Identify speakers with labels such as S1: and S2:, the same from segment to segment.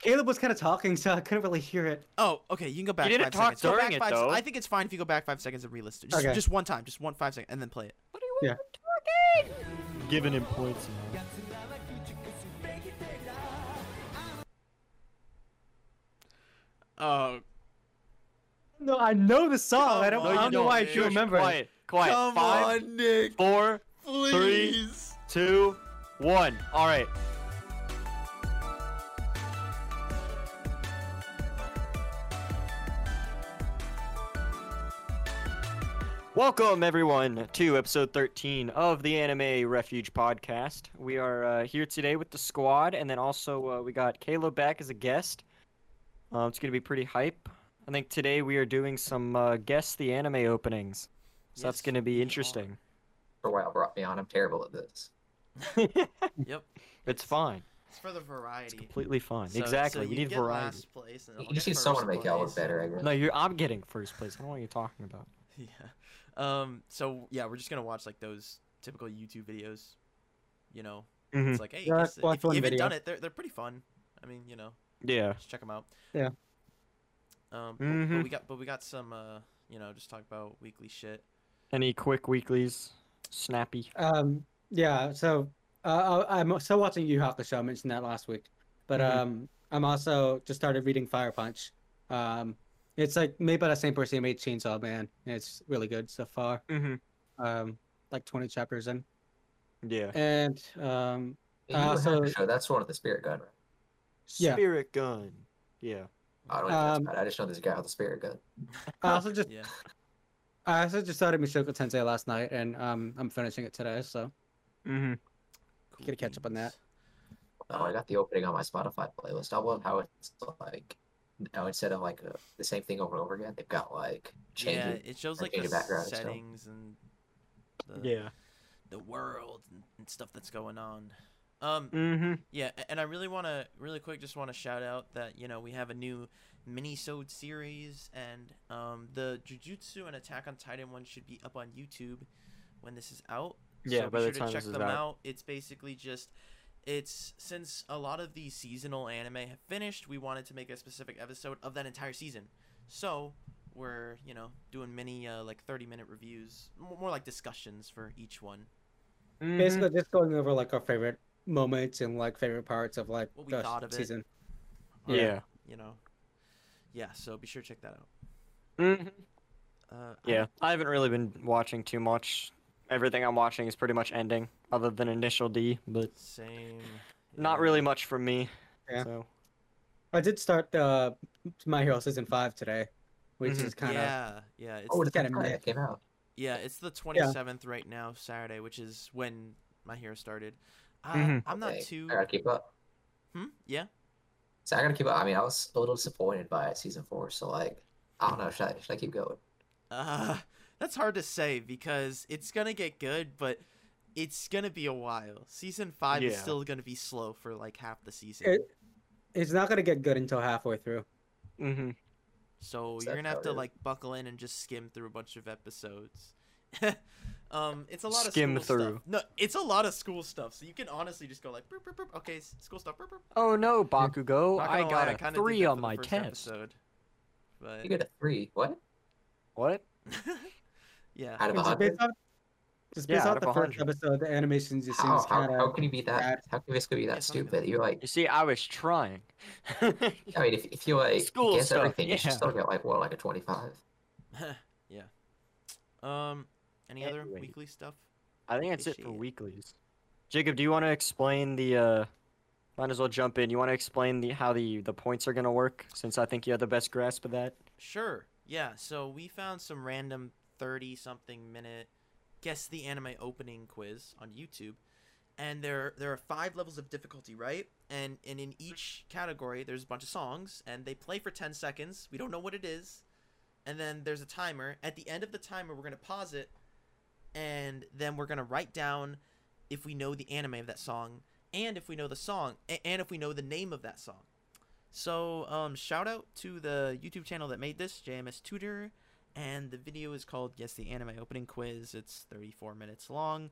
S1: Caleb was kind of talking, so I couldn't really hear it.
S2: Oh, okay. You can go back.
S3: didn't
S2: five
S3: talk
S2: seconds. Go
S3: during
S2: back
S3: it,
S2: five se-
S3: though.
S2: I think it's fine if you go back five seconds and relist it. Just,
S1: Okay.
S2: just one time, just one five second, and then play it.
S4: What do you
S1: Yeah.
S4: want? I'm talking.
S5: Giving him points. now.
S2: Oh,
S1: No, I know the song. I don't,
S3: No,
S1: I
S3: you
S1: don't know why I
S3: don't.
S1: should remember. it.
S3: Quiet, quiet.
S2: come
S3: Five,
S2: on, Nick.
S3: four,
S2: Please.
S3: two, one. All right. Welcome, everyone, to episode 13 of the Anime Refuge podcast. We are uh, here today with the squad, and then also uh, we got Caleb back as a guest. Uh, it's going to be pretty hype. I think today we are doing some uh, Guess the Anime openings. So that's
S2: Yes,
S3: going to
S2: we
S3: be
S2: are.
S3: interesting.
S6: for a while brought me on. I'm terrible at this.
S2: Yep.
S3: It's fine.
S2: It's for the variety.
S3: Completely fine.
S2: So-
S3: exactly.
S2: So
S3: we
S2: you
S3: need
S2: get
S3: variety.
S2: Last place and I'll
S6: you
S2: get
S6: just need someone to
S2: first
S6: make y'all look
S2: place.
S6: better. I guess.
S3: No, you're. I'm getting first place. I don't know what you're talking about.
S2: Yeah. Um. So yeah, we're just gonna watch like those typical YouTube videos. You know, it's like hey,
S1: Hmm. Yeah,
S2: guess it.
S1: well,
S2: if you
S1: fun
S2: haven't done
S1: videos.
S2: it, they're they're pretty fun. I mean, you know,
S3: Yeah.
S2: just check them out.
S1: Yeah.
S2: Um. but- But
S3: Mhm.
S2: we got but we got some uh you know just talk about weekly shit.
S3: Any quick weeklies? Snappy.
S1: Um, yeah. So uh, I- I'm still watching Yu Hakusho. I mentioned that last week, but
S3: Mhm.
S1: um, I'm also just started reading Fire Punch. Um, it's like made by the same person who made Chainsaw Man, and it's really good so far.
S3: Mm-hmm.
S1: Um, like 20 chapters in,
S3: Yeah.
S1: and um,
S6: You were
S1: also-
S6: having a show, that's the one with the spirit gun. Right?
S1: Yeah.
S3: Spirit gun. Yeah.
S6: I don't know if that's
S1: Um,
S6: bad. I just know this guy with the spirit gun.
S1: I also just
S2: Yeah.
S1: I also just started Mishoko Tensei last night, and um, I'm finishing it today. So
S3: Mm-hmm.
S2: Cool
S1: Gotta catch up on that.
S2: beans.
S6: Oh, I got the opening on my Spotify playlist. I love how it's like now instead of like uh, the same thing over and over again, they've got like
S2: Yeah,
S6: changes.
S2: it shows
S6: or
S2: like the
S6: change the background itself.
S2: settings and the,
S3: Yeah.
S2: the world and, and stuff that's going on. Um,
S3: Mm-hmm.
S2: yeah, a- and I really want to, really quick, just want to shout out that you know we have a new mini-sode series, and um, the Jujutsu and Attack on Titan one should be up on YouTube when this is out.
S3: Yeah,
S2: so
S3: by
S2: be sure
S3: the time
S2: to
S3: this
S2: check
S3: is
S2: them
S3: out.
S2: It's basically just, it's since a lot of the seasonal anime have finished, we wanted to make a specific episode of that entire season. So we're you know doing mini uh, like 30 minute reviews, m- more like discussions for each one. Mm-hmm.
S1: basically just going over like our favorite moments and like favorite parts of like
S2: What we
S1: the
S2: thought of it.
S1: season.
S2: Or,
S3: Yeah.
S2: you know, yeah. So be sure to check that out.
S3: Mm-hmm.
S2: Uh, I
S3: Yeah. I haven't really been watching too much. Everything I'm watching is pretty much ending, other than Initial D, but
S2: Same.
S3: not
S2: yeah.
S3: really much from me.
S1: Yeah.
S3: So.
S1: I did start uh, My Hero Season 5 today, which
S3: Mhm.
S1: is kind of.
S2: Mm-hmm. yeah, yeah. It's
S6: Oh,
S2: the,
S6: it's
S1: kinda
S6: kind of
S1: mid.
S6: came out.
S2: yeah, it's the twenty seventh right now, Saturday, which is when my hero started. Uh,
S3: Mhm.
S2: I'm not
S6: Okay,
S2: too.
S6: I gotta keep up.
S2: Hmm? Yeah.
S6: So I gotta keep up. I mean, I was a little disappointed by season four. So like, I don't know. Should I, should I keep going?
S2: Uh, that's hard to say because it's gonna get good, but it's gonna be a while. Season five is
S3: Yeah.
S2: still gonna be slow for like half the season.
S1: It- It's not going to get good until halfway through.
S3: Mm-hmm.
S2: So
S6: Is
S2: you're
S6: that
S2: gonna have
S6: how
S2: to
S6: it is?
S2: like buckle in and just skim through a bunch of episodes. um, it's a lot of
S3: Skim
S2: school stuff.
S3: through.
S2: No, it's a lot of school stuff. So you can honestly just go like, burp, burp, burp. okay, s- school stuff. Burp, burp.
S3: Oh no,
S2: Mm-hmm.
S3: Bakugo!
S2: Not
S3: I
S2: gonna lie,
S3: got a
S2: kinda did
S3: three
S2: that
S3: on
S2: for the
S3: my
S2: first
S3: test.
S2: Episode. But
S6: You get a three. What?
S3: What?
S2: yeah,
S6: Out of a
S1: Just based
S6: hundred?
S1: off, just based
S3: Yeah,
S1: off
S3: out
S1: the
S3: of
S1: first
S3: 100.
S1: episode, the animation just
S6: How,
S1: seems
S6: how,
S1: kind
S6: how
S1: of.
S6: can you be
S1: bad.
S6: that? How can this could be
S2: Yeah,
S6: that
S2: something like
S6: stupid? You're like,
S3: You see, I was trying.
S6: I mean, if, if you like
S3: School
S6: guess
S3: stuff,
S6: everything, you should
S3: yeah.
S6: still get like what, like a twenty-five.
S2: yeah. Um, any other
S3: Anyway.
S2: weekly stuff?
S3: I think that's it for
S2: Appreciate it.
S3: weeklies. Jacob, do you want to explain the? uh Might as well jump in. You want to explain the how the the points are gonna work since I think you had the best grasp of that.
S2: Sure. Yeah. So we found some random thirty-something minute guess the anime opening quiz on YouTube, and there there are five levels of difficulty, right? And and in each category, there's a bunch of songs, and they play for ten seconds. We don't know what it is, and then there's a timer. At the end of the timer, we're gonna pause it, and then we're gonna write down if we know the anime of that song, and if we know the song, a- and if we know the name of that song. So, um, shout out to the YouTube channel that made this, JMS Tutor, and the video is called Guess the Anime Opening Quiz. It's 34 minutes long,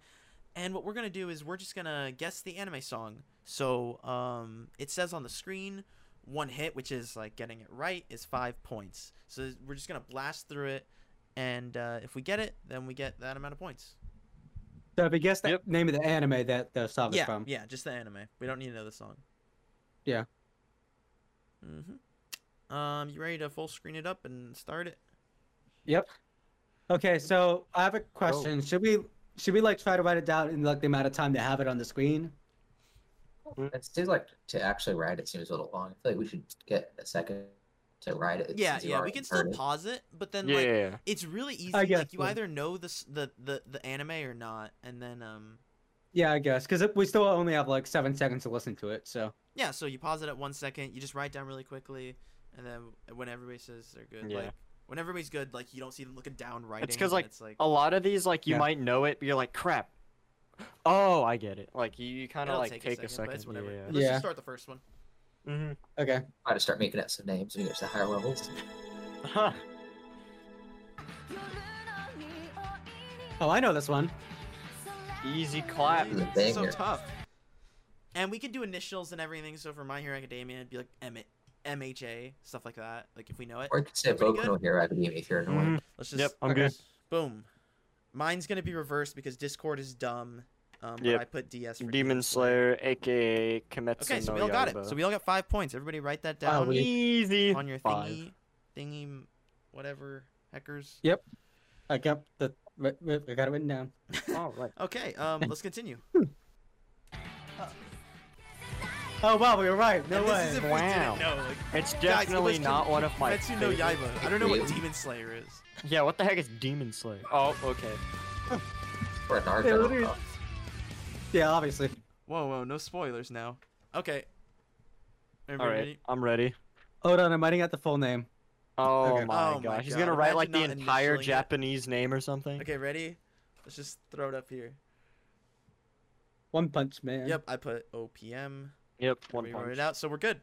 S2: and what we're gonna do is we're just gonna guess the anime song. So, um, it says on the screen One hit, which is like getting it right, is five points. So we're just gonna blast through it, and uh, if we get it, then we get that amount of points.
S1: So if you guess the
S3: Yep.
S1: name of the anime that the song is
S2: yeah,
S1: from,
S2: yeah, just the anime. We don't need to know the song.
S1: Yeah.
S2: Mm-hmm. Um, you ready to full screen it up and start it?
S1: Yep. Okay, so I have a question.
S2: Oh.
S1: Should we should we like try to write it down in like the amount of time to have it on the screen?
S6: It seems like to actually ride it seems a little long. I feel like we should get a second to ride it. since
S2: yeah,
S6: you've
S2: yeah. We
S6: already
S2: can
S6: heard
S2: still
S6: it.
S2: pause it, but then
S3: yeah,
S2: like
S3: yeah, yeah.
S2: it's really easy.
S1: guess
S2: like you
S1: so.
S2: either know the, s- the the the anime or not, and then um
S1: Yeah, I guess because we still only have like seven seconds to listen to it. So
S2: yeah. So you pause it at one second. You just write down really quickly, and then when everybody says they're good,
S3: Yeah.
S2: like when everybody's good, like you don't see them looking down writing.
S3: 'cause,
S2: and
S3: like,
S2: it's like
S3: A lot of these, like, you
S1: Yeah.
S3: might know it, but you're like, crap. Oh, I get it. Like, you, you kind of
S2: it'll
S3: like take, a
S2: but
S3: second.
S2: it's whatever.
S3: Yeah.
S2: Let's
S1: Yeah.
S2: just start the first one.
S3: Mm-hmm.
S1: okay,
S6: Try to start making up some names when you get to the higher levels.
S3: Huh.
S1: oh I know this one.
S3: Easy clap.
S6: It's a
S2: It's so
S6: banger.
S2: tough. And we could do initials and everything. So for My Hero Academia, it'd be like M- MHA, stuff like that. Like if we know it.
S6: Or you could say
S2: Pretty
S6: Boku
S2: good.
S6: no Hero Academia if you're annoying.
S2: Let's just.
S3: Yep, I'm
S2: okay.
S3: good.
S2: Boom. Mine's gonna be reversed because Discord is dumb. Um, but
S3: Yep.
S2: I put DS for
S3: Demon Slayer, aka Kimetsu
S2: Okay, so
S3: no
S2: we all got it.
S3: Yaiba.
S2: So we all got five points. Everybody write that
S1: Wow,
S2: down
S1: we-
S3: Easy.
S2: on your
S3: Five.
S2: thingy, thingy, whatever, hackers.
S1: Yeah. I got the wri- wri- I got it written down.
S3: All right.
S2: Okay, um, let's continue.
S1: Oh wow, we were right. No
S2: And
S1: way.
S2: This is if we
S3: Wow.
S2: didn't know. Like,
S3: It's
S2: it was
S3: definitely
S2: con-
S3: not one of my.
S2: Kimetsu no
S3: favorite-
S2: Yaiba. I don't know what
S6: Really?
S2: Demon Slayer is.
S3: Yeah, what the heck is Demon Slayer? Oh, okay.
S6: Or a
S1: Yeah,
S6: Naruto.
S1: literally-
S6: uh,
S1: Yeah, obviously.
S2: Whoa, whoa, no spoilers now. Okay.
S3: All
S2: Everybody
S3: right, I'm ready.
S1: Hold on, I'm writing out the full name.
S3: Oh
S1: Okay.
S3: my
S2: Oh my
S3: gosh, he's gonna
S2: God,
S3: write like the
S2: imagine not
S3: entire
S2: initialing it.
S3: Japanese name or something.
S2: Okay, ready? Let's just throw it up here.
S1: One Punch Man.
S2: Yep, I put OPM.
S3: Yep,
S2: We wrote it out, so we're good.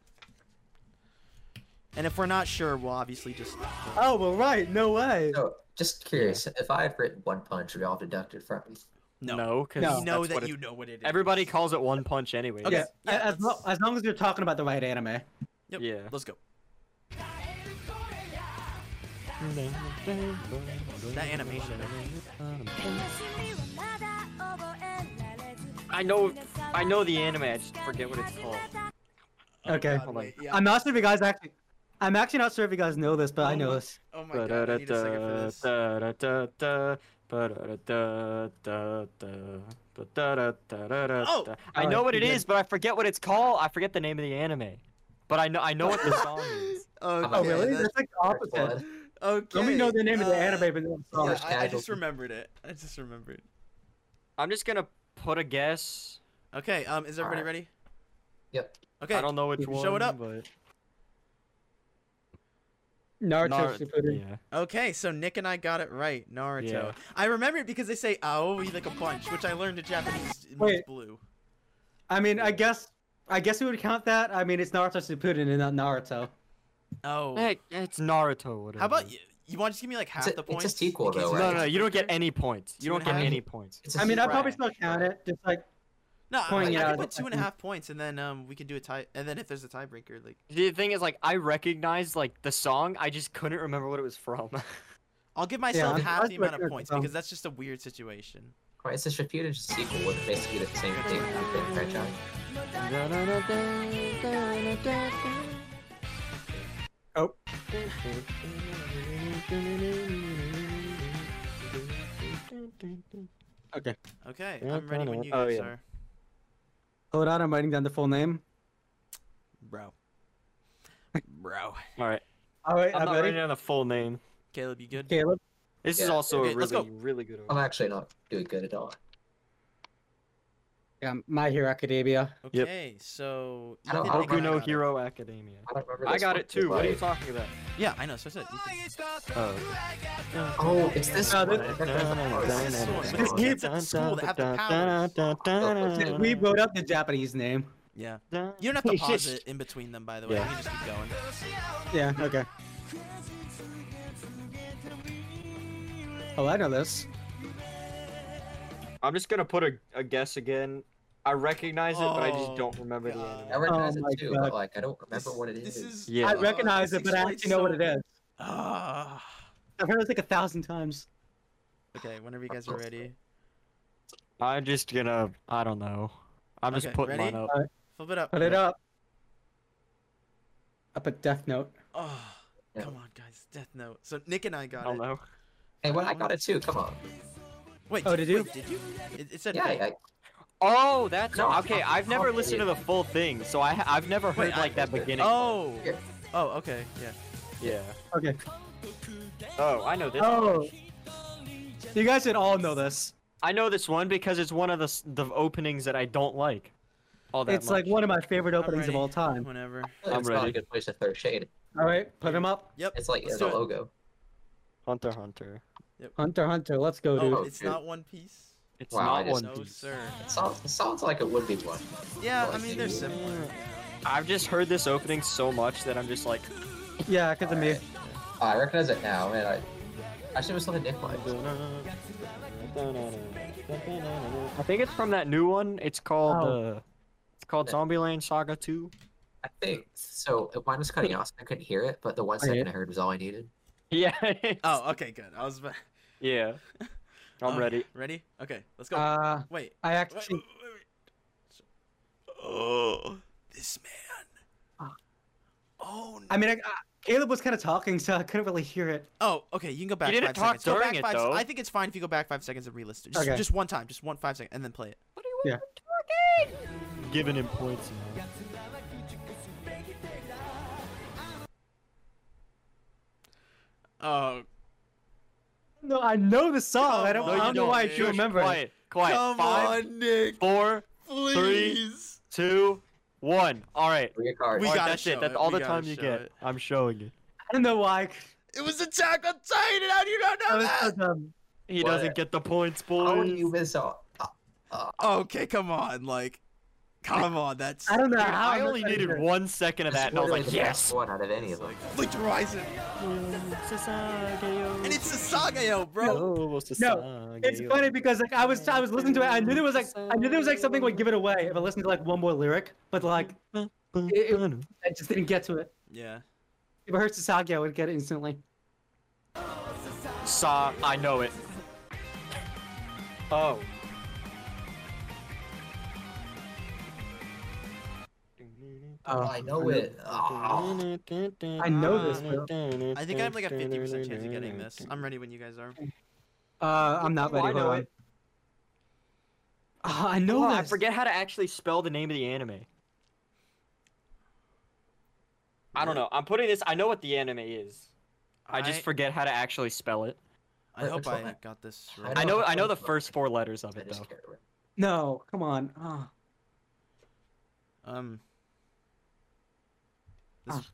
S2: And if we're not sure, we'll obviously just.
S1: Oh, we're right. No way.
S6: So, just curious, if I have written one punch, are y'all deducted from me?
S3: No, because
S1: No.
S2: You know
S3: that's what
S2: that
S3: it-
S2: you know what it is.
S3: everybody calls it One Punch anyway.
S2: Okay. Oh,
S1: Yeah,
S2: yeah,
S1: a- as, lo-
S2: let's-
S1: as long as you're talking about the right anime.
S2: Yep.
S3: Yeah.
S2: Let's go.
S3: Oh!
S2: That animation.
S3: I know, I know the anime. I just forget what it's called.
S1: Okay.
S2: God,
S3: Hold
S2: wait,
S3: on.
S2: Oh, yeah.
S1: I'm not sure if you guys actually. I'm actually not sure if you guys know this, but I
S2: Oh
S1: know
S2: my-
S1: this.
S2: Oh my god. I need a second for this.
S3: Oh, I know
S1: Alright,
S3: what it
S1: you
S3: is, but I forget what it's called. I forget the name of the anime, but I know I know what the song is.
S2: Okay,
S1: Oh really?
S2: that-
S1: That's like the
S6: First
S1: opposite.
S6: one.
S2: Okay.
S1: Let me know the name of
S2: uh,
S1: the anime, but not the song.
S2: Yeah, I, I just
S6: Casualty.
S2: remembered it. I just remembered.
S3: I'm just gonna put a guess.
S2: Okay. Um, is everybody
S6: Alright.
S2: ready?
S6: Yep.
S2: Okay.
S3: I don't know which
S1: You
S3: one.
S2: show it up.
S3: But...
S1: Naruto
S3: Nar-
S1: Shippuden.
S3: yeah.
S2: Okay, so Nick and I got it right, Naruto.
S3: Yeah.
S2: I remember it because they say "aoi" like a bunch, which I learned in Japanese it means
S1: Wait.
S2: blue.
S1: I mean, I guess, I guess we would count that. I mean, it's Naruto Shippuden and not Naruto.
S2: Oh,
S3: Hey, it's Naruto. Whatever.
S2: how about you? You want to just give me like half
S6: a-
S2: the
S6: it's a
S2: points?
S6: sequel,
S2: in case
S6: though,
S2: you-
S6: right?
S3: No, no, you don't get any points. You
S2: Two
S3: don't
S2: and a
S3: get
S2: half?
S3: any points.
S6: It's a
S1: I mean, I
S6: sequel.
S1: probably still count it. Just like,
S2: No, I,
S1: Pointing
S2: I
S1: it
S2: can
S1: out,
S2: put two and a
S1: I-
S2: half points, and then um we can do a tie. And then if there's a tiebreaker, like
S3: The thing is, like, I recognized like the song. I just couldn't remember what it was from.
S2: I'll give myself
S1: I'm
S2: half the
S1: surprised
S2: amount
S1: we're
S2: of
S1: good,
S2: points
S1: um,
S2: because that's just a weird situation.
S6: Right, it's a reputed sequel with basically the same thing with the franchise.
S1: oh, okay.
S2: Okay,
S3: Yeah,
S2: I'm ready when
S3: kinda.
S2: you
S3: Oh,
S2: guys
S3: yeah.
S2: are,
S1: Hold on, I'm writing down the full name.
S2: bro. Bro,
S3: All right,
S1: All right,
S3: I'm
S1: I'm
S3: not
S1: ready.
S3: writing down the full name.
S2: Caleb, you good?
S1: Caleb.
S3: This is
S6: Yeah.
S3: also
S2: Okay,
S3: a
S2: let's go.
S3: really, really good.
S6: I'm actually not doing good at all.
S1: Um, My Hero Academia.
S3: Yep.
S2: Okay, so
S6: I
S2: Ethan,
S6: don't- I don't
S2: Nick, and
S3: Boku
S6: remember
S2: I
S3: no
S2: got it.
S3: Hero Academia.
S6: I don't remember.
S3: I
S6: this
S3: got
S6: one.
S3: it too. What are you
S6: Like-
S3: talking about?
S2: Yeah, I know. So I said Ethan.
S3: Oh.
S6: Oh, it's this
S1: No,
S6: one.
S1: this-
S2: It's kids at school that have the
S3: Oh,
S1: Yeah, We wrote up the Japanese name.
S2: Yeah. You don't have to pause it in between them, by the way.
S3: Yeah.
S2: You can just keep going.
S1: Yeah. Okay. Oh, I know this. Oh,
S3: I'm just gonna put a, a guess again. I recognize it, but I just
S2: Oh,
S3: don't remember the
S2: God.
S3: anime.
S6: I recognize
S1: Oh my
S6: it too,
S1: God.
S6: but like I don't remember what it is.
S2: This is.
S3: Yeah.
S1: I
S3: Uh,
S1: recognize it, but I actually know what it is.
S2: Ah.
S1: I've heard it like a thousand times.
S2: okay, whenever you guys are ready,
S3: I'm just gonna. I don't know. I'm just
S2: Okay,
S3: putting
S2: ready?
S3: mine up.
S2: flip it up.
S1: Put it up. Up a Death Note.
S2: Oh,
S6: Yeah.
S2: come on, guys. Death Note. So Nick and I
S3: I
S2: got
S3: don't
S2: it.
S3: know.
S6: Hey, what? I got it too. Come on.
S2: Wait.
S1: Oh, did you?
S2: wait, did you? It, it said.
S6: Yeah,
S2: wait.
S6: I,
S3: Oh, that's
S6: No,
S3: okay.
S6: I-
S3: I've never
S6: I'll-
S3: listened to the full thing, so I I've never heard
S2: Wait, I-
S3: like that beginning.
S2: Oh.
S6: Here.
S2: Oh. Okay. Yeah.
S3: yeah.
S1: Okay.
S3: Oh, I know this.
S1: Oh. You guys should all know this.
S3: I know this one because it's one of the s- the openings that I don't like. All that
S1: It's like
S3: much.
S1: one of my favorite
S2: I'm
S1: openings of
S2: ready.
S1: all time.
S2: Whenever.
S3: I'm
S6: it's not
S3: ready.
S6: a good place to throw shade.
S1: All right, put him up.
S2: Yep.
S6: It's like
S2: let's
S6: it's
S2: do
S6: a
S2: it.
S6: logo.
S3: Hunter x Hunter.
S1: Hunter, Hunter, let's go, dude.
S2: Oh,
S6: dude.
S2: it's not One Piece.
S3: It's
S6: Wow, I
S3: not
S6: just-
S3: one.
S2: No,
S3: Piece.
S2: sir.
S6: It sounds it sounds like it would be one.
S2: Yeah, I
S6: Like,
S2: mean they're
S6: yeah.
S2: similar.
S3: I've just heard this opening so much that I'm just like,
S1: Yeah, because of me.
S6: Oh, I recognize it now, man. I I should have looked at Nick like
S3: I think it's from that new one. It's called
S1: Oh.
S3: uh, it's called Zombieland Saga 2.
S6: I think so. If Mine was cutting out, so I couldn't hear it, but the one
S1: I hear
S6: second I heard was all I needed.
S3: Yeah.
S2: Oh, okay, good. I was. about-
S3: Yeah. I'm
S2: Okay,
S3: ready.
S2: Ready? Okay, let's go.
S1: Uh,
S2: wait.
S1: I
S2: Wait,
S1: actually,
S2: wait, wait, wait. Oh, this man.
S1: Ah.
S2: Oh. No.
S1: I mean, I, I- Caleb was kind of talking, so I couldn't really hear it.
S2: Oh, okay. You can go back.
S3: didn't
S2: five
S3: talk
S2: seconds. Go
S3: during
S2: back
S3: it,
S2: five se-
S3: though.
S2: I think it's fine if you go back five seconds and relist it. Just,
S1: Okay.
S2: just one time, just one five second, and then play it.
S5: Giving him points. You know?
S2: Oh,
S1: No, I know the song. I don't,
S2: Come
S1: I
S2: on,
S1: don't know why I should
S2: dude.
S1: remember it.
S3: Quiet. Quiet.
S2: come
S3: Five,
S2: on, Nick,
S3: four,
S2: please.
S3: two, one. All right.
S6: Three cards.
S2: We
S3: All right,
S2: gotta
S3: that's it.
S2: show
S3: That's
S2: it.
S3: all
S2: We
S3: the
S2: gotta
S3: time you
S2: show
S3: get.
S2: it.
S3: I'm showing you.
S1: I don't know why.
S2: It was Attack on Titan. How do you not
S1: I
S2: know
S1: was so
S2: that?
S1: dumb.
S3: He
S6: What?
S3: doesn't get the points, boys.
S6: How do you miss out? Ah, ah.
S2: Oh, Okay, come on, like, come on. That's
S1: I don't know
S3: Dude,
S1: how.
S3: I
S1: I'm
S3: only
S1: not
S3: needed
S1: sure.
S3: one second of that, and I was
S6: Literally
S3: like,
S6: the best
S3: yes.
S6: One out of any
S2: It's
S6: of them.
S2: like Linked Horizon, and it's Sasageo,
S3: Oh,
S2: bro.
S1: It's funny because like I was I was listening to it. I knew there was like I knew there was like something would give it away if I listened to like one more lyric, but like I just didn't get to it.
S2: Yeah.
S1: If I heard Sasaki, I would get it instantly.
S3: Saw, I know it. Oh.
S6: Oh, I
S1: uh,
S6: know it. Ah.
S1: I know this, bro.
S2: I think I have like a 50% chance of getting this. I'm ready when you guys are.
S1: Uh, I'm not
S3: Oh, I
S1: ready. hold
S3: know
S1: on.
S3: it.
S1: Ah, I know
S3: Oh,
S1: this.
S3: I forget how to actually spell the name of the anime. I don't know. I'm putting this. I know what the anime is. I just forget how to actually spell it.
S2: I
S6: Wait,
S2: hope
S6: which
S2: I
S6: one?
S2: got this
S6: I
S2: right.
S3: I know. I know the
S6: Oh.
S3: first four letters of
S6: I
S3: it
S6: just
S3: though.
S6: can't remember.
S1: No, come on. Ah.
S2: Um.
S1: Ah.
S2: this-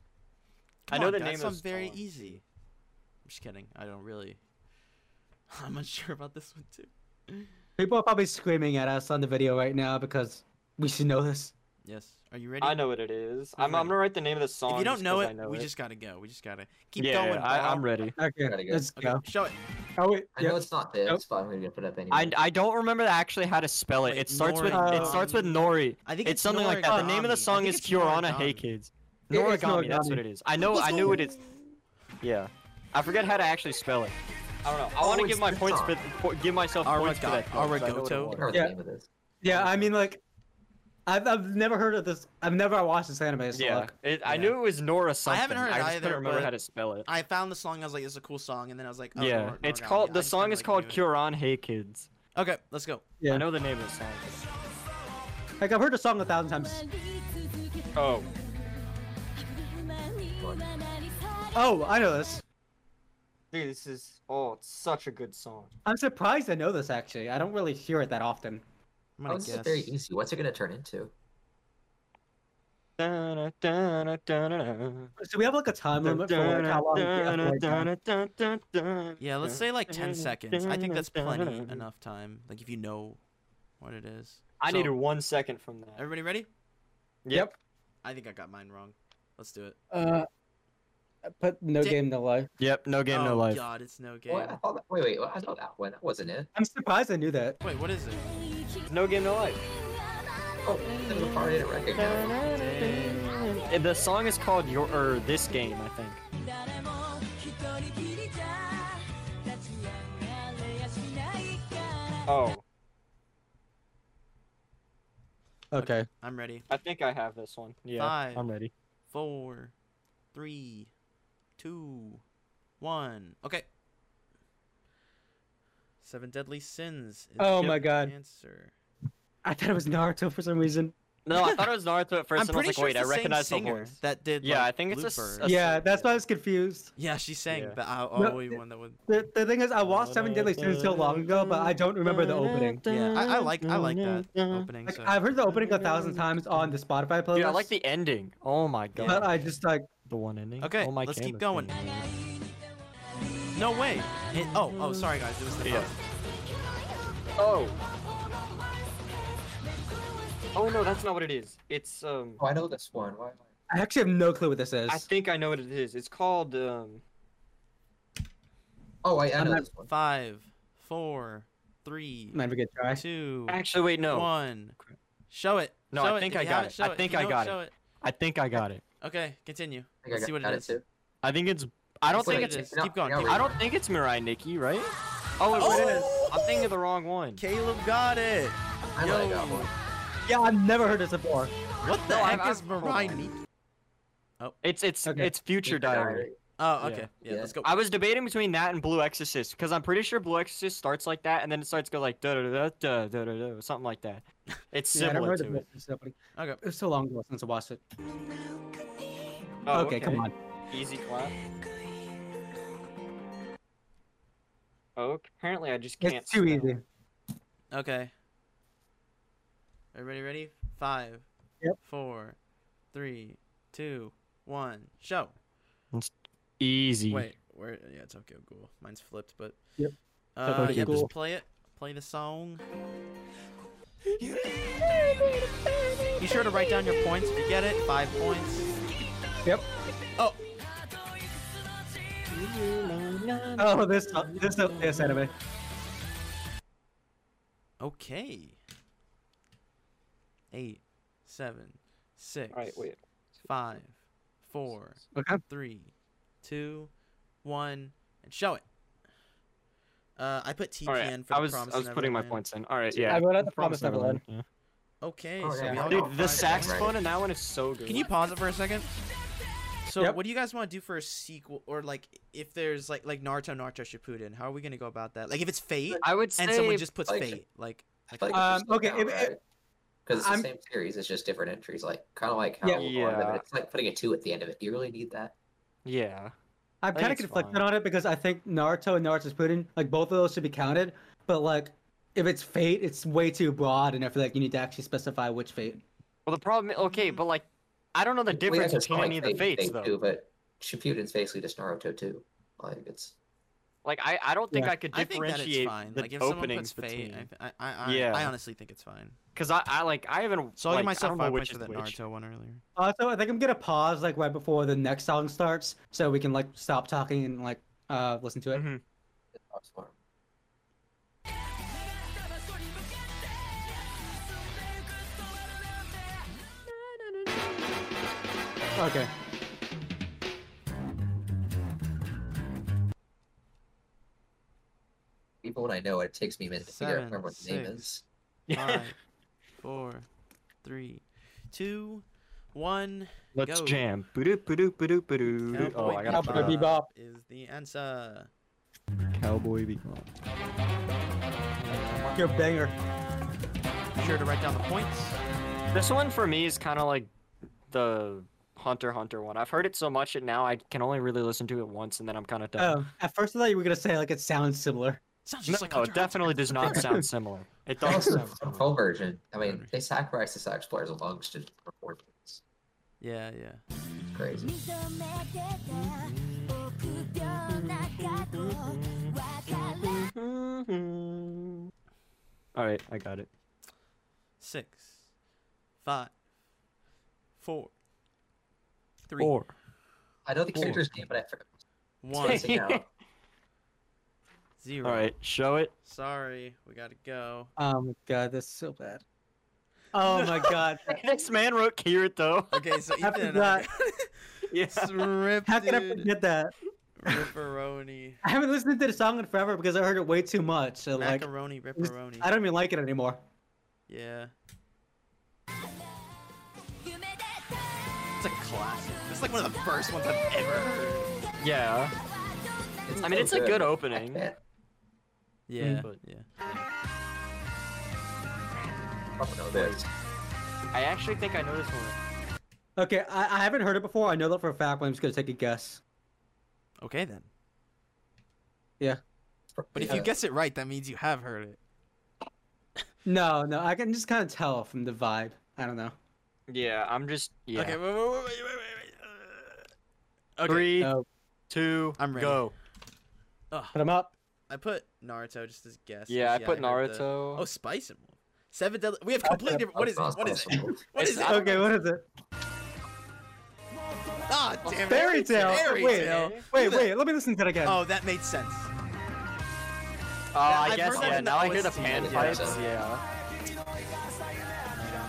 S3: I
S2: Come
S3: know
S2: on,
S3: the
S2: guys,
S3: name of
S2: sounds
S3: the
S2: very
S3: song.
S2: easy. I'm just kidding. I don't really. I'm unsure about this one too.
S1: People are probably screaming at us on the video right now because we should know this.
S2: Yes. Are you ready?
S3: I know what it is. I'm,
S2: ready.
S3: I'm gonna write the name of the song.
S2: If you don't
S3: just
S2: know
S3: 'cause I
S2: it, we
S3: it.
S2: just gotta go. We just gotta keep
S3: yeah,
S2: going.
S3: I, I'm
S2: Bob.
S3: ready.
S1: Okay,
S6: Gotta go.
S1: let's
S2: Okay,
S1: go.
S2: show it.
S1: Oh wait,
S6: I
S1: yeah.
S6: know it's not this,
S1: Nope.
S6: but I'm gonna put it up anyway.
S3: I, I don't remember actually how to spell it.
S2: Wait,
S3: it starts with
S2: Nori-
S3: it starts with Nori.
S2: I think
S3: It's, something like that. The name of the
S2: Noragami. I
S3: song
S2: think
S3: is
S2: it's
S3: Kiorana Hey
S2: Noragami.
S3: Kids.
S1: It is
S3: Noragami, that's what
S1: Noragami.
S3: it is. I know I knew what it's Yeah. I forget how to actually spell it. I don't know. I want
S6: Oh,
S3: to give
S6: it's
S3: my
S6: this
S3: points
S6: song.
S3: for, for give myself points for that.
S2: Araga-
S3: though, 'cause I know what it
S2: Aragoto?
S6: I
S3: was.
S6: remember
S1: Yeah.
S6: the name of this.
S1: yeah. I mean, like, I've I've never heard of this. I've never watched this anime. So
S3: Yeah.
S1: like,
S3: It, I
S2: Yeah.
S3: knew it was Nora something.
S2: haven't heard it
S3: I just
S2: either,
S3: couldn't remember
S2: but-
S3: how to spell it.
S2: I found the song. I was like, "This is a cool song," and then I was like, oh,
S3: yeah.
S2: Nor-
S3: it's
S2: Noragami.
S3: called
S2: I
S3: the
S2: just
S3: song
S2: kinda,
S3: is
S2: like,
S3: called
S2: knew it.
S3: Kiorana Hey Kids.
S2: Okay, let's go.
S1: Yeah.
S3: I know the name of the song.
S1: like I've heard the song a thousand times.
S3: Oh.
S1: Oh, I know this.
S3: Dude, this is oh, it's such a good song.
S1: I'm surprised I know this actually. I don't really hear it that often.
S2: I'm
S6: Oh,
S2: gonna
S6: this is
S2: guess.
S6: very easy. What's it gonna turn into?
S3: Dun, dun, dun, dun.
S1: So we have like a time limit for like, how long. we have to wait now?
S2: Yeah, let's say like 10 seconds. I think that's plenty enough time. Like if you know what it is.
S3: I
S2: So,
S3: needed one second from that.
S2: Everybody ready?
S1: Yep.
S2: I think I got mine wrong. Let's do it.
S1: Uh, but no
S2: Di-
S1: game, no life.
S3: Yep. No game,
S2: oh
S3: no life.
S2: god, it's no game.
S6: What? I thought that... Wait, wait. I know that one. That wasn't it.
S1: I'm surprised I knew that.
S2: Wait, what is it?
S3: No game, no life.
S6: Oh, there's a part I didn't recognize.
S3: And the song is called Your or This Game, I think.
S4: 誰も一人きりじゃ立ち上がれやしないから
S3: Oh,
S5: Okay,
S2: I'm ready.
S3: I think I have this one. Yeah.
S2: Five,
S5: I'm ready.
S2: four, three, two, one. Okay. Seven deadly sins. Is
S1: Oh
S2: the
S1: my God.
S2: Answer.
S1: I thought it was Naruto for some reason.
S3: No, I thought it was Naruto at 1st
S2: I'm
S3: and I was
S2: pretty
S3: like,
S2: sure
S3: wait,
S2: it's
S3: I
S2: the same
S3: recognize the
S2: singer
S3: voice.
S2: that did.
S3: Yeah,
S2: like,
S3: I think it's a s-
S2: Looper.
S3: a That's
S1: yeah,
S3: so
S1: that's why I was confused.
S2: Yeah, she sang,
S3: Yeah.
S2: but I
S1: No,
S2: always
S1: th-
S2: one that would.
S1: The, the thing is, I watched Seven Deadly Sins so long ago, but I don't remember the opening.
S2: Yeah, I, I like I like that opening.
S1: Like
S2: so.
S1: I've heard the opening a thousand times on the Spotify playlist.
S3: Dude, I like the ending. Oh my god.
S1: but I just like
S5: The one ending.
S2: Okay,
S5: Oh, my
S2: let's keep
S5: camera's
S2: going.
S5: spinning.
S2: No way. It- oh, oh, sorry guys, it was the
S3: Yeah.
S2: phone.
S3: Oh. Oh no, that's not what it is. It's um.
S6: Oh, I know this one. Why? am I-
S1: I actually have no clue what this is.
S3: I think I know what it is. It's called um.
S6: Oh, wait, I
S1: I'm
S6: know
S1: not-
S6: this one.
S2: Five, four, three,
S1: Might be a good try.
S2: two,
S3: Actually, wait, no.
S2: one. Show it.
S3: No, I
S2: Show
S3: think
S2: If
S3: I
S2: you
S3: got
S2: have
S3: it.
S2: Show
S3: I
S2: it. If
S3: think
S2: you
S3: I
S2: don't,
S3: got
S2: show it.
S5: I think I got it.
S2: Okay, continue.
S6: I think
S2: Let's
S6: I
S2: see
S6: got,
S2: what
S6: got
S2: it
S6: it
S2: is.
S6: too.
S5: I think it's. I don't
S2: It's like
S5: think
S2: it
S5: it's.
S2: is. Keep going, keep
S3: I don't think it's Mirai Nikki, right? Oh, it was. I'm thinking of the wrong one.
S2: Caleb got it.
S6: I know I got
S2: Yo.
S6: one.
S1: Yeah, I've never heard this before.
S2: What the
S3: No, I-
S2: heck
S3: I-
S2: is Mariah Nikki?
S3: It's it's
S1: Okay.
S3: it's Future Diary.
S2: Oh,
S5: Yeah.
S2: okay. Yeah,
S6: Yeah.
S2: let's go.
S3: I was debating between that and Blue Exorcist because I'm pretty sure Blue Exorcist starts like that and then it starts to go like da da da da da da da something like that. It's
S1: yeah, I don't
S3: similar
S1: remember
S3: to it.
S1: this opening.
S2: Okay.
S1: It was so long ago since I watched it.
S3: Oh,
S1: okay, come on.
S3: Easy clap. Oh, apparently I just can't.
S1: It's too
S3: spell.
S1: easy.
S2: Okay. Everybody ready? Five,
S1: Yep.
S2: four, three, two, one. Show.
S3: Easy.
S2: Wait, E where? Yeah, Tokyo Ghoul. Mine's flipped, but.
S1: Yep.
S2: Uh,
S1: Tokyo
S2: yeah,
S1: Ghoul.
S2: just play it. Play the song. Be sure to write down your points if you get it. Five points.
S1: Yep.
S2: Oh,
S1: Oh, this this this anime.
S2: okay. Eight, seven, six,
S3: All right, wait.
S2: five, four,
S1: Okay.
S2: three, two, one, and show it. Uh, I put TPN
S3: All right.
S2: for the
S3: I was
S2: promise
S3: I was putting my points in. All right, yeah.
S1: I wrote out the promise
S5: Neverland,
S1: Neverland.
S5: yeah.
S2: Okay,
S6: Oh,
S2: so
S6: yeah,
S2: we
S6: I
S2: all
S6: know.
S2: got
S3: Dude, the
S2: five.
S3: saxophone in that one is so good.
S2: Can you pause it for a second? So,
S1: Yep.
S2: what do you guys want to do for a sequel, or like if there's like like Naruto, Naruto Shippuden? How are we gonna go about that? Like if it's Fate,
S3: I would
S2: and someone
S3: say
S2: just puts
S6: like-
S2: Fate, like
S6: I feel like
S1: Um, okay, if- if-
S6: Because it's the
S1: I'm-
S6: same series, it's just different entries. Like, kind of like how
S1: Yeah.
S6: Lord of the-
S3: Yeah.
S6: it's like putting a two at the end of it. Do you really need that?
S3: yeah.
S1: I'm
S3: think
S1: kind of
S3: it's
S1: conflicted
S3: fine.
S1: on it because I think Naruto and Naruto's Putin, like both of those should be counted, but like if it's fate, it's way too broad, and I feel like you need to actually specify which fate.
S3: Well, the problem. Okay, but like, I don't know the
S6: Well, yeah,
S3: difference
S6: 'cause
S3: between
S6: Mm-hmm. like
S3: any of the
S6: Fate-
S3: fates
S6: Fate
S3: though.
S6: too, but Shippuden's basically just Naruto too. Like it's
S3: Like, I I don't think
S1: Yeah.
S3: I could
S2: I think that it's
S3: differentiate
S2: fine.
S3: the
S2: like if someone puts
S3: openings
S2: Fate,
S3: between.
S2: I, I, I,
S3: Yeah.
S2: I honestly think it's fine.
S3: Because I, I like I haven't.
S2: So I'll
S3: like,
S2: give
S3: I
S2: myself
S3: don't know
S2: five points
S3: which
S2: for
S3: is
S2: that
S3: which.
S2: Naruto one earlier.
S1: Also, I think I'm gonna pause like right before the next song starts, so we can like stop talking and like uh listen to it.
S3: Mhm.
S6: it's not smart.
S3: Mm-hmm.
S1: Okay.
S6: Even when I know it, it takes me a minute to figure out
S2: Seven,
S6: remember what the name
S2: six.
S6: is.
S2: Five, four, three, two, one.
S3: Let's
S2: Go.
S3: jam. Boodoo, boodoo, boodoo, boodoo. Oh,
S2: Cowboy
S3: I got
S1: Cowboy
S3: to
S1: Bebop. Bebop.
S2: is the answer.
S5: Cowboy Bebop.
S1: Your banger.
S2: Be sure to write down the points.
S3: This one for me is kind of like the Hunter x Hunter one. I've heard it so much that now I can only really listen to it once, and then I'm kind of done.
S1: Oh, at first I thought you were gonna say like it sounds similar.
S2: Sounds
S3: no,
S2: just like
S3: it
S2: Hunter x Hunter.
S3: definitely does not sound similar. It doesn't
S6: Also,
S3: sound
S6: the
S3: similar.
S6: full version. I mean,
S2: Henry.
S6: they sacrificed the sax player's lungs to record this.
S2: Yeah, yeah.
S6: It's crazy.
S4: 認めてた臆病な過去わからない
S3: All right, I got it.
S2: Six, five, four, three, one.
S5: Or
S6: I know the character's name, but I forgot. Spacing out.
S2: zero.
S3: All right, show it.
S2: Sorry, we gotta go.
S1: Oh my god, that's so bad. Oh my god.
S3: this man wrote Kirito.
S2: Okay, so
S1: How
S2: Ethan
S1: could
S2: and I
S3: Yeah.
S2: ripped
S1: How can I forget that?
S2: Ripperoni.
S1: I haven't listened to the song in forever because I heard it way too much. So like,
S2: Macaroni, ripperoni.
S1: I don't even like it anymore.
S2: Yeah. It's a classic. It's like one of the first ones I've ever heard.
S3: Yeah. I mean, it's a good opening.
S6: Yeah.
S2: Yeah.
S5: but-
S2: yeah.
S6: Fucking know this.
S3: I actually think I know this one.
S1: Okay, I, I haven't heard it before. I know that for a fact, but I'm just gonna take a guess.
S2: Okay then. But if
S6: Yeah.
S2: you guess it right, that means you have heard it.
S1: No, no, I can just kind of tell from the vibe. I don't know.
S3: Yeah, I'm just. Yeah.
S2: Okay. Wait, wait, wait, wait, wait, wait, wait. uh, Okay.
S3: Three,
S1: Oh,
S3: two,
S2: I'm ready.
S3: go.
S1: put them up.
S2: I put Naruto just as guess. 'cause,
S3: Yeah, I put
S2: heard the-
S3: Naruto.
S2: Oh, Spice and Wolf. Seven Deadly. We have completely different. What is it? What is it? What is it?
S1: Okay, what is it?
S2: Ah, damn it.
S1: Fairy tale.
S2: Fairy
S1: wait,
S2: Tail.
S1: wait, wait. Let me listen to it again.
S2: Oh, that made sense.
S3: Oh, I
S2: I've
S3: guess
S2: heard that
S3: yeah.
S2: in the
S3: Now I hear the
S2: OST,
S3: pan
S2: yeah.
S3: pipes. Yeah.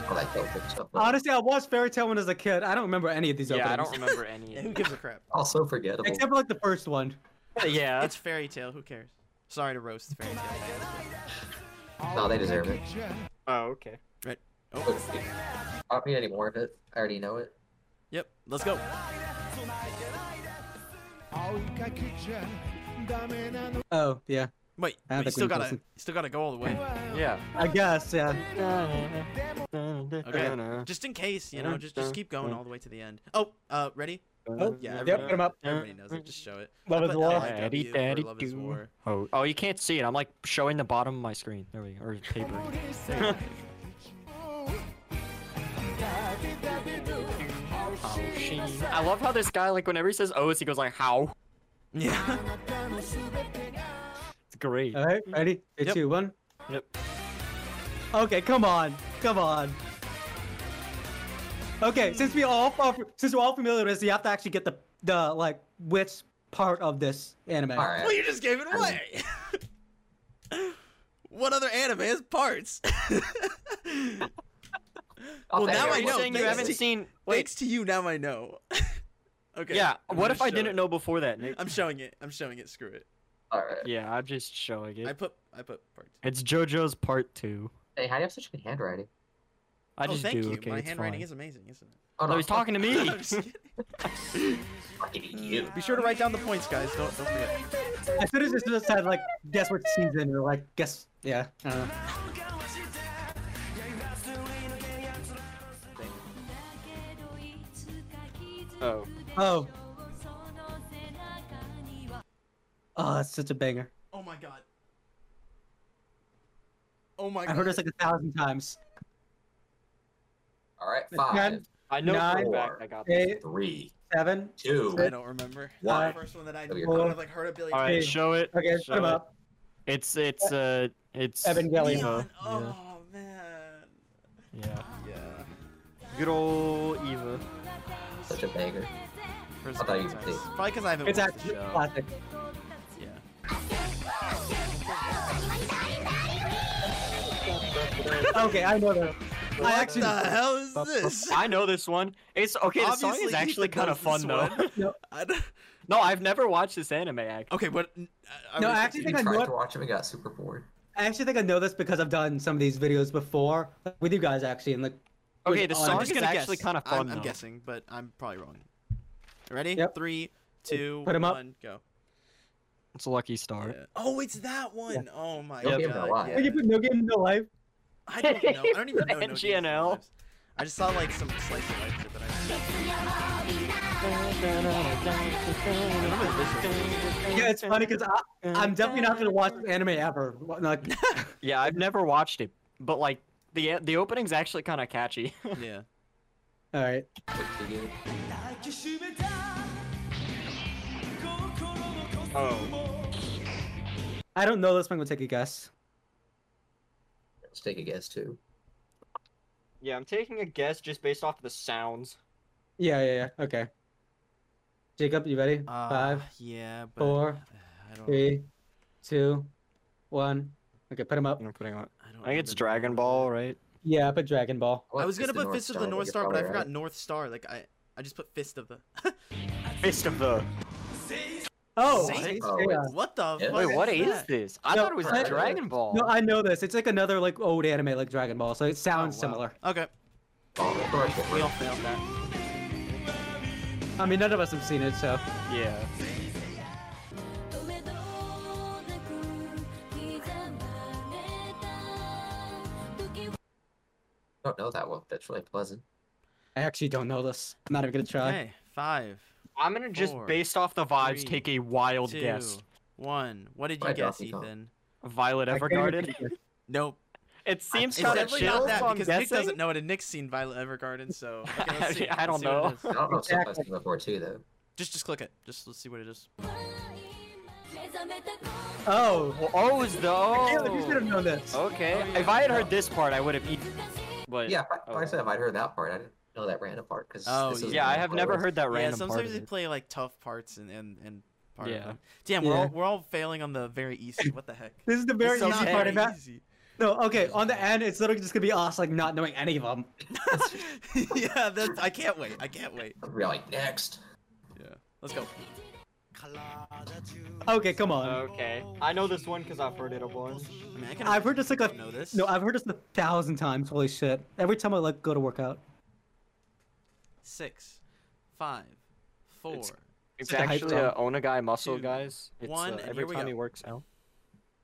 S6: I like the opening stuff. but
S1: Honestly, I watched Fairy Tale when I was a kid. I don't remember any of these
S3: Yeah,
S1: openings.
S3: I don't remember any.
S2: Yeah,
S3: of
S2: who
S3: them.
S2: gives a crap?
S6: Also forgettable.
S1: Except for like the first one.
S3: yeah.
S2: It's fairy tale. Who cares? Sorry to roast fairy tale.
S6: no, they deserve it.
S3: oh, okay.
S2: Oh,
S6: I don't need any more of it. I already know it.
S2: yep. Let's go.
S1: Oh, yeah.
S2: Wait,
S1: I don't think
S2: but you
S1: we
S2: still
S1: need to
S2: gotta, you
S1: listen.
S2: still gotta go all the way.
S3: Yeah.
S1: I guess, yeah.
S2: Okay. Just in case, you know, just just keep going all the way to the end. Oh, uh, ready?
S1: Oh,
S2: yeah,
S1: yep, put them up.
S2: Everybody knows it. Just show it.
S1: Love
S2: I
S1: is
S2: put
S1: War.
S2: LSW
S5: Daddy,
S2: for
S5: daddy,
S2: Love is
S5: do.
S2: War.
S3: Oh, oh, you can't see it. I'm like showing the bottom of my screen. There we go. Or paper. oh, she. I love how this guy, like, whenever he says "oh," he goes like "how."
S2: Yeah.
S3: It's great.
S2: Oh,
S1: All right, ready? Three,
S2: Yep.
S1: two, one.
S3: Yep.
S1: Okay, come on, come on. Okay, since we all are, since we're all familiar with this, you have to actually get the the like which part of this anime.
S6: All right.
S2: well, you just gave it away. what other anime has parts? Well, now
S6: I'll take Oh, it.
S2: I
S3: You're
S2: know.
S3: saying you
S2: thanks
S3: haven't
S2: to-
S3: seen. Wait.
S2: Thanks to you, now I know. okay.
S3: Yeah.
S2: I'm
S3: What
S2: gonna
S3: if I
S2: show
S3: didn't
S2: it.
S3: know before that, Nick?
S2: I'm showing it. I'm showing it. Screw it.
S6: All right.
S3: Yeah, I'm just showing
S2: I
S3: it.
S2: put I put parts.
S3: It's JoJo's Part Two.
S6: Hey, how do you have such good handwriting?
S3: I
S2: oh,
S3: just
S2: thank
S3: do.
S2: you.
S3: Okay,
S2: My
S3: it's
S2: handwriting
S3: fine.
S2: is amazing, isn't it?
S6: Oh
S3: No, he's talking to Mm. me.
S2: I'm just kidding.
S6: Fucking you.
S2: Be sure to write down the points, guys. Don't don't forget.
S1: As soon as this just said like guess what season, you're like guess yeah. I don't know.
S3: Oh.
S1: Oh. Oh, that's such a banger.
S2: Oh my god. Oh my
S1: I
S2: god.
S1: heard this like a thousand times.
S6: All right,
S1: Ten,
S6: five,
S3: I know for
S1: Nine,
S3: a fact I got this.
S1: Eight,
S6: three,
S1: seven.
S6: two.
S2: I don't remember.
S1: Why?
S2: The first one that I
S6: That'd
S2: knew.
S6: be a
S2: I would
S1: problem.
S2: have like heard a billion
S3: All right,
S1: Eight.
S2: times.
S3: show it.
S1: Okay,
S3: show
S1: put him
S3: it.
S1: up.
S3: It's it's uh it's
S1: Evangelion.
S3: Eva.
S2: Leon, Oh man.
S3: Yeah.
S2: Yeah.
S3: Good old Eva.
S6: Such a banger.
S2: First
S6: I thought you
S2: one.
S6: could see.
S2: Probably because I haven't
S1: It's
S2: watched
S1: actually
S2: the show.
S1: classic.
S2: Yeah.
S1: Okay, I know that. I actually
S2: What the hell is this?
S3: I know this one. It's okay. The song
S2: Obviously
S3: is actually
S2: Ethan
S3: kind of
S2: knows this
S3: fun though.
S2: one.
S1: no,
S2: I don't-
S3: no, I've never watched this anime. Actually.
S2: okay, but I- I
S1: No,
S2: was
S1: I actually
S6: We
S1: think I know
S6: tried
S1: it.
S6: to watch him and got super bored.
S1: I actually think I know this because I've done some of these videos before like, with you guys actually, and like.
S3: Okay,
S1: with
S3: the
S1: all-
S3: song
S2: oh, I'm
S3: is
S2: just gonna
S3: actually
S2: guess.
S3: kind of fun
S2: I'm, I'm
S3: though.
S2: guessing, but I'm probably wrong. Ready?
S1: Yep.
S2: Three, two,
S1: Put 'em up.
S2: one, go.
S3: It's a lucky star.
S2: Yeah. Oh, it's that one. Oh my
S3: Yep.
S6: Game No
S2: god.
S6: Life.
S1: Like you
S2: yeah.
S1: put no game no life.
S2: I don't know. I don't even know. No Games No
S3: NGNL.
S2: Lives. I just saw like some slice of life shit that I. I remember this one.
S1: Yeah, it's funny because I'm definitely not gonna watch this anime ever. Like,
S3: Yeah, I've never watched it, but like the the opening's actually kind of catchy.
S2: Yeah.
S1: all right.
S6: Good to you.
S3: oh.
S1: I don't know this one. I'm gonna take a guess.
S6: Let's take a guess too.
S3: Yeah, I'm taking a guess just based off the sounds.
S1: Yeah, yeah, yeah. Okay. Jacob, you ready?
S2: Uh,
S1: Five,
S2: Yeah. But
S1: four,
S2: I don't.
S1: three, two, one. Okay, put him up.
S3: I'm putting on.
S2: I, don't
S3: I think it's
S2: remember.
S3: Dragon Ball, right?
S1: Yeah, I put Dragon Ball.
S2: I was gonna put Fist of the North Star, but I forgot North Star. Like I, I just put Fist of the.
S3: Fist of the.
S1: Oh,
S2: Saint-
S1: Saint
S6: Oh,
S1: Seiya.
S2: What the?
S6: Yeah.
S2: fuck
S3: Wait, what is
S2: that?
S3: this? I
S1: No,
S3: thought it was
S6: I-
S3: Dragon Ball.
S1: no, I know this. It's like another like old anime, like Dragon Ball. So it
S2: Oh,
S1: sounds
S2: wow.
S1: similar.
S2: Okay,
S6: Oh,
S2: we all failed that.
S1: I mean, none of us have seen it, so
S3: yeah.
S4: 止めどなく刻まれた時を
S6: don't know that one, but it's really pleasant.
S1: I actually don't know this. I'm not even gonna try.
S2: Okay, five,
S3: I'm gonna just
S2: Four,
S3: based off the vibes
S2: three,
S3: take a wild
S2: two,
S3: guess.
S2: one. What did you
S6: Why
S2: guess,
S6: Donkey Kong?
S2: Ethan?
S3: Violet
S1: I can't even
S3: Evergarden.
S1: think of it.
S2: Nope.
S3: It seems
S2: It's
S3: kind of
S2: definitely
S3: chill.
S2: not that
S3: so I'm
S2: because Nick
S3: guessing.
S2: doesn't know it, and Nick's seen Violet Evergarden, so okay, let's see. Let's
S3: I don't
S2: see what it is.
S6: I don't know if something I've
S1: Exactly.
S6: seen before too, though.
S2: Just just click it. Just let's see what it is.
S4: 目覚めた頃
S1: Oh,
S3: Well, oh, is the.
S1: Caleb, you should have known this.
S3: Okay.
S2: Oh, yeah.
S3: If I had heard this part, I would have eaten. But
S6: Yeah, I-
S3: oh,
S6: like I
S3: well.
S6: said, if I'd heard that part, I didn't know that random part because
S2: Oh,
S6: this is
S3: yeah,
S6: the
S3: I
S6: main
S3: have
S6: part
S3: never
S6: where
S3: heard that
S2: yeah,
S3: random part.
S2: sometimes
S3: of
S2: they
S3: it.
S2: play like tough parts and and and part
S3: Yeah.
S2: of them. Damn, we're all
S1: Yeah.
S2: we're all failing on the very easy. What the heck?
S1: This is the very
S2: It's so
S1: easy part
S2: very
S1: of that.
S2: easy.
S1: No, okay. On the end, it's literally just gonna be us like not knowing any of them.
S2: yeah, that's, I can't wait. I can't wait.
S6: We're like next.
S2: Yeah, let's go.
S1: Okay, come on.
S2: Oh.
S3: Okay. I know this one because I've heard it a bunch.
S2: I mean, I can
S1: I've heard this like a
S2: know this.
S1: no. I've heard this a thousand times. Holy shit! Every time I like go to work out.
S2: six, five, four.
S3: It's- It's
S1: Such a hype
S3: actually
S1: song.
S3: a Onagai muscle,
S2: Two,
S3: guys. It's,
S2: one,
S3: uh,
S2: and
S3: every
S2: here we
S3: time
S2: go.
S3: he works out.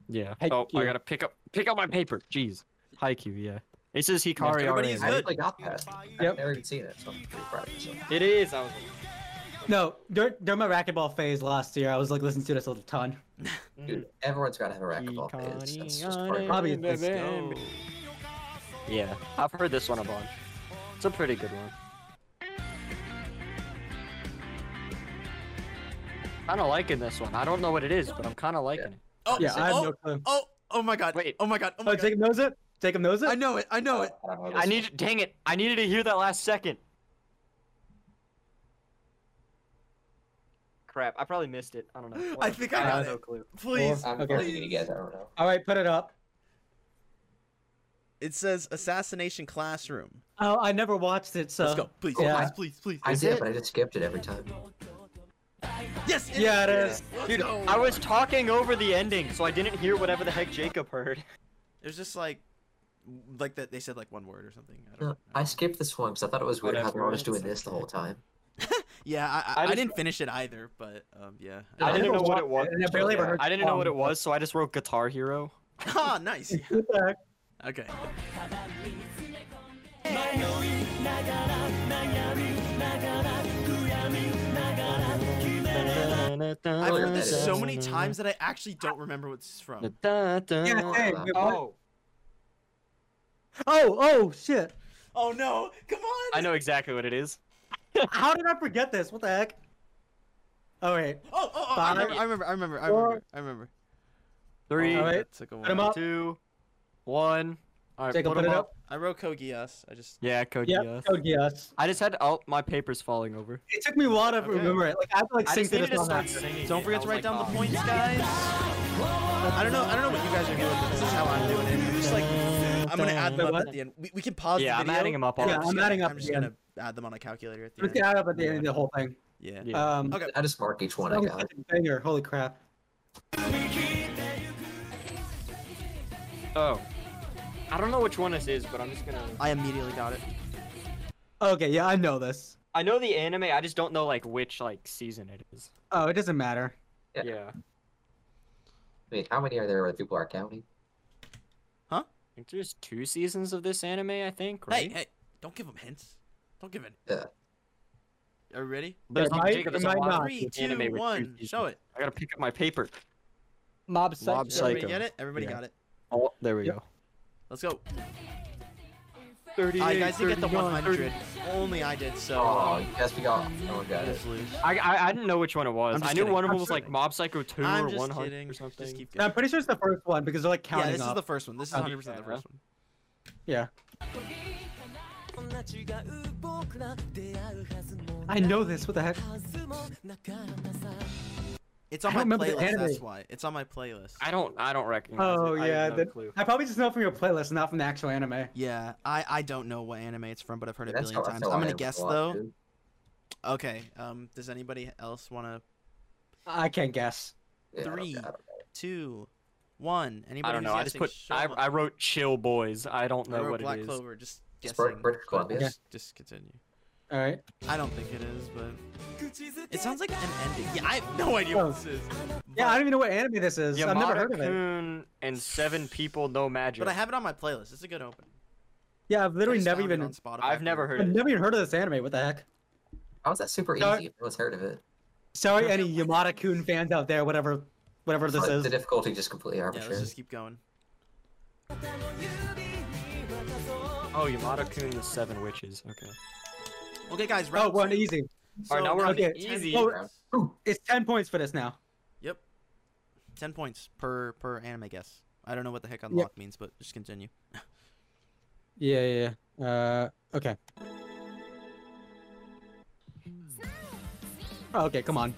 S3: Yeah.
S1: Haikyuu.
S3: Oh, I gotta pick up pick up my paper. Jeez. Haikyuu, yeah. This is Hikari
S2: Everybody's
S3: already.
S2: Good.
S6: I actually got that.
S1: Yep.
S6: I've never even seen it, so I'm pretty proud of myself.
S3: It is. I was
S1: No, during, during my racquetball phase last year, I was like listening to this all the time.
S3: like,
S6: Dude, everyone's gotta have a racquetball phase. That's just part of it.
S1: Hikari. Bobby, let's
S2: Let's go.
S3: Yeah. I've heard this one a bunch. It's a pretty good one. Kinda liking this one. I don't know what it is, but I'm kinda liking it.
S2: Oh,
S1: Yeah, I have
S2: oh,
S1: no clue.
S2: oh, oh my god.
S3: Wait.
S2: Oh my god. Oh my
S1: Oh,
S2: god.
S1: Jacob knows it. Jacob knows it.
S2: I know it. I know it.
S6: I don't know Oh, this
S3: I
S6: one.
S3: need dang it. I needed to hear that last second. Crap, I probably missed it. I don't know.
S2: I think I got
S3: have
S2: it.
S3: no clue.
S2: Please.
S6: I'm
S1: Okay.
S6: okay. gonna guess. I don't know.
S1: All right, put it up.
S2: It says assassination classroom.
S1: Oh, I never watched it, so
S2: Let's go. Please.
S1: Uh, Yeah.
S2: Please. Please. Please.
S6: I
S2: please.
S6: did, but I just skipped it every time.
S2: Yes. it
S1: Yeah, it
S2: is.
S1: is.
S2: Let's
S3: Dude,
S2: go.
S3: I was talking over the ending, so I didn't hear whatever the heck Jacob heard.
S2: It was just like, like that. They said like one word or something. I don't.
S6: No, I skipped this one because I thought it was weird how
S3: Whatever.
S6: everyone was doing this the whole time.
S2: Yeah, I,
S3: I
S2: I, I
S3: just-
S2: didn't finish it either, but um, yeah.
S3: I didn't
S1: never
S3: know what it
S1: watched
S3: was.
S1: and I barely ever heard.
S3: I didn't know what it
S1: um,
S3: was, so I just wrote Guitar Hero.
S2: Ah, nice. yeah.
S1: what the heck?
S2: Okay. I've heard this so many times that I actually don't remember what this is from.
S1: Yeah, hey,
S6: Oh,
S1: we- oh,
S3: Oh,
S1: oh, shit!
S2: Oh no! Come on!
S3: I know exactly what it is.
S1: How did I forget this? What the heck? All right,
S2: Oh, oh, oh I,
S1: Five,
S2: remember, I remember. I remember. I
S1: four,
S2: remember. I remember.
S3: Three,
S1: Alright.
S2: That took a
S1: him
S2: while.
S1: up.
S3: two, one. All right,
S1: Jacob,
S3: put
S1: put it
S3: them
S1: up.
S2: I wrote Kogias. I just.
S3: Yeah, Code
S1: Yeah,
S3: Geass.
S1: Code Geass.
S3: I just had all my papers falling over.
S1: It took me a while to
S2: Okay.
S1: remember it. Like I had to like
S3: I
S1: sync
S3: just
S1: through
S3: needed
S1: this
S3: to
S1: one.
S3: start
S1: after.
S3: singing.
S2: Don't forget to write down the points, guys. I don't know. I don't know what you guys are doing, but this is how I'm doing it. I'm just like, I'm gonna add them up at the end. We, we can pause.
S3: Yeah,
S2: the
S3: I'm
S2: video.
S3: adding 'em up
S2: and
S3: all-
S2: just
S1: Yeah, I'm
S2: gonna-
S1: adding up
S2: I'm
S1: at
S2: just
S1: the
S2: gonna add them on a calculator at the
S1: Let's get
S2: end.
S1: out up at the end of the whole thing.
S2: Yeah.
S3: Yeah.
S1: Um,
S2: Okay.
S6: I just mark each one
S1: that
S6: I
S1: was
S6: got.
S1: fucking banger. Holy crap!
S3: Oh. I don't know which one this is, but I'm just gonna.
S2: I immediately got it.
S1: Okay, yeah, I know this.
S3: I know the anime, I just don't know like which like season it is.
S1: Oh, it doesn't matter.
S6: Yeah.
S3: Yeah.
S6: I mean, how many are there where people are counting?
S3: I think there's two seasons of this anime, I think,
S2: Hey,
S3: right?
S2: hey! Don't give them hints. Don't give it.
S6: Yeah.
S2: Are you ready?
S3: There's
S1: It
S3: a-
S1: might-
S3: Jacob,
S1: it
S3: there's a
S1: might
S3: lot of
S1: not.
S2: Three,
S3: anime
S2: two,
S3: with two
S2: one. Show
S3: seasons.
S2: it.
S3: I gotta pick up my paper.
S1: Mob Psycho.
S3: Mob Psycho.
S2: Everybody get it? Everybody
S3: Yeah.
S2: got it.
S3: Oh, there we
S1: Yep.
S3: go.
S2: Let's go.
S3: 30.
S2: I guys didn't get the 100. Only I did, so.
S6: Oh, yes, we got. No one got
S2: I
S6: it.
S2: just lose.
S3: I, I, I didn't know which one it was.
S2: I'm
S3: I
S2: just
S3: knew
S2: kidding.
S3: one of
S2: I'm
S3: them was
S2: just
S3: like
S2: kidding.
S3: Mob Psycho 2
S2: I'm
S3: or
S2: just
S3: 100
S2: kidding.
S3: or something.
S2: Just keep
S1: No,
S2: going.
S1: I'm pretty sure it's the first one because they're like
S2: yeah,
S1: counting
S2: this is
S1: up.
S2: the first one. This is
S1: Okay.
S2: 100% the first one.
S1: Yeah,
S4: こんな違う僕ら出会うはずもない
S1: I know this. What the heck?
S4: はずもなかったさ
S2: It's on
S1: I
S2: my
S1: don't remember
S2: playlist.
S1: the anime.
S2: That's why it's on my playlist.
S3: I don't. I don't recognize.
S1: Oh,
S3: it. I have
S1: yeah,
S3: no
S1: that-
S3: clue.
S1: I probably just know it from your playlist, not from the actual anime.
S2: Yeah, I I don't know what anime it's from, but I've heard it a
S6: That's
S2: billion
S6: how I
S2: times.
S6: feel
S2: I'm
S6: I
S2: gonna
S6: am with a
S2: guess
S6: lot,
S2: though.
S6: dude.
S2: Okay. Um. Does anybody else want to?
S1: I can't guess.
S6: Yeah, I don't-
S2: Three.
S6: I don't know.
S2: Two, one. Anybody?
S3: I don't
S2: who's
S3: know. I just
S2: guessing,
S3: put.
S2: show
S3: I,
S2: them.
S3: I wrote chill boys. I don't
S2: I
S3: know
S2: wrote
S3: what
S2: Black
S3: it is.
S2: Colour, Just
S6: It's
S2: guessing.
S6: Bur- British
S2: but
S6: Columbia.
S2: Just, just continue.
S1: All right.
S2: I don't think it is, but it sounds like an ending. Yeah, I have no idea what this is.
S1: Yeah, I
S2: but-
S1: don't even know what anime this is. I've never heard of it.
S3: Yamada-kun and seven people, no magic.
S2: But I have it on my playlist. It's a good opening.
S1: Yeah, I've
S2: I
S1: literally
S2: just
S1: never
S2: found it
S1: even
S2: on Spotify.
S3: I've never
S1: I've
S3: heard of it.
S1: never even heard of this anime. What the heck?
S6: How is that super
S1: Sorry.
S6: easy? No one's heard of it.
S1: Sorry, any Yamada Kun fans out there, whatever, whatever this
S6: Like,
S1: is.
S6: The difficulty just completely
S2: Yeah,
S6: arbitrary.
S2: let's just keep going.
S3: Oh, Yamada Kun and the Seven Witches. Okay.
S2: Okay, guys.
S1: Oh,
S2: Round
S1: we're on
S2: two.
S1: easy.
S3: All right, now we're on the Oh,
S2: okay, 10
S3: easy
S2: points.
S6: round.
S1: It's ten points for this now.
S2: Yep. Ten points per per anime guess. I don't know what the heck unlock means, but just continue.
S1: Yeah, yeah. yeah. Uh, okay. Oh, okay, come on.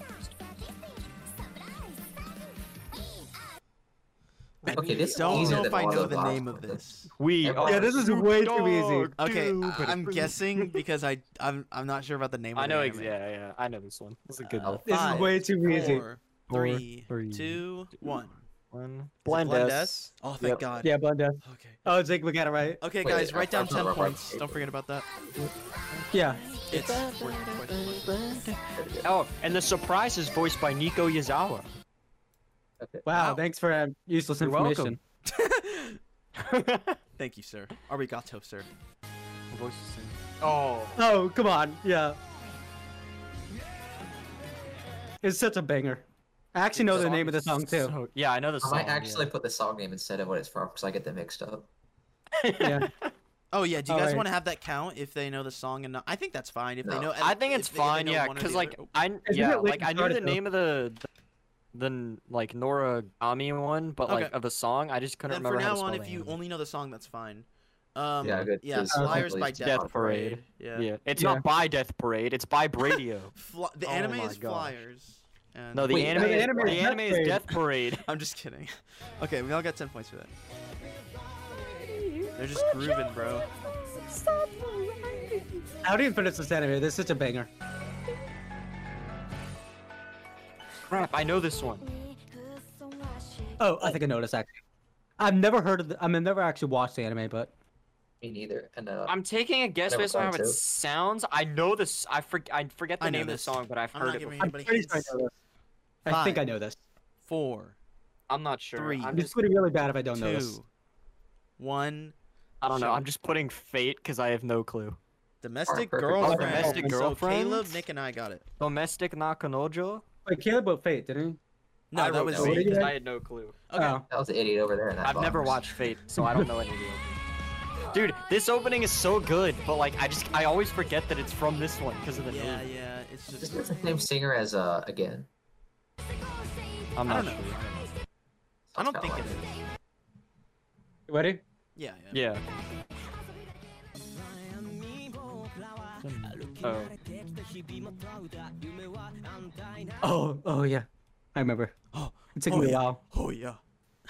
S2: I
S6: Okay, this is
S2: don't
S6: easier
S2: know
S6: than
S2: if I
S6: all
S2: know
S6: those
S2: the
S6: last
S2: name of
S6: ones.
S2: this.
S3: We.
S6: Yeah,
S1: Yeah, this is way too easy.
S2: Okay, I- I'm guessing because I I'm I'm not sure about the name.
S3: I
S2: of the
S3: know. Ex-
S2: anime.
S3: yeah, yeah. I know this one. This is a good
S2: Uh,
S3: one.
S1: This
S2: Five,
S1: is way too easy.
S2: Four,
S5: Four,
S2: three,
S5: three,
S2: two, one. Is
S3: one.
S2: it
S3: Blend
S2: S?
S3: S.
S2: Oh, thank
S3: Yep.
S2: God.
S1: Yeah, Blend Death.
S2: Okay.
S1: Oh, Jake, we got it right.
S2: Okay,
S6: Wait,
S2: guys,
S6: I-
S2: write down
S6: I've never
S2: ten
S6: read
S2: points.
S6: it.
S2: Don't forget about that.
S1: Yeah.
S2: It's worth questioning.
S3: Oh, and the surprise is voiced by Nico Yazawa.
S1: Wow,
S2: Wow.
S1: thanks for uh, useless
S3: You're welcome.
S1: information.
S2: Thank you, sir. Arigato, sir.
S3: oh.
S1: Oh, come on. Yeah. It's such a banger. I actually know the name of the song too.
S3: So- yeah, I know the
S6: I
S3: song.
S6: might actually
S3: yeah.
S6: put the song name instead of what it's from because I get them mixed up.
S1: yeah.
S2: Oh yeah, do you guys
S1: Alright.
S2: want to have that count if they know the song and not? I think that's fine if they
S6: No.
S2: know.
S3: I think
S2: if
S3: it's
S2: they- if they
S3: fine,
S2: know
S3: yeah,
S2: one or
S3: because
S2: the
S3: like
S2: other.
S3: I
S1: it
S3: yeah,
S1: late
S3: like
S1: to
S3: I knew
S1: start
S3: the
S1: it, though?
S3: name of the the n- like Nora Gami one, but like
S2: Okay.
S3: of the song, I just
S2: then
S3: couldn't
S2: for
S3: remember.
S2: now
S3: how to
S2: on,
S3: spell
S2: if
S3: the
S2: you
S3: name.
S2: only know the song, that's fine. Um,
S6: Yeah, good,
S2: Yeah,
S6: because
S2: Flyers
S6: hopefully
S2: by
S6: it's
S2: Death,
S3: Death Parade.
S2: Yeah.
S3: yeah, it's
S1: Yeah.
S3: not by Death Parade, it's by Bradio.
S2: Fly- the
S3: Oh
S2: anime
S3: my
S2: is
S3: gosh.
S2: Flyers. And...
S3: No, the
S6: Wait,
S3: anime,
S6: the
S3: is-
S1: anime
S3: the
S1: is Death
S3: anime
S1: Parade.
S3: is Death Parade.
S2: I'm just kidding. Okay, we all got 10 points for that. They're just grooving, bro.
S1: How do you finish this anime? This is such a banger.
S3: Crap, I know this one.
S1: Oh, I think I noticed actually. I've never heard of. The, I mean, never actually watched the anime, but
S6: Me neither. And uh,
S3: I'm taking a guess
S6: Never
S3: based on how
S6: thought
S3: it
S6: so.
S3: sounds. I know this. I forget. I forget the
S2: I know
S3: name of the
S2: this.
S3: song, but I've
S2: I'm
S3: heard
S2: not
S3: it.
S2: giving
S3: Before.
S1: I'm
S2: anybody
S1: pretty sure I
S2: hints.
S1: know this. I think I
S2: Five.
S1: know this.
S2: Four,
S3: I'm not sure.
S2: Three.
S3: I'm
S1: This
S3: just.
S1: would be really bad if I don't know this.
S2: two, one.
S3: I don't know.
S2: Sure.
S3: I'm just putting fate because I have no clue.
S2: Domestic
S6: perfect.
S2: girlfriend.
S1: Oh, domestic
S3: girlfriend?
S2: So Caleb, Nick, and I got it.
S3: Domestic Nakanojo.
S1: Wait, Caleb wrote Fate, didn't he?
S2: No,
S3: I
S2: that
S3: wrote
S2: was
S1: Fate.
S3: fate
S1: Fate.
S3: 'cause I had no clue.
S2: Okay.
S1: Oh.
S6: that was the idiot over there. in that
S3: I've never
S6: box.
S3: watched Fate, so I don't know any of it. Dude, this opening is so good, but like I just I always forget that it's from this one because of the
S2: Yeah,
S3: name.
S2: yeah. It's
S6: Is
S2: just.
S6: this the same singer as uh again?
S3: I'm
S2: I
S3: not
S2: don't know.
S3: sure.
S2: I don't
S6: Sounds
S2: think it
S6: kinda
S2: is.
S6: like
S1: Ready?
S2: Yeah, yeah.
S3: Yeah. Oh.
S1: Oh, oh yeah, I remember.
S2: Oh,
S1: It took
S2: oh,
S1: me a
S2: yeah.
S1: while.
S2: Oh, yeah.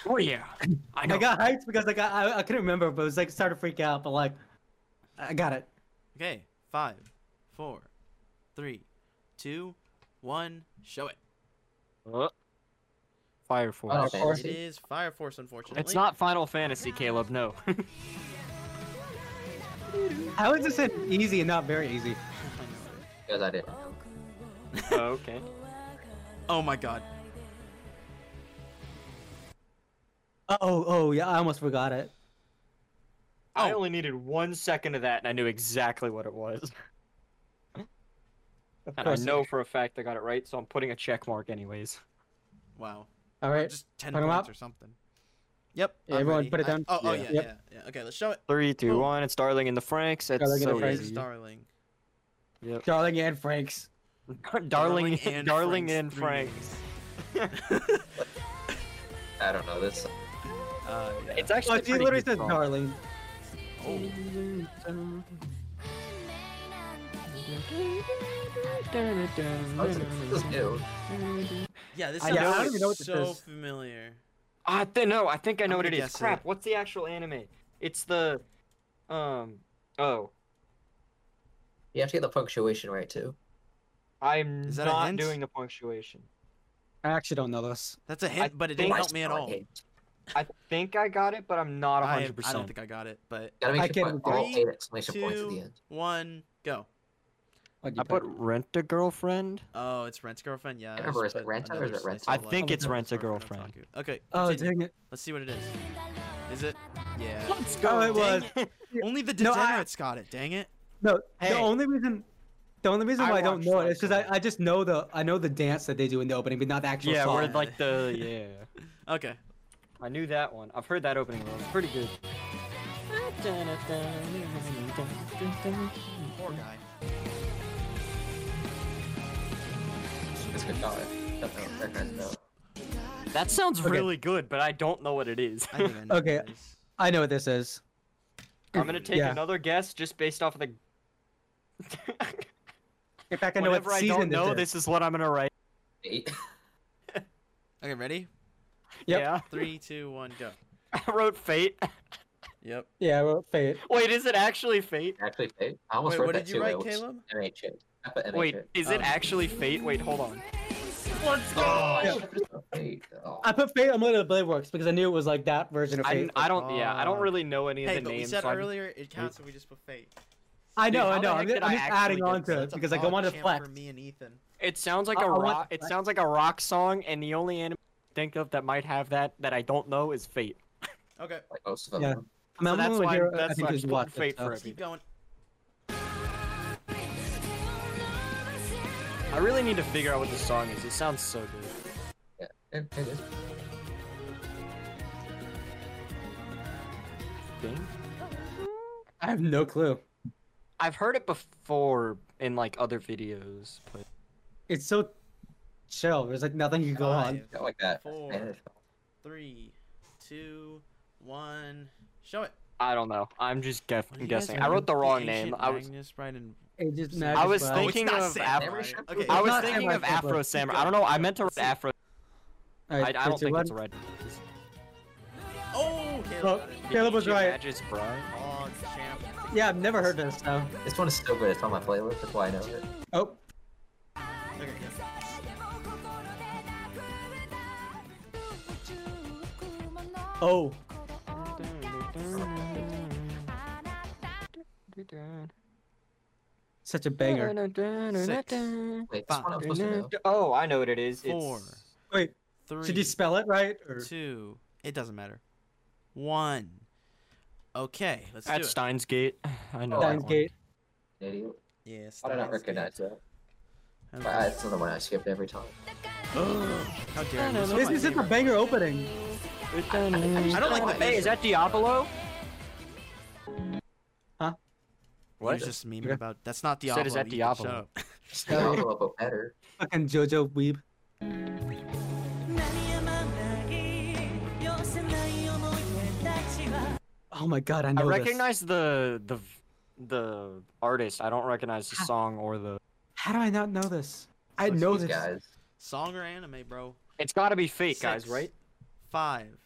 S3: Oh yeah. I
S1: I
S3: know.
S1: got hyped because I got I, I couldn't remember, but it was like started to freak out. But like, I got it.
S2: Okay, five, four, three, two, one. Show it.
S3: Uh, Fire Force.
S6: Final
S1: course.
S2: It
S6: Fantasy.
S2: is Fire Force, unfortunately.
S3: It's not Final Fantasy, Caleb. No.
S1: How is this an easy and not very easy?
S6: Because I did.
S3: oh, okay.
S2: Oh my god.
S1: Oh, oh yeah, I almost forgot it.
S3: I
S2: Oh.
S3: only needed one second of that, and I knew exactly what it was.
S1: Of
S3: And I
S1: course.
S3: know for a fact I got it right, so I'm putting a check mark anyways.
S2: Wow.
S1: All right.
S2: Just 10
S1: Put 'em
S2: points
S1: up.
S2: or something. Yep.
S1: Yeah,
S2: I'm
S1: everyone
S2: ready.
S1: put it
S2: I-
S1: down.
S2: oh, oh,
S3: Yeah.
S2: yeah,
S1: Yep.
S2: yeah, yeah. Okay, let's show it.
S3: Three, two,
S2: Oh.
S3: one. It's Darling in the Franks. It's
S1: Darling in the
S3: so
S2: It
S1: Franks.
S2: is
S3: easy.
S2: Darling.
S3: Yep.
S1: Darling and Franks.
S3: Darling, Darling in
S2: Franks three
S3: Franks.
S2: days.
S6: I don't know this.
S2: Uh, yeah.
S3: It's actually
S1: Oh, she literally said darling.
S2: Oh.
S3: Oh.
S6: Oh, this this is new.
S2: Yeah, this
S3: I
S2: sounds
S3: know- I don't
S5: even know what this
S2: so
S5: is.
S2: familiar.
S3: I th- no, I think I know
S2: I'm
S3: what it
S2: gonna
S3: is.
S2: guess it.
S3: Crap, what's the actual anime? It's the um oh.
S6: You have to get the punctuation right too.
S3: I'm
S2: Is that a
S3: not
S2: hint?
S3: doing the punctuation.
S5: I actually don't know this.
S2: That's a hint, but it didn't
S3: think-
S2: help me at all.
S6: You
S3: I think I got it, but I'm not
S2: I, I
S3: 100%.
S2: don't think I got it, but
S6: gotta
S5: I
S6: make sure
S5: can-
S6: you put all
S2: Three,
S6: eight exclamation points at the
S2: two,
S6: end.
S2: one, go.
S5: Like
S3: I put rent a girlfriend.
S2: Oh, it's Rent's Girlfriend. Yeah. I
S6: remember,
S2: just
S6: is it
S2: put
S6: Rent or
S2: another
S6: is it
S2: slice
S6: Rental?
S2: of
S3: I
S2: life. Oh,
S3: think it's
S2: Rent
S3: Rent a
S2: or
S3: Girlfriend.
S2: Otaku. Okay.
S5: Oh
S2: continue.
S5: dang it!
S2: Let's see what it is. Is it? Yeah.
S1: Let's go. Oh, it was.
S2: Only the
S1: No, I-
S2: degenerates got it. Dang it.
S1: No,
S3: Hey.
S1: the only reason, the only reason
S3: I
S1: why I, don't
S3: watched
S1: know it
S3: that
S1: is because I,
S3: show.
S1: I just know the I know the dance that they do in the opening, but not the actual
S3: Yeah,
S1: song.
S3: we're
S2: fun.
S3: like the yeah.
S2: Okay.
S3: I knew that one. I've heard that opening one. It's pretty good.
S2: Poor guy.
S6: It's a good dollar. Definitely recommend that.
S3: That sounds
S1: Okay.
S3: really good, but I don't know what it is.
S2: I think I know
S1: Okay.
S2: what it is.
S1: I know what this is.
S3: I'm gonna take
S1: Yeah.
S3: another guess just based off of the.
S1: In fact, I know
S3: Whenever
S1: what
S3: I
S1: season
S3: don't know,
S1: this
S3: this is what I'm gonna write.
S6: Eight.
S2: Okay, ready?
S1: Yep.
S3: Yeah.
S2: Three, two, one, go.
S3: I wrote fate.
S2: Yep.
S1: is. Yeah, well, fate.
S3: Wait, is it actually fate?
S6: Actually, eight. I almost
S2: Wait,
S6: wrote
S2: what
S6: that
S2: did you
S6: too.
S2: write,
S6: it was
S2: Caleb?
S6: MH. eight. I put MH.
S3: Wait,
S6: eight.
S3: is
S1: Oh.
S2: Um,
S3: it actually fate? Wait, hold on. Let's
S6: Oh, I
S1: Yeah.
S6: should've just put eight. Oh.
S1: I put fate on Lord of the Blade Works because I knew it was like that version of
S3: I,
S1: fate.
S3: I don't. Yeah, I don't
S2: God.
S3: really know any of
S2: Hey,
S3: the
S2: but we
S3: names.
S2: said
S3: so I'm-
S2: earlier it counts if we just put fate.
S1: I know,
S3: Dude,
S1: I
S3: how the
S1: know.
S3: heck
S1: I'm just,
S3: did
S1: I'm
S3: I
S1: just
S3: actually
S1: adding
S3: get
S1: on
S3: this?
S1: to it
S2: That's a
S1: because like I
S2: odd
S1: wanted to
S2: champ
S1: flex.
S2: for me and Ethan.
S3: It sounds like
S1: I-
S3: a
S1: I want
S3: rock.
S1: to
S3: It
S1: play.
S3: sounds like a rock song, and the only anime I think of that might have that that I don't know is Fate.
S2: Okay,
S6: Like most of them.
S1: Yeah. I mean,
S3: So
S1: I'm
S3: that's
S1: only
S3: why
S1: here, I
S3: that's
S1: think
S3: why I
S1: there's
S3: just put
S1: one.
S3: fate
S1: so-
S3: for it.
S2: let's keep going.
S3: I really need to figure out what the song is. It sounds so good.
S6: Yeah. It, it is.
S3: Thing?
S1: I have no clue.
S3: I've heard it before in like other videos, but
S1: It's so chill. There's like nothing you go on.
S2: Five,
S6: Not like that.
S2: Four.
S6: Man,
S2: three, two, one. Show it.
S3: I don't know. I'm just guess-
S2: What do you guys
S3: guessing. I wrote
S2: remember
S3: the wrong
S2: ancient
S3: name. I was
S2: Magnus Bride and-
S1: It just
S2: I
S1: magic
S3: was
S1: vibes.
S2: Oh, it's
S3: thinking
S2: not
S3: of
S2: Samurai.
S6: Afro.
S2: Okay,
S1: It's
S3: I was
S1: not
S3: thinking
S1: Samurai
S3: of
S1: Champloo.
S3: Afro
S1: Keep
S3: Sam.
S1: going.
S3: I don't know. I meant to write Afro.
S1: All
S3: I,
S1: right,
S3: I
S1: three,
S3: don't
S1: two,
S3: think
S1: one.
S3: it's right.
S2: Oh, okay.
S1: Oh, Caleb was right.
S2: Oh, champ.
S1: Yeah, I've never heard this though.
S6: This one is so good. It's on my playlist. That's why I know it.
S1: Oh,
S2: Okay, yeah.
S1: oh, such a banger.
S6: Wait, this one I'm supposed to know.
S3: Oh, I know what it is.
S2: Four,
S3: It's
S1: Wait,
S2: three,
S1: should you spell it right? Or...
S2: two. It doesn't matter. One. Okay, let's do
S3: at
S2: it.
S3: Steins Gate. I know.
S6: Oh,
S3: that
S1: Steins
S3: one.
S1: Gate.
S6: Idiot.
S2: Yeah,
S6: Why did I
S2: Steins Gate.
S6: recognize that?
S2: I don't
S6: Ah,
S2: know.
S6: it's another one I skipped every time.
S2: Ugh, How dare you?
S1: This is such a banger opening.
S2: I don't like the
S3: Hey, is that Diablo?
S2: What?
S3: What?
S2: You're just memeing
S1: Okay.
S2: about. That's not
S3: You
S2: Diablo.
S3: said, is that
S2: Ethan, shut
S3: Diablo?
S2: up.
S6: The envelope but better.
S1: Fucking JoJo Weeb.
S4: 鳴り止まない寄せない思い出たちは
S1: Oh my god, I
S3: I
S1: know this.
S3: recognize the the the artist. I don't recognize the song or the.
S1: How do I not know this? I
S6: Fuck
S1: know
S6: these
S1: this.
S6: guys.
S2: Song or anime, bro?
S3: It's got to be fake, guys,
S2: Six,
S3: right?
S2: Five,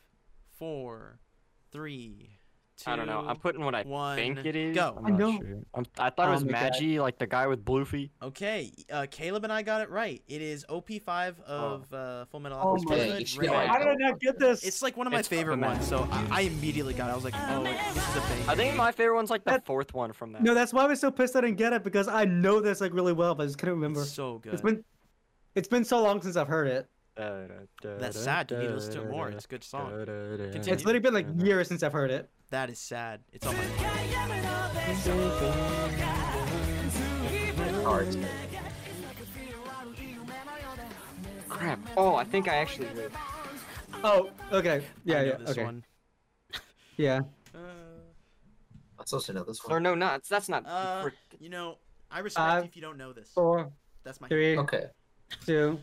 S2: four, three, two.
S3: I don't know. I'm putting what I think
S2: one,
S3: it is.
S2: go.
S3: I'm
S1: I
S3: not
S1: know.
S3: Sure. I'm, I thought it
S1: Oh
S3: was
S1: my God.
S3: Magi, like the guy with blue feet.
S2: Okay, uh, Caleb and I got it right. It is OP5 of uh, Full Metal
S1: Oh
S2: Alchemist
S1: my
S2: Brotherhood,
S6: God. It's
S2: Red.
S6: like-
S1: How did I not get this?
S2: It's like one of my
S3: It's
S2: favorite
S3: fucking
S2: ones, so I, I immediately got it. I was like, oh, it, this is a banger.
S3: I think my favorite one's like the
S1: That-
S3: fourth one from that.
S1: No, that's why I was so pissed I didn't get it because I know this like really well, but I just couldn't remember.
S2: it's so good.
S1: It's been, it's been so long since I've heard it.
S2: That's sad. You need to listen to it more. It's a good song. Continue.
S1: It's literally been like
S3: Mhm.
S1: years since I've heard it.
S2: That is sad. It's on my.
S4: 深い闇のでしょうか
S6: Cards.
S3: Crap. Oh, I think I actually did.
S1: Oh, okay. Yeah,
S2: I know
S1: yeah.
S2: This
S1: Okay.
S2: one.
S1: Yeah.
S2: Uh,
S6: I'm supposed to know this
S3: Or
S6: one.
S3: no, not. That's not.
S2: uh,
S3: frick-
S2: you know, I respect
S1: Five,
S2: you if you don't know this.
S1: Four,
S2: That's my.
S1: three,
S6: Okay.
S1: two,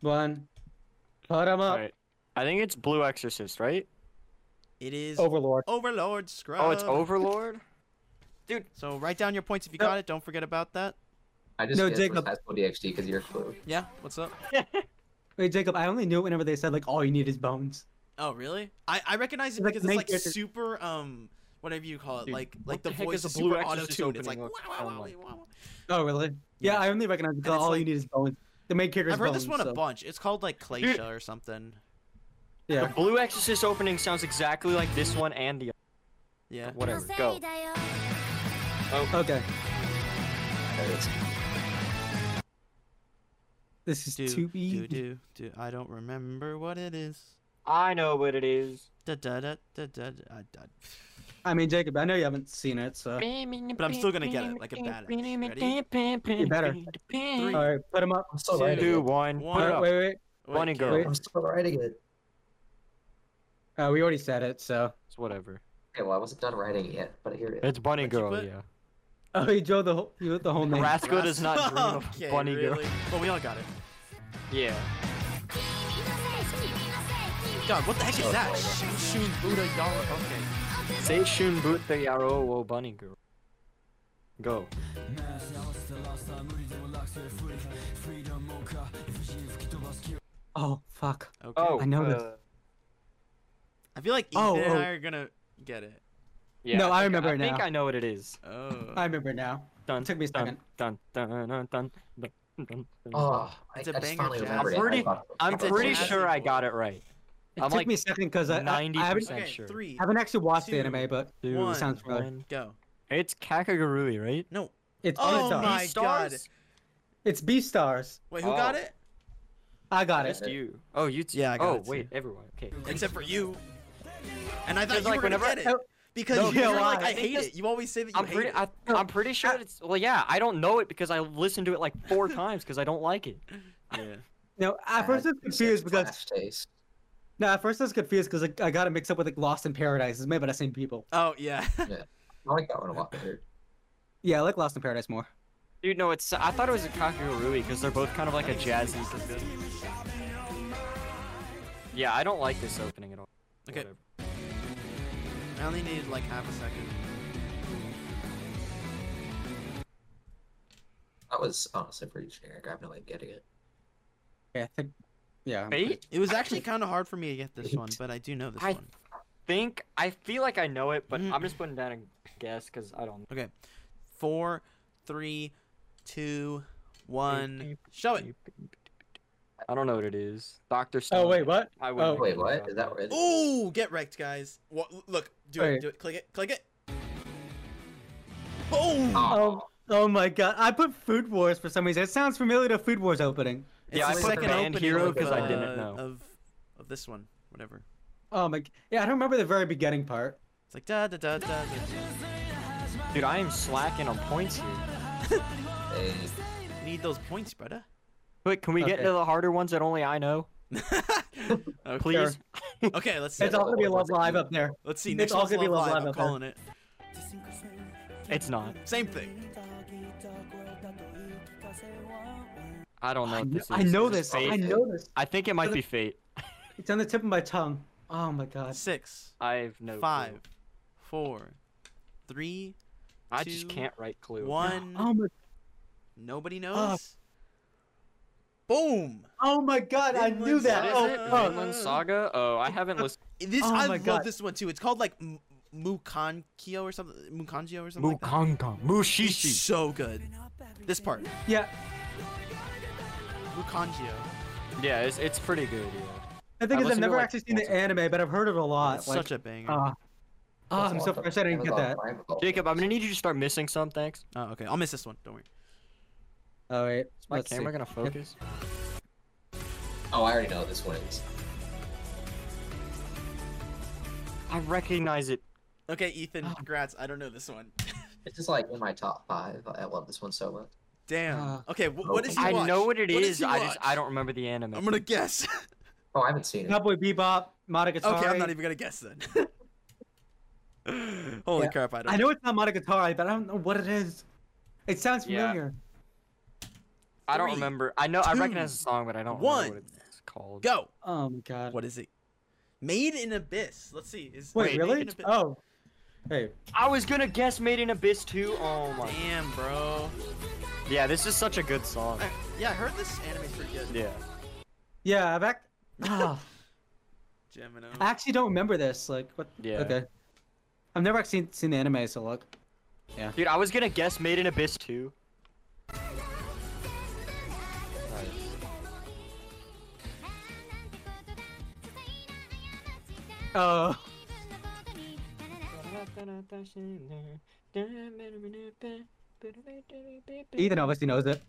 S1: one. Put 'em up.
S3: Alright. I think it's Blue Exorcist, right?
S2: It is
S1: Overlord.
S2: Overlord Scrub.
S3: Oh, it's Overlord.
S2: So write down your points if you
S1: No.
S2: got it. Don't forget about that.
S6: I just
S1: No,
S6: guessed it was
S1: Jacob.
S6: High School DxD because you're clue.
S2: Yeah. What's up?
S1: Wait, Jacob, I only knew it whenever they said like all you need is bones.
S2: Oh really? I I recognize it
S1: Like,
S2: because it's
S1: main
S2: like
S1: character-
S2: super um whatever you call it
S3: Dude,
S2: like
S3: what
S2: like the,
S3: the heck
S2: voice
S3: is a
S2: is
S3: Blue
S2: super auto
S3: Exorcist
S2: tuned. It's like
S3: opening
S2: wow wow
S3: look sound
S2: wow
S3: like?
S2: wow. wow.
S1: Oh really? Yeah, I only recognize it
S2: And
S1: because
S2: it's
S1: all you
S2: like-
S1: need is bones. The main character.
S2: I've heard this one
S1: so,
S2: a bunch. It's called like Claysha or something.
S3: The
S1: Yeah.
S3: Blue Exorcist opening sounds exactly like this one and the
S2: Yeah.
S3: other. Whatever. Go.
S1: Okay.
S6: There it is.
S1: This is
S2: Do
S1: too
S2: do
S1: easy.
S2: do do. I don't remember what it is.
S3: I know what it is.
S2: Da da da da da. da, I- I-
S1: I mean, Jacob, I know you haven't seen it, so
S3: But
S2: I'm still gonna get it, like a badass. Ready?
S1: You better.
S2: Three.
S1: all right, put them up.
S6: I'm still
S2: Two.
S6: writing
S3: Two,
S6: it.
S3: one.
S2: One.
S1: All
S3: put it
S1: right,
S3: up.
S1: wait, wait.
S3: Bunny
S2: Wait,
S3: girl.
S1: wait.
S6: I'm still writing it.
S1: Uh, we already said it, so.
S3: It's whatever.
S6: Okay, well, I wasn't done writing it yet, but here it is.
S3: It's Bunny
S2: What'd you
S3: Girl,
S2: put?
S3: yeah.
S1: Oh, you drew the whole, you wrote the whole name.
S3: Rascal does not dream of
S2: Okay,
S3: Bunny Girl.
S2: really? Well, we all got it.
S3: Yeah.
S2: God, what the heck is
S6: Oh,
S2: that?
S6: boy.
S2: Shun Buddha Yara. Okay.
S3: Seishun Buta Yaro wo Bunny Girl. Go.
S1: Oh fuck.
S2: Okay.
S3: Oh,
S1: I know this.
S3: uh,
S2: I feel like Ethan
S1: Oh,
S2: and
S1: oh.
S2: I are gonna get it.
S3: Yeah,
S1: No, I
S3: think-
S1: remember
S3: I
S1: now.
S3: think I know what it is.
S2: Oh.
S1: I remember now.
S3: Dun,
S1: It took me a
S3: dun,
S1: second.
S3: dun, dun, dun, dun, dun, dun, dun.
S6: Oh, I,
S2: It's a
S6: I just
S2: banger
S6: finally
S2: jazz.
S6: remembered it.
S3: I'm
S6: I
S3: pretty-
S6: thought-
S3: I'm
S2: It's a
S3: pretty
S2: jazz
S3: sure I
S2: sample.
S3: got it right.
S1: It
S3: I'm
S1: took
S3: like
S1: me a second because I, I, I
S3: 90%.
S1: haven't,
S2: Okay,
S3: sure.
S2: three.
S1: haven't actually watched the
S2: two,
S1: anime, but
S3: Dude,
S2: one.
S1: sounds familiar.
S3: one.
S2: Go.
S3: It's Kakagurui, right?
S2: No.
S1: It's
S2: Oh
S1: Beastars.
S2: my god.
S3: Beastars?
S1: It's Beastars.
S2: Wait, who got
S3: Oh.
S2: it?
S1: I got it.
S3: Just you. Oh, you. T-
S2: Yeah, I got
S3: oh,
S2: it too.
S3: wait, everyone. Okay.
S2: Except for you. And I thought
S3: Because,
S2: you
S3: like,
S2: were gonna
S3: whenever
S2: get
S3: I-
S2: it. Because
S1: No,
S2: you,
S1: yeah,
S2: are like,
S1: why?
S2: I hate it. You always say that you
S3: I'm
S2: hate
S3: pretty.
S2: it.
S3: I, I'm pretty sure it's. Well, yeah. I don't know it because I listened to it like four times because I don't like it.
S2: yeah.
S1: No, at first I was confused because
S6: Flash taste.
S1: no, at first I was confused because I, I got it mixed up with like Lost in Paradise. It's made by the same people.
S2: Oh yeah.
S6: Oh, I like that one a lot better.
S1: Yeah, I like Lost in Paradise more.
S3: Dude, no. It's. I thought it was a Kakagurui because they're both kind of like a jazzy. Yeah, I don't like this opening at all.
S2: Okay.
S3: Whatever.
S2: I only needed like half a second.
S6: That was honestly pretty generic. I have no way of getting it.
S1: Yeah, I think. Yeah. I'm pretty-
S3: Fate?
S2: It was actually kind of hard for me to get this one, but I do know this
S3: I-
S2: one.
S3: Think. I feel like I know it, but
S2: Mm.
S3: I'm just putting down a guess because I don't.
S2: Four, three, two, one. Show it.
S3: I don't know what it is. Doctor Stone.
S1: Oh wait, what?
S3: I
S1: Oh.
S3: wouldn't
S6: Wait,
S3: know
S6: what?
S3: about
S6: Is that where it is?
S2: Ooh, get wrecked, guys. Wha- look, do it,
S1: Wait.
S2: do it. Click it, click it. Boom.
S6: Aw.
S1: Oh, oh my god! I put Food Wars for some reason. It sounds familiar to Food Wars opening.
S2: It's
S3: Yeah,
S2: the
S3: I put
S2: second
S3: Band
S2: opening
S3: Hero
S2: of,
S3: 'cause I didn't
S2: uh,
S3: know.
S2: of of this one, whatever.
S1: Oh my! Yeah, I don't remember the very beginning part.
S2: It's like da da da da. da.
S3: it. Dude, I am slacking on points here.
S6: Hey,
S2: Need those points, brother.
S3: Wait, can we get
S1: Okay.
S3: to the harder ones that only I know,
S2: okay.
S3: please?
S2: Okay, let's see.
S1: It's all gonna be Love Live up there.
S2: Let's see.
S1: it's
S2: Next
S1: all
S2: one's
S1: gonna be
S2: Love
S1: Love Live
S2: Live. I'm
S1: up there.
S2: calling it.
S3: It's not.
S2: Same thing.
S3: I don't know.
S1: I
S3: what
S1: know,
S3: this
S1: I
S3: is.
S1: know
S3: Is it
S1: this.
S3: Fate?
S1: I know this.
S3: I think it might be Fate.
S1: It's on the tip of my tongue. Oh my god!
S2: Six,
S3: I've no. clue.
S2: five, four, three,
S3: I just
S2: two,
S3: can't write clue.
S2: one.
S1: Oh my!
S2: Nobody knows. uh, Boom.
S1: Oh my god! I
S2: Vinland
S1: knew that.
S3: What is
S2: Saga.
S1: Oh,
S3: it?
S1: fuck.
S3: Vinland Saga? Oh, I haven't listened.
S2: This
S1: Oh
S2: I
S1: my
S2: love
S1: God.
S2: this one too. It's called like M- Mukankyo or something. Mukanjio or something. like that.
S3: Mukanga,
S2: It's
S3: Mushishi.
S2: so good. This part,
S1: Yeah,
S2: Mukanjio.
S3: Yeah, it's, it's pretty good. Yeah.
S1: the thing
S3: I
S1: is, I've
S3: listened to,
S1: never
S3: like,
S1: actually seen
S3: once
S1: the
S3: or
S1: anime, but I've heard it a lot.
S2: It's
S1: Uh, like,
S2: such a banger.
S1: ah. Ah, I'm
S6: that's
S1: so
S6: awesome.
S1: frustrated I didn't get that.
S6: Amazon Prime Gold.
S3: Jacob, I'm gonna need you to start missing some. Thanks. Is
S2: oh, okay, I'll miss this one. Don't worry.
S1: Oh wait,
S3: my
S1: let's see.
S3: camera gonna focus?
S6: Oh, I already know what this one is.
S3: I recognize it.
S2: Okay, Ethan,
S1: uh,
S2: congrats. I don't know this one.
S6: It's just like in my top five. I love this one so much.
S2: Damn.
S1: Ah.
S2: okay, wh- what is he
S3: I
S2: watch?
S3: know what it is.
S2: does he
S3: I just I
S2: watch?
S3: don't remember the anime.
S2: I'm gonna guess.
S6: Oh, I haven't seen it.
S1: Cowboy Bebop, Monogatari.
S2: okay, I'm not even gonna guess then. Holy
S1: Yeah.
S2: crap! I don't.
S1: I know it's not Monogatari, but I don't know what it is. It sounds
S3: Yeah.
S1: familiar.
S3: I don't
S2: Three,
S3: remember. I know I
S2: two,
S3: recognize the song, but I don't
S2: one.
S3: remember what it's called.
S2: Go.
S1: Oh my god.
S2: What is it? Made in Abyss. Let's see. Is
S1: Wait,
S2: is Made
S1: really?
S2: in Abyss-
S1: Oh. Hey.
S3: I was gonna guess Made in Abyss 2. Oh my.
S2: Damn, bro.
S3: Yeah, this is such a good song.
S2: I- yeah, I heard this anime's pretty good.
S3: Yeah.
S1: Yeah, I've act- Ah,
S2: Gemini.
S1: I actually don't remember this. Like, what?
S3: Yeah.
S1: Okay. I've never actually seen the anime, so look.
S3: Dude, I was gonna guess Made in Abyss 2.
S1: Oh. Ethan obviously knows it.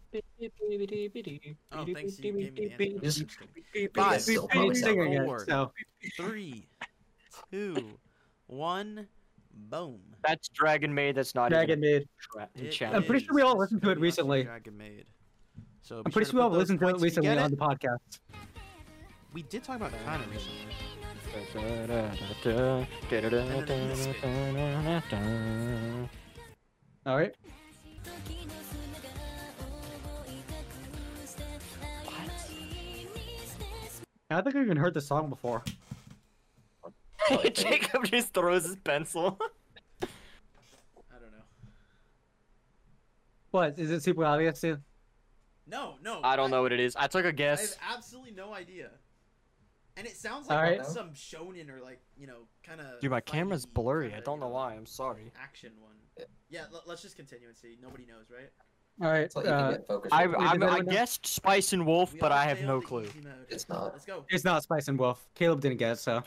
S2: Oh, thanks. You gave me the answer.
S6: Just-
S2: Interesting.
S6: Five,
S1: He's
S6: still probably
S1: singing
S2: sound
S1: it,
S2: forward.
S1: so.
S2: Three, two, one, boom.
S3: That's Dragon Maid. That's not
S1: Dragon Maid.
S3: even tra-
S2: It
S1: I'm
S3: challenged.
S1: pretty sure we
S2: is
S1: all listened to it
S2: Kobayashi
S1: recently.
S2: Dragon Maid. So be
S1: I'm pretty
S2: to
S1: sure we all
S2: put those
S1: listened to it
S2: points if you
S1: recently
S2: get
S1: on the
S2: it.
S1: podcast.
S2: We did talk about Kana recently.
S1: All right. I don't think I've even heard this song before.
S3: Jacob just throws his pencil.
S2: I don't know.
S1: What? Is it super obvious? Dude?
S2: No, no.
S3: I don't know what it is. I took
S2: I
S3: a
S2: have
S3: guess.
S2: absolutely no idea. And it sounds
S1: All
S2: like
S1: right.
S2: some shonen or like you know kind of.
S3: Dude, my camera's blurry. I don't know why. I'm sorry.
S2: uh, Action one. Yeah, l- let's just continue and see. Nobody knows, right?
S1: All right.
S6: It's like you can
S1: uh,
S6: get focused.
S3: I,
S6: on-
S1: does
S3: I, I
S1: anyone know?
S3: guessed Spice and Wolf,
S2: We
S3: but
S2: all
S3: I have
S2: stay on
S3: no
S2: the
S3: clue.
S2: easy mode.
S6: It's not.
S2: Let's go.
S1: it's not Spice and Wolf. Caleb didn't guess, so.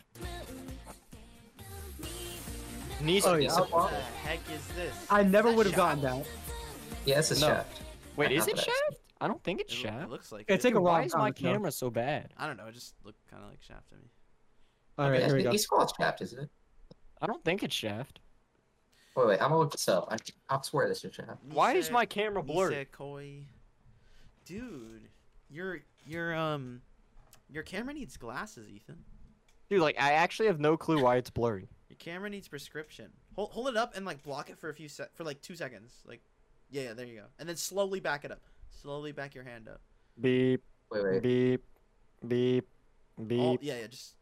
S3: Nice.
S1: Oh, yeah.
S2: What the heck is this?
S1: I never
S2: Is that
S1: would have
S2: Shaft?
S1: gotten that.
S6: Yeah, it's a
S3: No.
S6: shaft.
S3: Wait,
S6: I
S3: is
S6: have
S3: it
S6: that.
S3: Shaft? I don't think it's
S2: It, loo- it
S3: Shaft.
S2: looks like.
S1: It's
S2: it.
S1: like a
S3: Why
S1: long
S3: is my
S1: time to know.
S3: camera so bad?
S2: I don't know. It just looked kind of like Shaft to me.
S1: All right,
S6: yeah,
S1: here we
S6: it's
S1: go.
S6: an East Squad shaft, isn't it?
S3: I don't think it's Shaft.
S6: Wait, wait. I'm gonna look this up. I, I swear this is shaft.
S3: Why is
S2: Nisei-
S3: my camera blurred?
S2: Nisekoi. Dude, your your um your camera needs glasses, Ethan.
S3: Dude, like I actually have no clue why it's blurry.
S2: Your camera needs prescription. Hold hold it up and like block it for a few sec for like two seconds. Like yeah, yeah, there you go. And then slowly back it up. Slowly back your hand up.
S3: Beep,
S6: Wait, wait.
S3: beep, beep, beep.
S2: All, yeah, yeah, just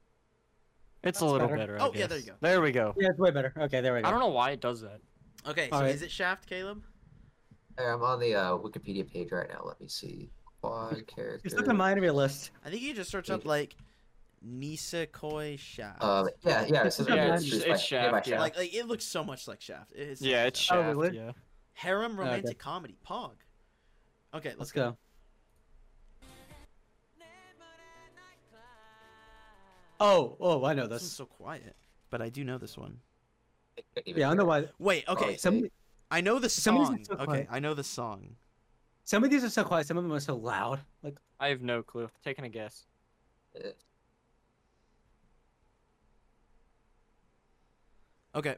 S3: it's a
S1: that's
S3: little
S1: better.
S3: better. I
S2: Oh, yeah, there
S3: guess.
S2: you go.
S3: There we go.
S1: Yeah, it's way better. Okay, there we go.
S3: I don't know why it does that.
S2: Okay, so
S1: All right.
S2: is it Shaft, Caleb?
S6: Here, I'm on the uh, Wikipedia page right now. Let me see. Quad character.
S1: It's not the mind of your list.
S2: I think you just search up
S6: Wait.
S2: like Nisekoi Shaft.
S6: Um, yeah, yeah. It's,
S1: It's
S6: it's,
S1: not
S6: yeah,
S1: mine.
S6: it's, just
S3: It's
S6: like- yeah, by
S3: shaft, yeah.
S2: Like, like it looks so much like Shaft. It- It's
S3: Yeah, it's
S1: Oh,
S3: Shaft.
S1: really?
S3: yeah.
S2: harem
S1: okay.
S2: romantic comedy. Pog. Okay, let's,
S1: Let's go. Oh, oh, I know
S2: This is
S1: this.
S2: so quiet, but I do know this one.
S1: Yeah, I know why.
S2: Wait, okay,
S6: Probably.
S1: Some
S2: I know the
S1: Some reason
S2: song.
S1: it's so
S2: okay,
S1: quiet.
S2: I know the song.
S1: some of these are so quiet. Some of them are so loud. Like,
S3: I have no clue. Taking a guess.
S6: It,
S2: Okay.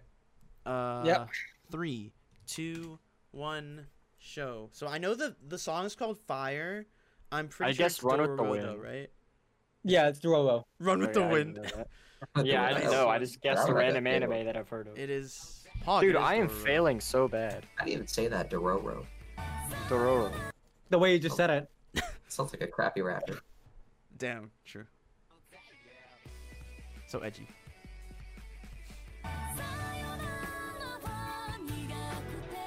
S2: Uh,
S1: Yep.
S2: Three, two, one, show. So I know the the song is called Fire. I'm pretty
S3: I
S2: sure
S3: guess
S2: it's
S3: Run With the
S2: Dororo, though,
S3: Wind.
S2: right?
S1: yeah, it's Dororo.
S2: Run with
S3: Sorry,
S2: the
S3: I didn't
S2: wind.
S3: know that.
S6: With the
S3: yeah, I
S6: wind.
S3: didn't know. I just guessed a
S6: That was a
S3: random
S6: good one.
S3: anime that I've heard of.
S2: It is. Pog,
S3: Dude,
S2: it is
S3: I am
S2: Dororo.
S3: failing so bad.
S6: I didn't even say that. Dororo.
S3: Dororo.
S1: The way you just said it.
S6: Sounds like a crappy rapper.
S2: Damn. True. So edgy.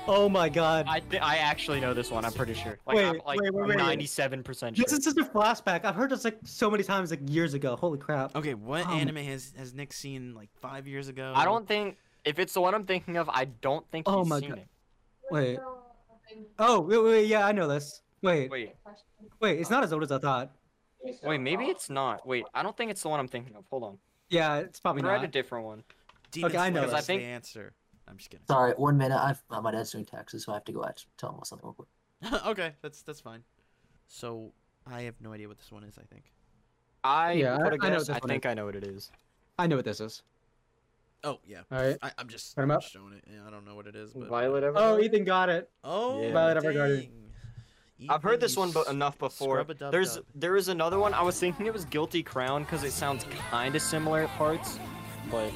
S1: Oh my god.
S3: I th- I actually know this one. I'm pretty sure. Like I'm
S1: Wait,
S3: like
S1: wait, wait, wait.
S3: 97% sure.
S1: This is just a flashback. I've heard this like so many times, like years ago. Holy crap.
S2: Okay, what
S1: Um,
S2: anime has has Nick seen like five years ago?
S3: I don't think if it's the one I'm thinking of, I don't think
S1: Oh
S3: he's
S1: my
S3: seen
S1: God.
S3: it.
S1: Wait. Oh, wait, wait, yeah, I know this. Wait, wait,
S3: Wait,
S1: it's not as old as I thought.
S3: wait, maybe it's not. Wait, I don't think it's the one I'm thinking of. Hold on.
S1: Yeah, it's probably
S3: Try a
S1: not.
S3: different one.
S2: Demon
S1: Okay, I know
S2: Slayer
S3: that.
S2: is the
S3: I think-
S2: answer. I'm just kidding.
S6: Sorry, one minute. I, my dad's doing taxes, so I have to go out tell him something real quick.
S2: okay, that's that's fine. So I have no idea what this one is. I think.
S3: I
S1: Yeah,
S3: put
S1: I-
S3: a
S1: I know
S3: guess.
S1: this
S3: I,
S1: one
S3: think I know what it is.
S1: I know what this is.
S2: Oh yeah,
S1: All right.
S2: I, I'm just
S1: Turn 'em up.
S2: showing it. Yeah, I don't know what it is, but
S3: Violet ever?
S1: Oh, Ethan got it.
S2: oh,
S3: Yeah.
S1: Violet Evergarden.
S2: dang.
S3: I've heard
S2: Ethan,
S3: this
S2: you
S3: one bu-
S2: s-
S3: enough before.
S2: scrub-a-dub-dub.
S3: There's there is another one. I was thinking it was Guilty Crown because it sounds kind of similar at parts, but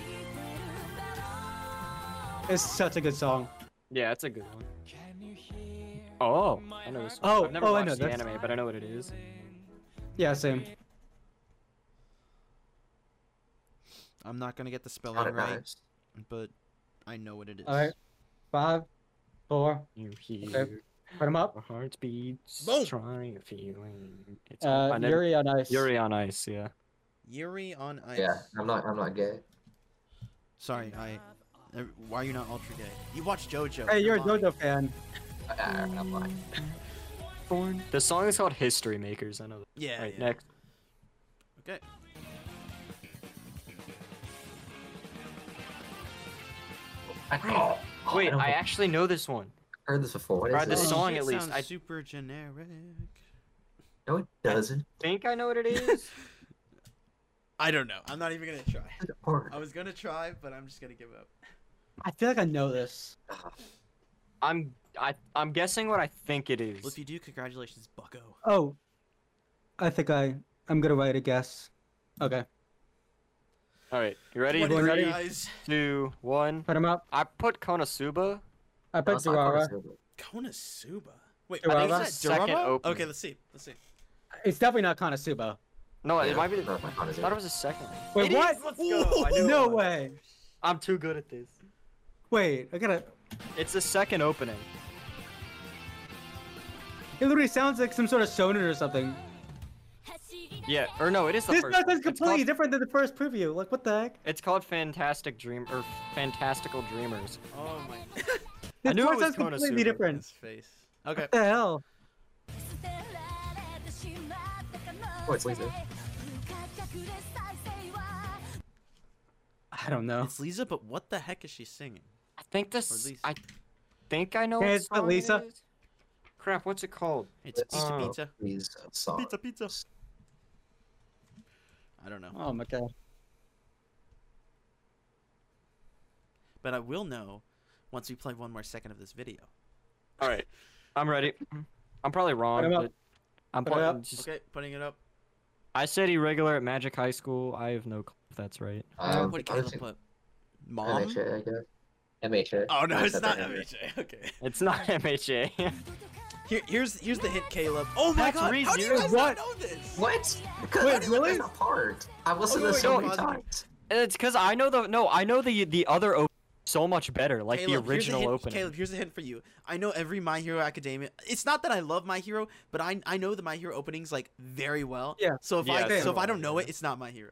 S1: It's such a good song.
S3: yeah, it's a good one. Oh, I know this one.
S1: Oh,
S3: I've never
S1: oh, I
S3: watched
S1: know
S3: the
S1: this.
S3: anime, but I know what it is.
S1: Yeah, same.
S2: I'm not gonna get the spelling
S6: Not
S2: right,
S6: at knives.
S2: but I know what it is.
S1: All right. Five, four.
S3: You hear
S1: Okay. Put him up.
S3: Our hearts beats.
S2: Boom.
S3: Trying feeling. It's all-
S1: Uh,
S3: I never-
S1: Yuri on ice.
S3: Yuri on ice. Yeah.
S2: Yuri on ice.
S6: Yeah, I'm not. I'm not gay.
S2: Sorry, I. uh, Why are you not ultra gay? You watch JoJo.
S1: Hey, you're a
S2: come on.
S1: JoJo fan.
S6: I, am lying.
S3: The song is called History Makers. I know. That.
S2: Yeah.
S3: right
S2: yeah.
S3: next.
S2: Okay.
S6: I, oh, oh,
S3: Wait,
S6: don't
S3: I
S6: think
S3: actually know this one.
S6: I've heard this before. What is
S3: Or the
S6: this?
S3: song-
S2: Shit
S3: at least,
S2: sounds
S3: I-
S2: super generic.
S6: No, it doesn't.
S3: Think I know what it is.
S2: I don't know. I'm not even gonna try.
S6: Or-
S2: I was gonna try, but I'm just gonna give up.
S1: I feel like I know this.
S3: I'm I I'm guessing what I think it is.
S2: Well, if you do, congratulations, Bucko.
S1: Oh, I think I. I'm gonna write a guess. Okay,
S3: All right, you ready?
S2: What is it,
S3: Three,
S2: guys?
S3: two, one.
S1: put him up.
S3: I put Konosuba.
S1: I
S6: No,
S1: put
S6: it's not part
S1: Durara.
S6: of Silver.
S2: Konosuba. Wait,
S1: Durava?
S2: I think it's that
S3: Second
S2: Durava?
S3: opening.
S2: Okay, let's see. Let's see.
S1: It's definitely not Konosuba.
S3: No,
S6: Yeah,
S3: it might be.
S6: no,
S3: The,
S6: it's not part of
S3: I thought
S6: Silver.
S3: it was the second. one.
S1: Wait,
S3: It
S1: what?
S3: is, let's go. I knew it
S1: No
S3: was.
S1: way.
S3: I'm too good at this.
S1: Wait, I gotta.
S3: It's the second opening.
S1: It literally sounds like some sort of shonen or something.
S3: Yeah, or no, it is the
S1: This
S3: first. one.
S1: sounds
S3: It's
S1: completely
S3: called-
S1: different than the first preview. Like, what the heck?
S3: It's called Fantastic Dream or Fantastical Dreamers.
S2: Oh my.
S3: I
S1: This
S3: knew it
S1: one
S3: was
S1: sounds completely
S3: Konosuba.
S1: different.
S2: His face. Okay.
S1: What the hell?
S6: Oh, it's Lisa.
S1: I don't know.
S2: It's Lisa, but what the heck is she singing?
S3: I think this.
S2: least-
S3: I think I know.
S1: Yeah,
S3: what
S1: it's not
S3: song it
S1: Lisa.
S3: is. Crap, what's it called?
S2: It's pizza,
S3: Oh.
S2: pizza,
S6: These uh, songs.
S2: pizza, pizza. I don't know,
S1: Oh my god.
S2: but I will know once we play one more second of this video.
S3: All right, I'm ready. I'm probably wrong.
S1: Put 'em up.
S3: but I'm
S1: Put it
S3: putting
S1: up.
S3: just
S2: Okay, putting it up.
S3: I said irregular at Magic High School. I have no clue if that's right.
S6: Um,
S2: what did
S6: I
S2: Caleb
S6: was thinking
S2: put? Mom.
S6: MHA, I guess. MHA.
S2: Oh no,
S6: I
S2: it's
S6: said
S2: not
S6: that earlier.
S2: MHA. Okay.
S3: It's not MHA.
S2: Here, here's here's the hit, Caleb. Oh my
S3: That's
S2: God! How do you
S3: ReZero.
S2: guys
S1: What?
S2: not know this?
S6: What? Because
S1: Wait,
S6: I didn't know
S1: really?
S6: that's a part. I've listened
S2: Oh,
S6: to
S2: wait,
S6: this so
S2: wait,
S6: many
S2: pause it.
S6: times.
S3: it's because I know the no. I know the the other opening so much better, like
S2: Caleb, here's a
S3: the original
S2: hint-
S3: opening.
S2: Caleb, here's a hint for you. I know every My Hero Academia. It's not that I love My Hero, but I I know the My Hero openings like very well.
S1: Yeah.
S2: So if
S3: Yeah,
S2: I so if I
S3: same.
S2: don't know it, it's not My Hero.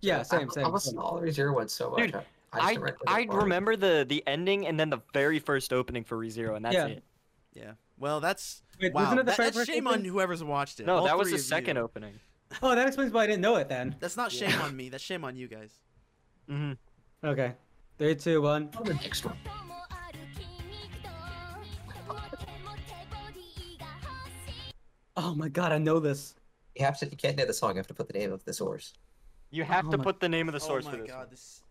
S1: Yeah,
S6: I-
S1: same,
S6: I
S1: same,
S6: listened
S1: same.
S6: to all the Zero ones so much.
S3: Dude,
S6: I,
S3: I
S6: just remember
S3: I
S6: that part.
S3: remember the the ending and then the very first opening for ReZero, and that's
S1: Yeah.
S3: it.
S2: Yeah. Well, that's
S1: Wait,
S2: wow.
S1: wasn't it the
S2: That-
S1: very
S2: that's
S1: first
S2: shame on
S1: opening?
S2: whoever's watched it.
S3: No,
S2: All
S3: that was
S2: three
S3: the
S2: of
S3: second
S2: you.
S3: opening.
S1: Oh, that explains why I didn't know it then.
S2: That's not shame on me. That's shame on you guys. Mm-hmm.
S3: hmm
S1: Okay. Three, two, one.
S6: Oh, the next one.
S1: Oh my god, I know this.
S6: You have to. You can't name the song. You have to put the name of the source.
S3: You have
S1: Oh
S3: to
S1: my-
S3: put the name of the source
S2: oh my
S3: for this.
S2: God! This.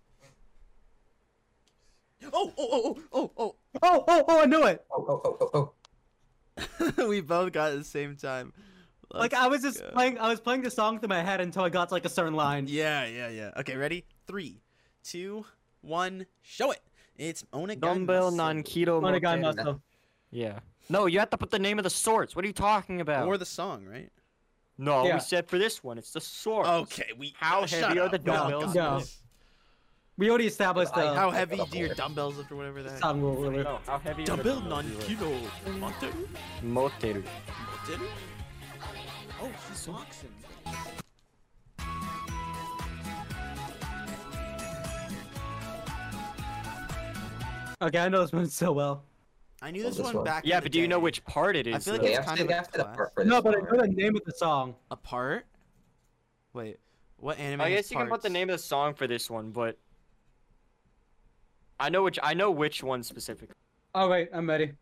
S2: Oh oh oh oh
S1: Oh, oh, oh, I know it.
S6: Oh oh oh oh oh.
S2: oh! we both got it at the same time.
S1: Like
S2: Let's
S1: I was just
S2: go.
S1: playing I was playing the song through my head until I got to like a certain line.
S2: Yeah, yeah, yeah. Okay, ready? Three, two, one, show it. It's Onegai
S3: Dumbbell
S2: Muscle.
S3: Nankito
S1: On a guy
S3: Motero.
S1: muscle.
S3: Yeah. No, you have to put the name of the source. What are you talking about?
S2: Or the song, right?
S3: no,
S1: Yeah.
S3: we said for this one, it's the source.
S2: Okay, we.
S3: How
S2: oh, shut
S3: heavy are
S2: up.
S3: the
S2: We all
S3: dumbbells?
S2: got
S1: No.
S2: this.
S1: We already established the
S6: I-
S2: How
S6: Uh,
S2: heavy
S6: double.
S2: do your dumbbells lift or whatever that?
S1: song rule. rule, rule.
S3: No, how heavy? are the
S2: Dumbbell
S3: dumbbells?
S2: non kilo. Monteru?
S3: Moteru.
S2: Monteru? Oh, he's boxing.
S1: Okay, I know this one so well.
S2: I knew
S6: Oh,
S2: this
S6: this
S2: one
S6: one.
S2: back. in
S3: Yeah,
S2: the
S3: but do you know
S2: day.
S3: which part it is?
S2: I feel like
S6: Yeah,
S3: though?
S2: it's
S6: you have to
S2: kind
S6: think
S2: of a
S6: after the
S2: class.
S6: part for this.
S1: No, but I
S6: song,
S1: know
S6: right?
S1: the name of the song.
S2: a part? Wait, what anime?
S3: I
S2: has
S3: guess you can put the
S2: parts?
S3: name of the song for this one, but I know which I know which one specifically.
S1: Oh wait, I'm ready.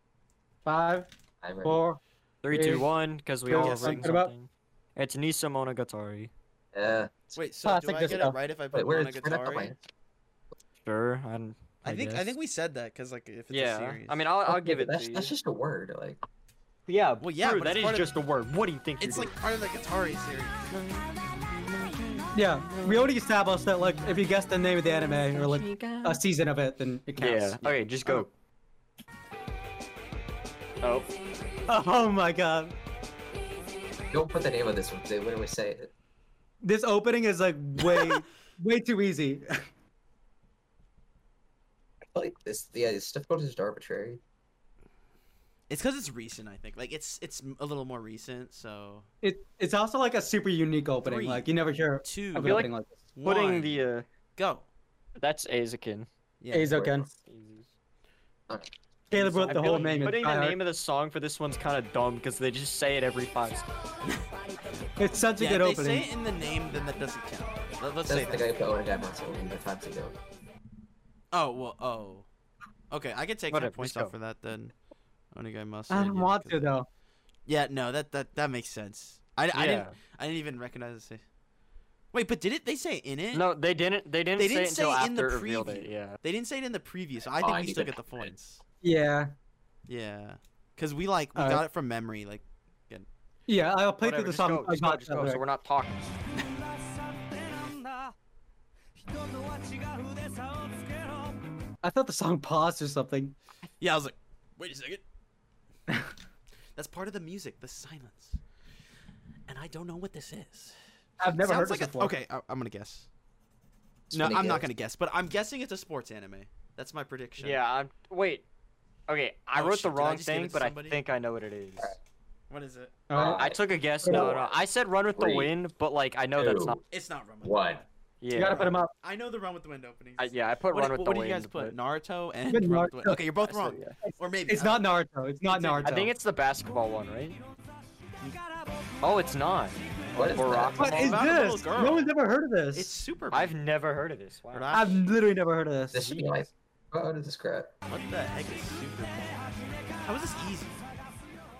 S1: Five,
S6: I remember.
S1: four.
S3: Three, two,
S1: Is-
S3: one, because we
S1: Yes,
S3: all
S2: I'm
S3: have written
S1: talking about-
S3: something. It's Nisa Monogatari.
S6: Yeah.
S2: Wait, so
S1: Classic
S2: do I get it
S1: disco.
S2: right if I put
S6: Wait, where's
S2: Monogatari?
S6: where's that playing?
S3: Sure, I'm.
S2: I think I
S3: guess.
S2: think we said that because like if it's a
S3: Yeah,
S2: series.
S3: I mean, I'll, I'll give it
S6: Oh, That's,
S3: to you.
S6: that's just a word. Like
S3: Yeah,
S2: Well, yeah,
S3: true,
S2: but
S3: that
S2: it's
S3: is
S2: part of-
S3: just a word. What do you think?
S2: it's
S3: you're
S2: like part of the Katari series.
S1: Yeah. We already established that like if you guess the name of the anime or like a season of it, then it
S3: doing?
S1: counts.
S3: yeah. Okay, just go. Oh,
S1: Oh my god.
S6: don't put the name of this one. 'cause They literally say it.
S1: This opening is like way way too easy.
S6: I feel Like this. Yeah, this difficulty is just arbitrary.
S2: It's because it's recent, I think. Like it's it's a little more recent, so
S1: It, it's also like a super unique opening.
S2: Three.
S1: Like you never hear
S2: two.
S1: of an
S3: feel like-
S1: opening like this.
S3: Putting
S2: one,
S3: the uh,
S2: go.
S3: that's Azakin.
S2: Yeah.
S1: Azoken. Caleb wrote
S3: I
S1: the whole
S3: feel like
S1: name. in
S3: Putting the
S1: Skyheart.
S3: name of the song for this one's kind of dumb because they just say it every five. seconds.
S1: It's such a
S2: yeah,
S1: good
S2: if they
S1: opening.
S2: say it in the name, then that doesn't count. Let, us say
S6: That's the
S2: that.
S6: guy who put Odegaard on so many times ago.
S2: Oh well. Oh. Okay, I could take some
S3: Whatever,
S2: points
S3: let's
S2: off
S3: go.
S2: for that then. Only guy must.
S1: I don't want to though.
S2: Yeah, no, that that that makes sense. I, I didn't
S3: Yeah.
S2: I didn't even recognize this. Wait, but did it? They say in it?
S3: No, they didn't. They didn't
S2: They
S3: say
S2: didn't
S3: it until
S2: say it in the
S3: after it revealed it.
S2: preview.
S3: Yeah.
S2: They didn't say it in the preview, so I
S6: Oh,
S2: think
S6: I
S2: we
S6: need
S2: still
S6: to
S2: get the
S6: count it.
S2: points.
S1: Yeah,
S2: Yeah, because we like we
S1: Alright.
S2: got it from memory. Like
S1: yeah. I'll play
S3: Whatever,
S1: through the
S3: just
S1: song.
S3: go, just go, just go, so we're not talking.
S4: 人とは違うで差をつけろ
S1: I thought the song paused or something.
S2: yeah, I was like, wait a second. That's part of the music, the silence, and I don't know what this is.
S1: I've never heard this
S2: Sounds like a-
S1: before.
S2: okay, I, I'm gonna guess. No,
S6: Spinning
S2: I'm not
S6: Ghost.
S2: gonna guess, but I'm guessing it's a sports anime. That's my prediction.
S3: Yeah. I'm, wait. Okay, I
S2: Oh,
S3: wrote
S2: shit,
S3: the
S2: did I
S3: wrong
S2: just give it
S3: thing,
S2: to
S3: but I
S2: somebody?
S3: think I know what it is.
S2: What is it?
S1: Alright.
S3: I took a guess. No, no.
S6: Four,
S3: I said run with the
S6: three,
S3: wind, but like I know that's
S6: two,
S3: not.
S2: It's not Run with
S6: One.
S2: the Wind.
S3: Yeah.
S1: You gotta put him up.
S2: I know the Run with the Wind openings.
S3: I, yeah, I put
S2: What,
S3: run with
S2: what
S3: the
S2: did
S3: wind.
S2: you guys put?
S3: but
S2: Naruto and
S1: Good
S2: Run with the Wind.
S1: Naruto.
S2: Okay, you're both
S3: I
S2: wrong.
S3: said, yeah.
S2: Or maybe
S1: It's
S2: I
S1: not
S2: don't-
S1: Naruto. It's not
S2: It's a- I
S1: Naruto.
S3: I think it's the basketball one, right?
S4: It's
S3: Oh, it's not.
S6: What is
S3: Or
S6: that?
S1: What
S3: Rock'em
S1: is
S2: about a little
S1: this?
S2: girl.
S1: No one's ever heard of this.
S2: It's super.
S3: I've never heard of this. Wow.
S2: Or not.
S1: I've literally never heard of
S6: This
S1: this.
S6: should be like, what is this crap?
S2: What the heck is super? How is this easy?
S3: Oh,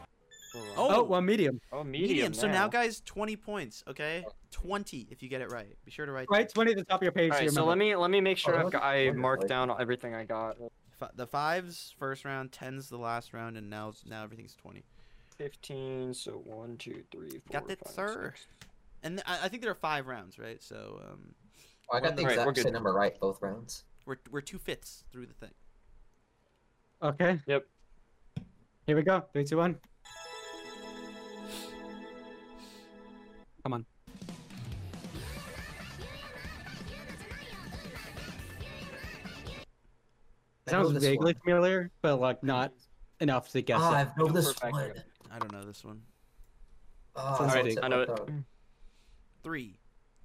S1: Oh,
S2: Oh,
S1: one medium.
S3: oh, medium.
S2: medium. So now, guys,
S3: guys.
S2: 20 points. Okay, 20 if you get it right. Be sure to write.
S1: Right, twenty at the top of your page.
S3: All
S1: so you
S3: right, so let
S1: remember.
S3: me let me make sure
S1: Oh,
S3: I've got,
S6: that's
S3: I marked
S6: wonderful.
S3: down everything I got.
S2: F- the fives first round, tens the last round, and now now everything's 20.
S3: Fifteen. So one, two, three, four.
S2: Got that,
S3: five,
S2: sir.
S3: six.
S2: And th- I, I think there are five rounds, right? So um,
S6: Oh, I got the
S3: Alright, we're
S6: exact
S3: good.
S6: same number right both rounds.
S2: we're we're two fifths through the thing.
S1: Okay.
S3: Yep.
S1: Here we go. Three, two, one. Come on.
S6: I know
S1: Sounds
S6: this
S1: vaguely
S6: one.
S1: familiar, but like not enough to
S2: Oh,
S1: guess
S6: Ah,
S1: it.
S6: I've known this
S3: Perfect.
S6: one.
S2: I don't know this one.
S6: Ah,
S1: Sounds
S6: that's
S1: right,
S6: what
S3: I know it.
S6: thought.
S2: Three,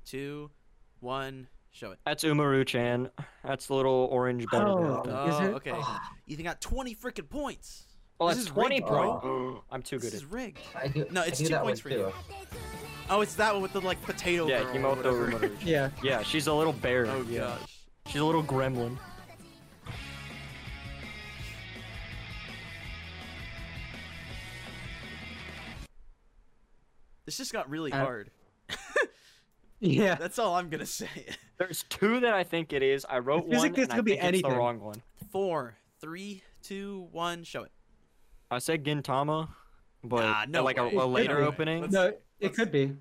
S2: two, one. Show it.
S3: That's Umaru-chan. That's the little orange bunny.
S1: Oh.
S3: dude.
S1: Is
S2: Oh,
S1: it?
S2: okay.
S6: Ah,
S2: Ethan got 20 freaking points.
S3: Oh,
S2: This
S3: that's
S2: is
S3: twenty,
S2: rigged,
S3: bro.
S6: bro.
S3: I'm too
S2: This
S3: good at.
S2: is rigged.
S6: I knew,
S2: No,
S6: I
S2: it's
S6: knew
S2: two
S6: that
S2: points
S6: one
S2: for you.
S6: too.
S2: Oh, it's that one with the like potato
S3: Yeah,
S2: girl. or
S3: Himoto
S2: whatever.
S3: Umaru.
S1: Yeah.
S3: Yeah, she's a little bear.
S2: Oh
S3: yeah.
S2: gosh.
S3: She's a little gremlin.
S2: This just got really
S1: Uh,
S2: hard.
S1: Yeah.
S2: That's all I'm gonna say.
S3: There's two that I think it is. I wrote
S1: feels
S3: one,
S1: like this
S3: and I
S1: could be
S3: think it's the
S1: anything.
S3: wrong one.
S2: Four, three, two, one. Show it.
S3: I said Gintama, but
S2: Nah,
S3: uh,
S2: no
S3: like a,
S2: way.
S3: a
S2: No
S3: later
S2: way.
S3: opening.
S2: Let's-
S1: No, it
S2: let's-
S1: could be.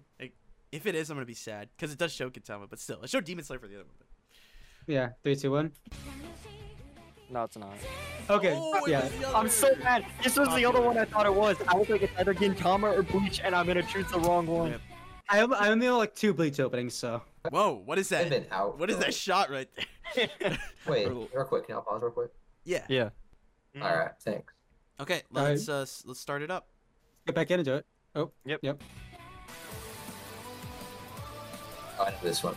S2: If it is, I'm gonna be sad because it does show Kitama, but still, it showed Demon Slayer for the other one. but-
S1: Yeah. Three, two, one.
S3: No, it's not.
S1: Okay.
S2: Oh, it
S1: yeah.
S2: was the other-
S3: I'm so mad. This was the other one I thought it was. I was like, it's either Gintama or Bleach, and I'm gonna choose the wrong one.
S2: Yep.
S1: I only- I only know like two bleach openings, so
S2: Whoa, what is
S6: I've
S2: that?
S6: been out.
S2: What is
S6: though.
S2: that shot right there?
S6: Wait,
S2: Brutal.
S6: real quick. Can I pause real quick?
S2: Yeah.
S3: Yeah.
S6: All right, thanks.
S2: Okay,
S1: Alright.
S2: let's uh, s- let's start it up.
S1: get back into it. Oh.
S3: Yep.
S1: Yep.
S6: Oh, I know this one.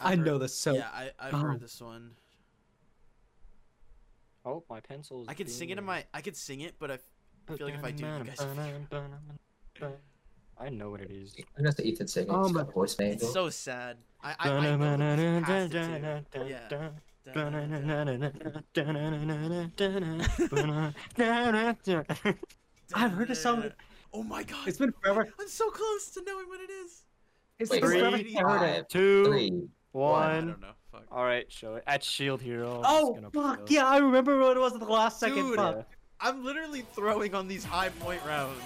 S1: I
S2: I've heard-
S1: know this so.
S2: Yeah, I, I've
S1: Oh.
S2: heard this one.
S3: Oh, my pencil is
S2: I could sing it in
S3: being-
S2: my. I could sing it, but I I feel like if I do, you guys.
S3: I know what it is.
S6: I'm just Ethan singing.
S1: Oh
S6: it's
S1: my-
S6: got voice name.
S2: It's so sad. I I, I know that this has to do. Yeah. Da-na-na-na.
S1: I've heard this song-
S2: Oh my god.
S1: It's been forever.
S2: I'm so close to knowing what it is.
S1: It's
S6: Wait,
S1: been forever
S3: three,
S1: since I heard it.
S6: Five,
S3: Two,
S6: three.
S2: I
S3: one.
S2: don't know. Fuck.
S3: All right, show it. At Shield E Hero. I'm just
S1: Oh
S3: gonna
S1: fuck!
S3: put-
S1: Yeah, I remember what it was at the last second.
S2: Dude.
S1: Fuck.
S2: I'm literally throwing on these high point rounds.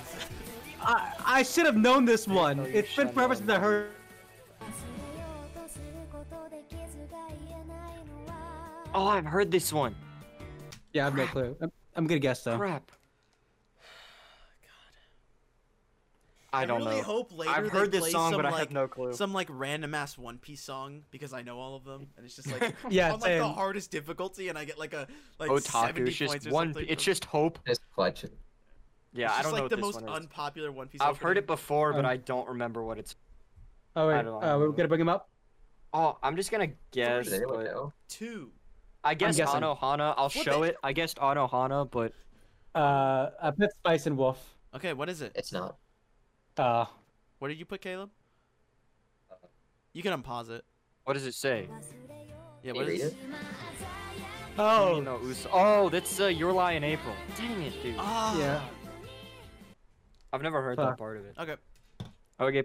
S1: I, I should have known this one.
S3: Oh, you
S1: It's been
S3: shut
S1: forever
S3: up.
S1: since I heard.
S4: 忘れようとすることで傷が癒えないのは
S3: Oh, I've heard this one.
S1: Yeah, I have no clue. I'm, I'm gonna guess though.
S3: Crap. I don't
S2: really
S3: know.
S2: hope later
S3: I've
S2: they
S3: heard this
S2: play
S3: song,
S2: some,
S3: but I
S2: like,
S3: have no clue.
S2: some like random ass One Piece song because I know all of them, and it's just like
S1: Yeah,
S2: on like the
S1: same.
S2: hardest difficulty, and I get like a like seventy
S3: Otaku. It's just
S2: points or
S3: one.
S2: something.
S3: It's just hope.
S6: Just collection.
S3: Yeah,
S2: it's just,
S3: I don't
S2: like
S3: know what
S2: the
S3: this
S2: most
S3: one is.
S2: unpopular Oh. One Piece.
S3: I've heard it
S2: opening.
S3: before, but
S1: Um,
S3: I don't remember what it's.
S1: Oh
S3: I
S1: wait,
S3: don't
S1: uh, we're
S3: know.
S1: gonna bring him up.
S3: Oh, I'm just gonna guess.
S6: Does anyone
S3: but-
S6: know?
S2: two.
S3: I guess
S1: guessing.
S3: Anohana. I'll
S2: Flip
S3: show
S2: it.
S3: it. I guessed Anohana, but
S1: Uh, I put Spice and Wolf.
S2: Okay, what is it?
S6: It's not.
S1: Uh,
S2: What did you put, Caleb? You can unpause it.
S3: what does it say?
S2: Yeah,
S6: Can
S2: what
S6: you read
S2: is
S6: it?
S2: it?
S3: Oh, no, Uso. Oh, that's uh, Your Lie in April. Dang it, dude.
S2: Ah,
S1: yeah.
S3: I've never heard
S1: fuck.
S3: that part of it.
S2: Okay.
S3: Okay,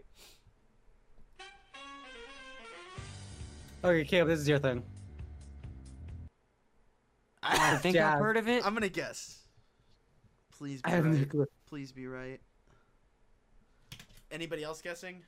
S1: Okay, Caleb, this is your thing.
S3: I
S2: I,
S3: think
S1: Yeah.
S3: I've heard of it.
S2: I'm gonna guess. Please be
S1: I have no
S2: right.
S1: clue.
S2: Please be right. Anybody else guessing?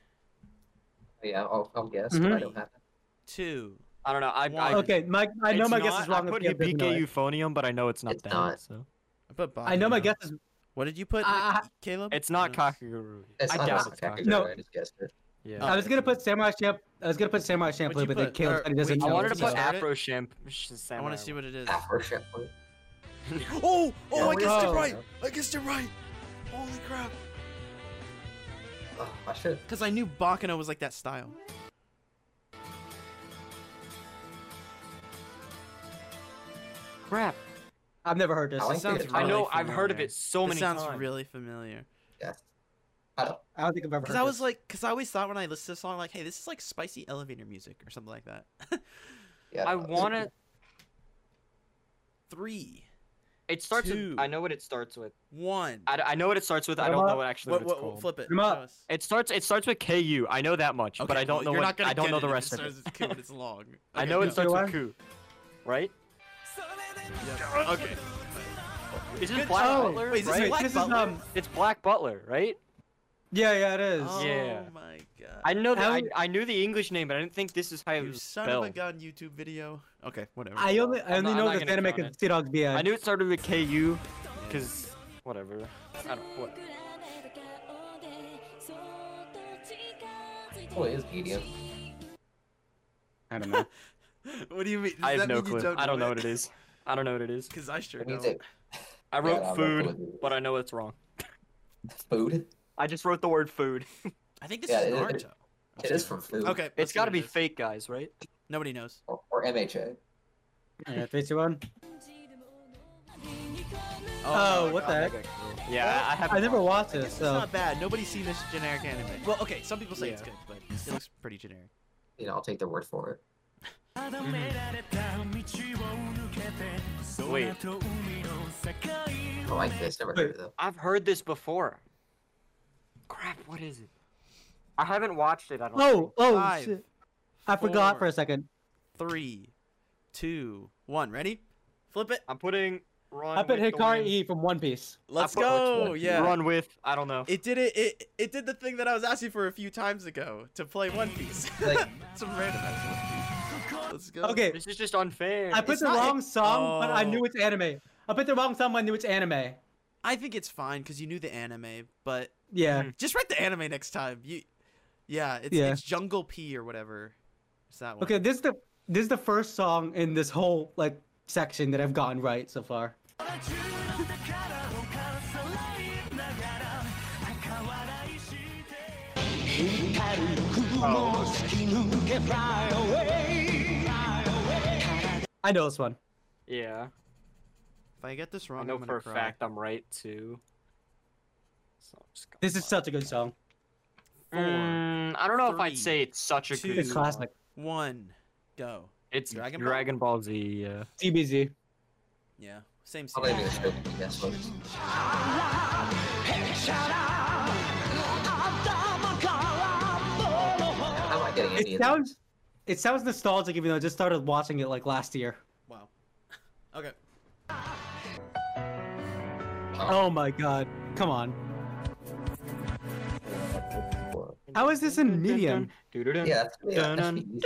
S6: Yeah, I'll, I'll guess, but I
S2: Mhm.
S6: don't have it.
S2: Two.
S3: I don't know. I, I,
S2: One.
S1: Okay, my I know
S3: it's
S1: my guess
S3: not-
S1: is wrong.
S3: I
S1: if
S3: put
S1: Caleb doesn't know
S3: Hibike
S1: it.
S3: Euphonium, but I know it's not
S6: It's
S3: that.
S6: not.
S3: So.
S2: I put Bob.
S1: I know my guess is
S2: What did you put,
S1: I- I-
S2: Caleb?
S3: Uh, It's not
S2: No.
S3: Kakaguru.
S6: It's
S3: I
S6: not
S3: doubt
S6: a
S3: it's Kakaguru.
S6: Kakaguru,
S1: No.
S6: I just guessed it.
S3: Yeah.
S2: Uh,
S1: I was gonna put Samurai Champ. I was gonna put Samurai Champloo,
S2: What'd you
S1: but then
S2: put?
S1: Caleb
S2: Or
S1: said he doesn't
S2: wait,
S1: know.
S3: I wanted to
S2: Did
S1: so-
S2: you
S3: put
S2: start it?
S3: Afro Champ.
S2: I want to see what it is.
S6: Afro Shepherd.
S2: Oh! Oh, I
S6: we
S2: guessed it
S1: know.
S2: right! I guessed it right! Holy crap!
S6: Oh, I should.
S2: Because I knew Bakano was like that style.
S3: Crap.
S1: I've never heard this.
S6: I like
S2: sounds
S6: the
S2: really
S3: I know. I've
S2: familiar.
S3: heard of it so
S2: It
S3: many
S2: sounds
S3: times.
S2: really familiar.
S6: guess. I don't.
S1: I don't think I've ever.
S2: Because
S1: heard
S2: I
S1: this.
S2: was like, because I always thought when I listened to this song, like, hey, this is like spicy elevator music or something like that.
S6: Yeah,
S3: I
S6: don't know.
S3: want to.
S2: Three,
S3: It starts.
S2: Two.
S3: With, I know what it starts with.
S2: one.
S3: I, d- I know what it starts with. I
S1: Come
S3: don't know
S1: up.
S3: what actually
S2: what,
S3: what it's
S2: what,
S3: called.
S2: flip it.
S1: Come
S2: show
S1: up.
S2: us.
S3: It starts. It starts with KU. I know that much, but
S2: Okay,
S3: I don't
S2: well,
S3: know
S2: you're
S3: what.
S2: not gonna
S3: I don't
S2: get
S3: know
S2: it
S3: the
S2: if
S3: rest of it.
S2: starts with Q and it's long.
S3: I
S2: Okay,
S3: know
S2: no.
S3: it starts with
S1: Otherwise-
S3: Ku, right?
S2: Yeah, Okay.
S3: Is this
S2: Good
S3: Black
S1: job.
S3: Butler?
S2: Wait, is this
S3: right?
S2: Black
S1: this
S2: Butler?
S1: is um.
S3: It's Black Butler, right?
S1: Yeah, yeah, it is.
S2: Oh
S3: Yeah.
S2: my god.
S3: I know that. I,
S1: Alan-
S3: I knew the English name, but I didn't think this is how it
S2: you
S3: was
S2: son
S3: spelled.
S2: of a gun YouTube video. Okay, whatever.
S1: I only I
S3: I'm
S1: only
S3: not- I'm
S1: know
S3: not
S1: this
S3: gonna
S1: anime
S3: count
S1: because
S3: it.
S1: Sea Dog's BI.
S3: I knew it started with KU, because whatever. I don't. What?
S6: Oh, it is medium.
S1: I don't know.
S2: what do you mean? Does
S3: I have
S2: that
S3: no
S2: mean you
S3: clue.
S2: Don't
S3: I don't know what it is. I don't know what it is.
S2: Because I sure
S6: It means
S2: don't.
S6: it-
S3: I wrote
S6: I don't know what it
S3: food,
S6: is.
S3: but I know it's wrong.
S6: food.
S3: I just wrote the word food.
S2: I think this
S6: Yeah,
S2: is
S6: it-
S2: Naruto.
S6: it- It is from food.
S2: Okay. let's
S3: It's
S2: see
S3: got to
S2: what
S3: be
S2: it is.
S3: fake, guys, right?
S2: Nobody knows.
S6: Or, or MHA.
S1: yeah, three, two, one.
S2: Oh,
S1: Oh, what the heck?
S3: Yeah, I have.
S1: I never watched
S2: I guess
S1: this.
S2: it's
S1: So
S2: not bad. Nobody's seen this generic anime. Well, okay, some people say it's
S3: Yeah.
S2: good, but it looks pretty generic.
S6: You know, I'll take their word for it.
S3: Wait,
S6: I don't like this. Never heard of them.
S3: I've heard this before. Crap, what is it? I haven't watched it. I don't.
S1: oh oh
S2: Five,
S1: shit. I forgot
S2: four.
S1: for a second.
S2: Three, two, one. Ready? Flip it.
S3: I'm putting run.
S1: I put
S3: with the
S1: Hikari
S3: wind.
S1: E from One Piece.
S2: Let's
S3: put-
S2: go. Yeah.
S3: Run with. I don't know.
S2: It did it, it. It did the thing that I was asking for a few times ago to play One Piece.
S6: Like-
S2: Some random ass One Piece. Let's go.
S1: Okay,
S3: This is just unfair.
S1: I put
S2: It's
S1: the
S2: not-
S1: wrong song, but I
S2: Oh.
S1: knew it's anime. I put the wrong song, but I knew it's anime.
S2: I think it's fine because you knew the anime, but
S1: Yeah.
S3: Hmm.
S2: just write the anime next time. You, yeah, it's,
S1: Yeah.
S2: it's Jungle P or whatever. It's that one.
S1: Okay, this is the this is the first song in this whole like section that I've gotten right so far. I know this one.
S3: yeah,
S2: If I get this
S3: I
S2: wrong,
S3: know
S2: I'm
S3: for
S2: gonna
S3: a
S2: cry.
S3: fact I'm right too. So I'm just gonna
S1: This is
S3: lie.
S1: such a good song.
S2: Four,
S3: Mm, I don't know if
S2: three,
S3: I'd say it's such a
S2: two,
S3: good.
S1: It's classic.
S2: One, go.
S3: It's
S2: Dragon
S3: Dragon
S2: Ball?
S3: Ball, Dragon Ball Z. Yeah.
S1: TBZ.
S2: Yeah, same. same.
S6: I'll leave you this joke. Yes, but I'm not getting
S1: It
S6: any of them.
S1: sounds it sounds nostalgic even though I just started watching it like last year.
S2: Wow. Okay.
S1: Oh my god. Come on. How is this in medium?
S6: Yeah, that's, yeah, that's
S3: Dun-dun.
S6: easy.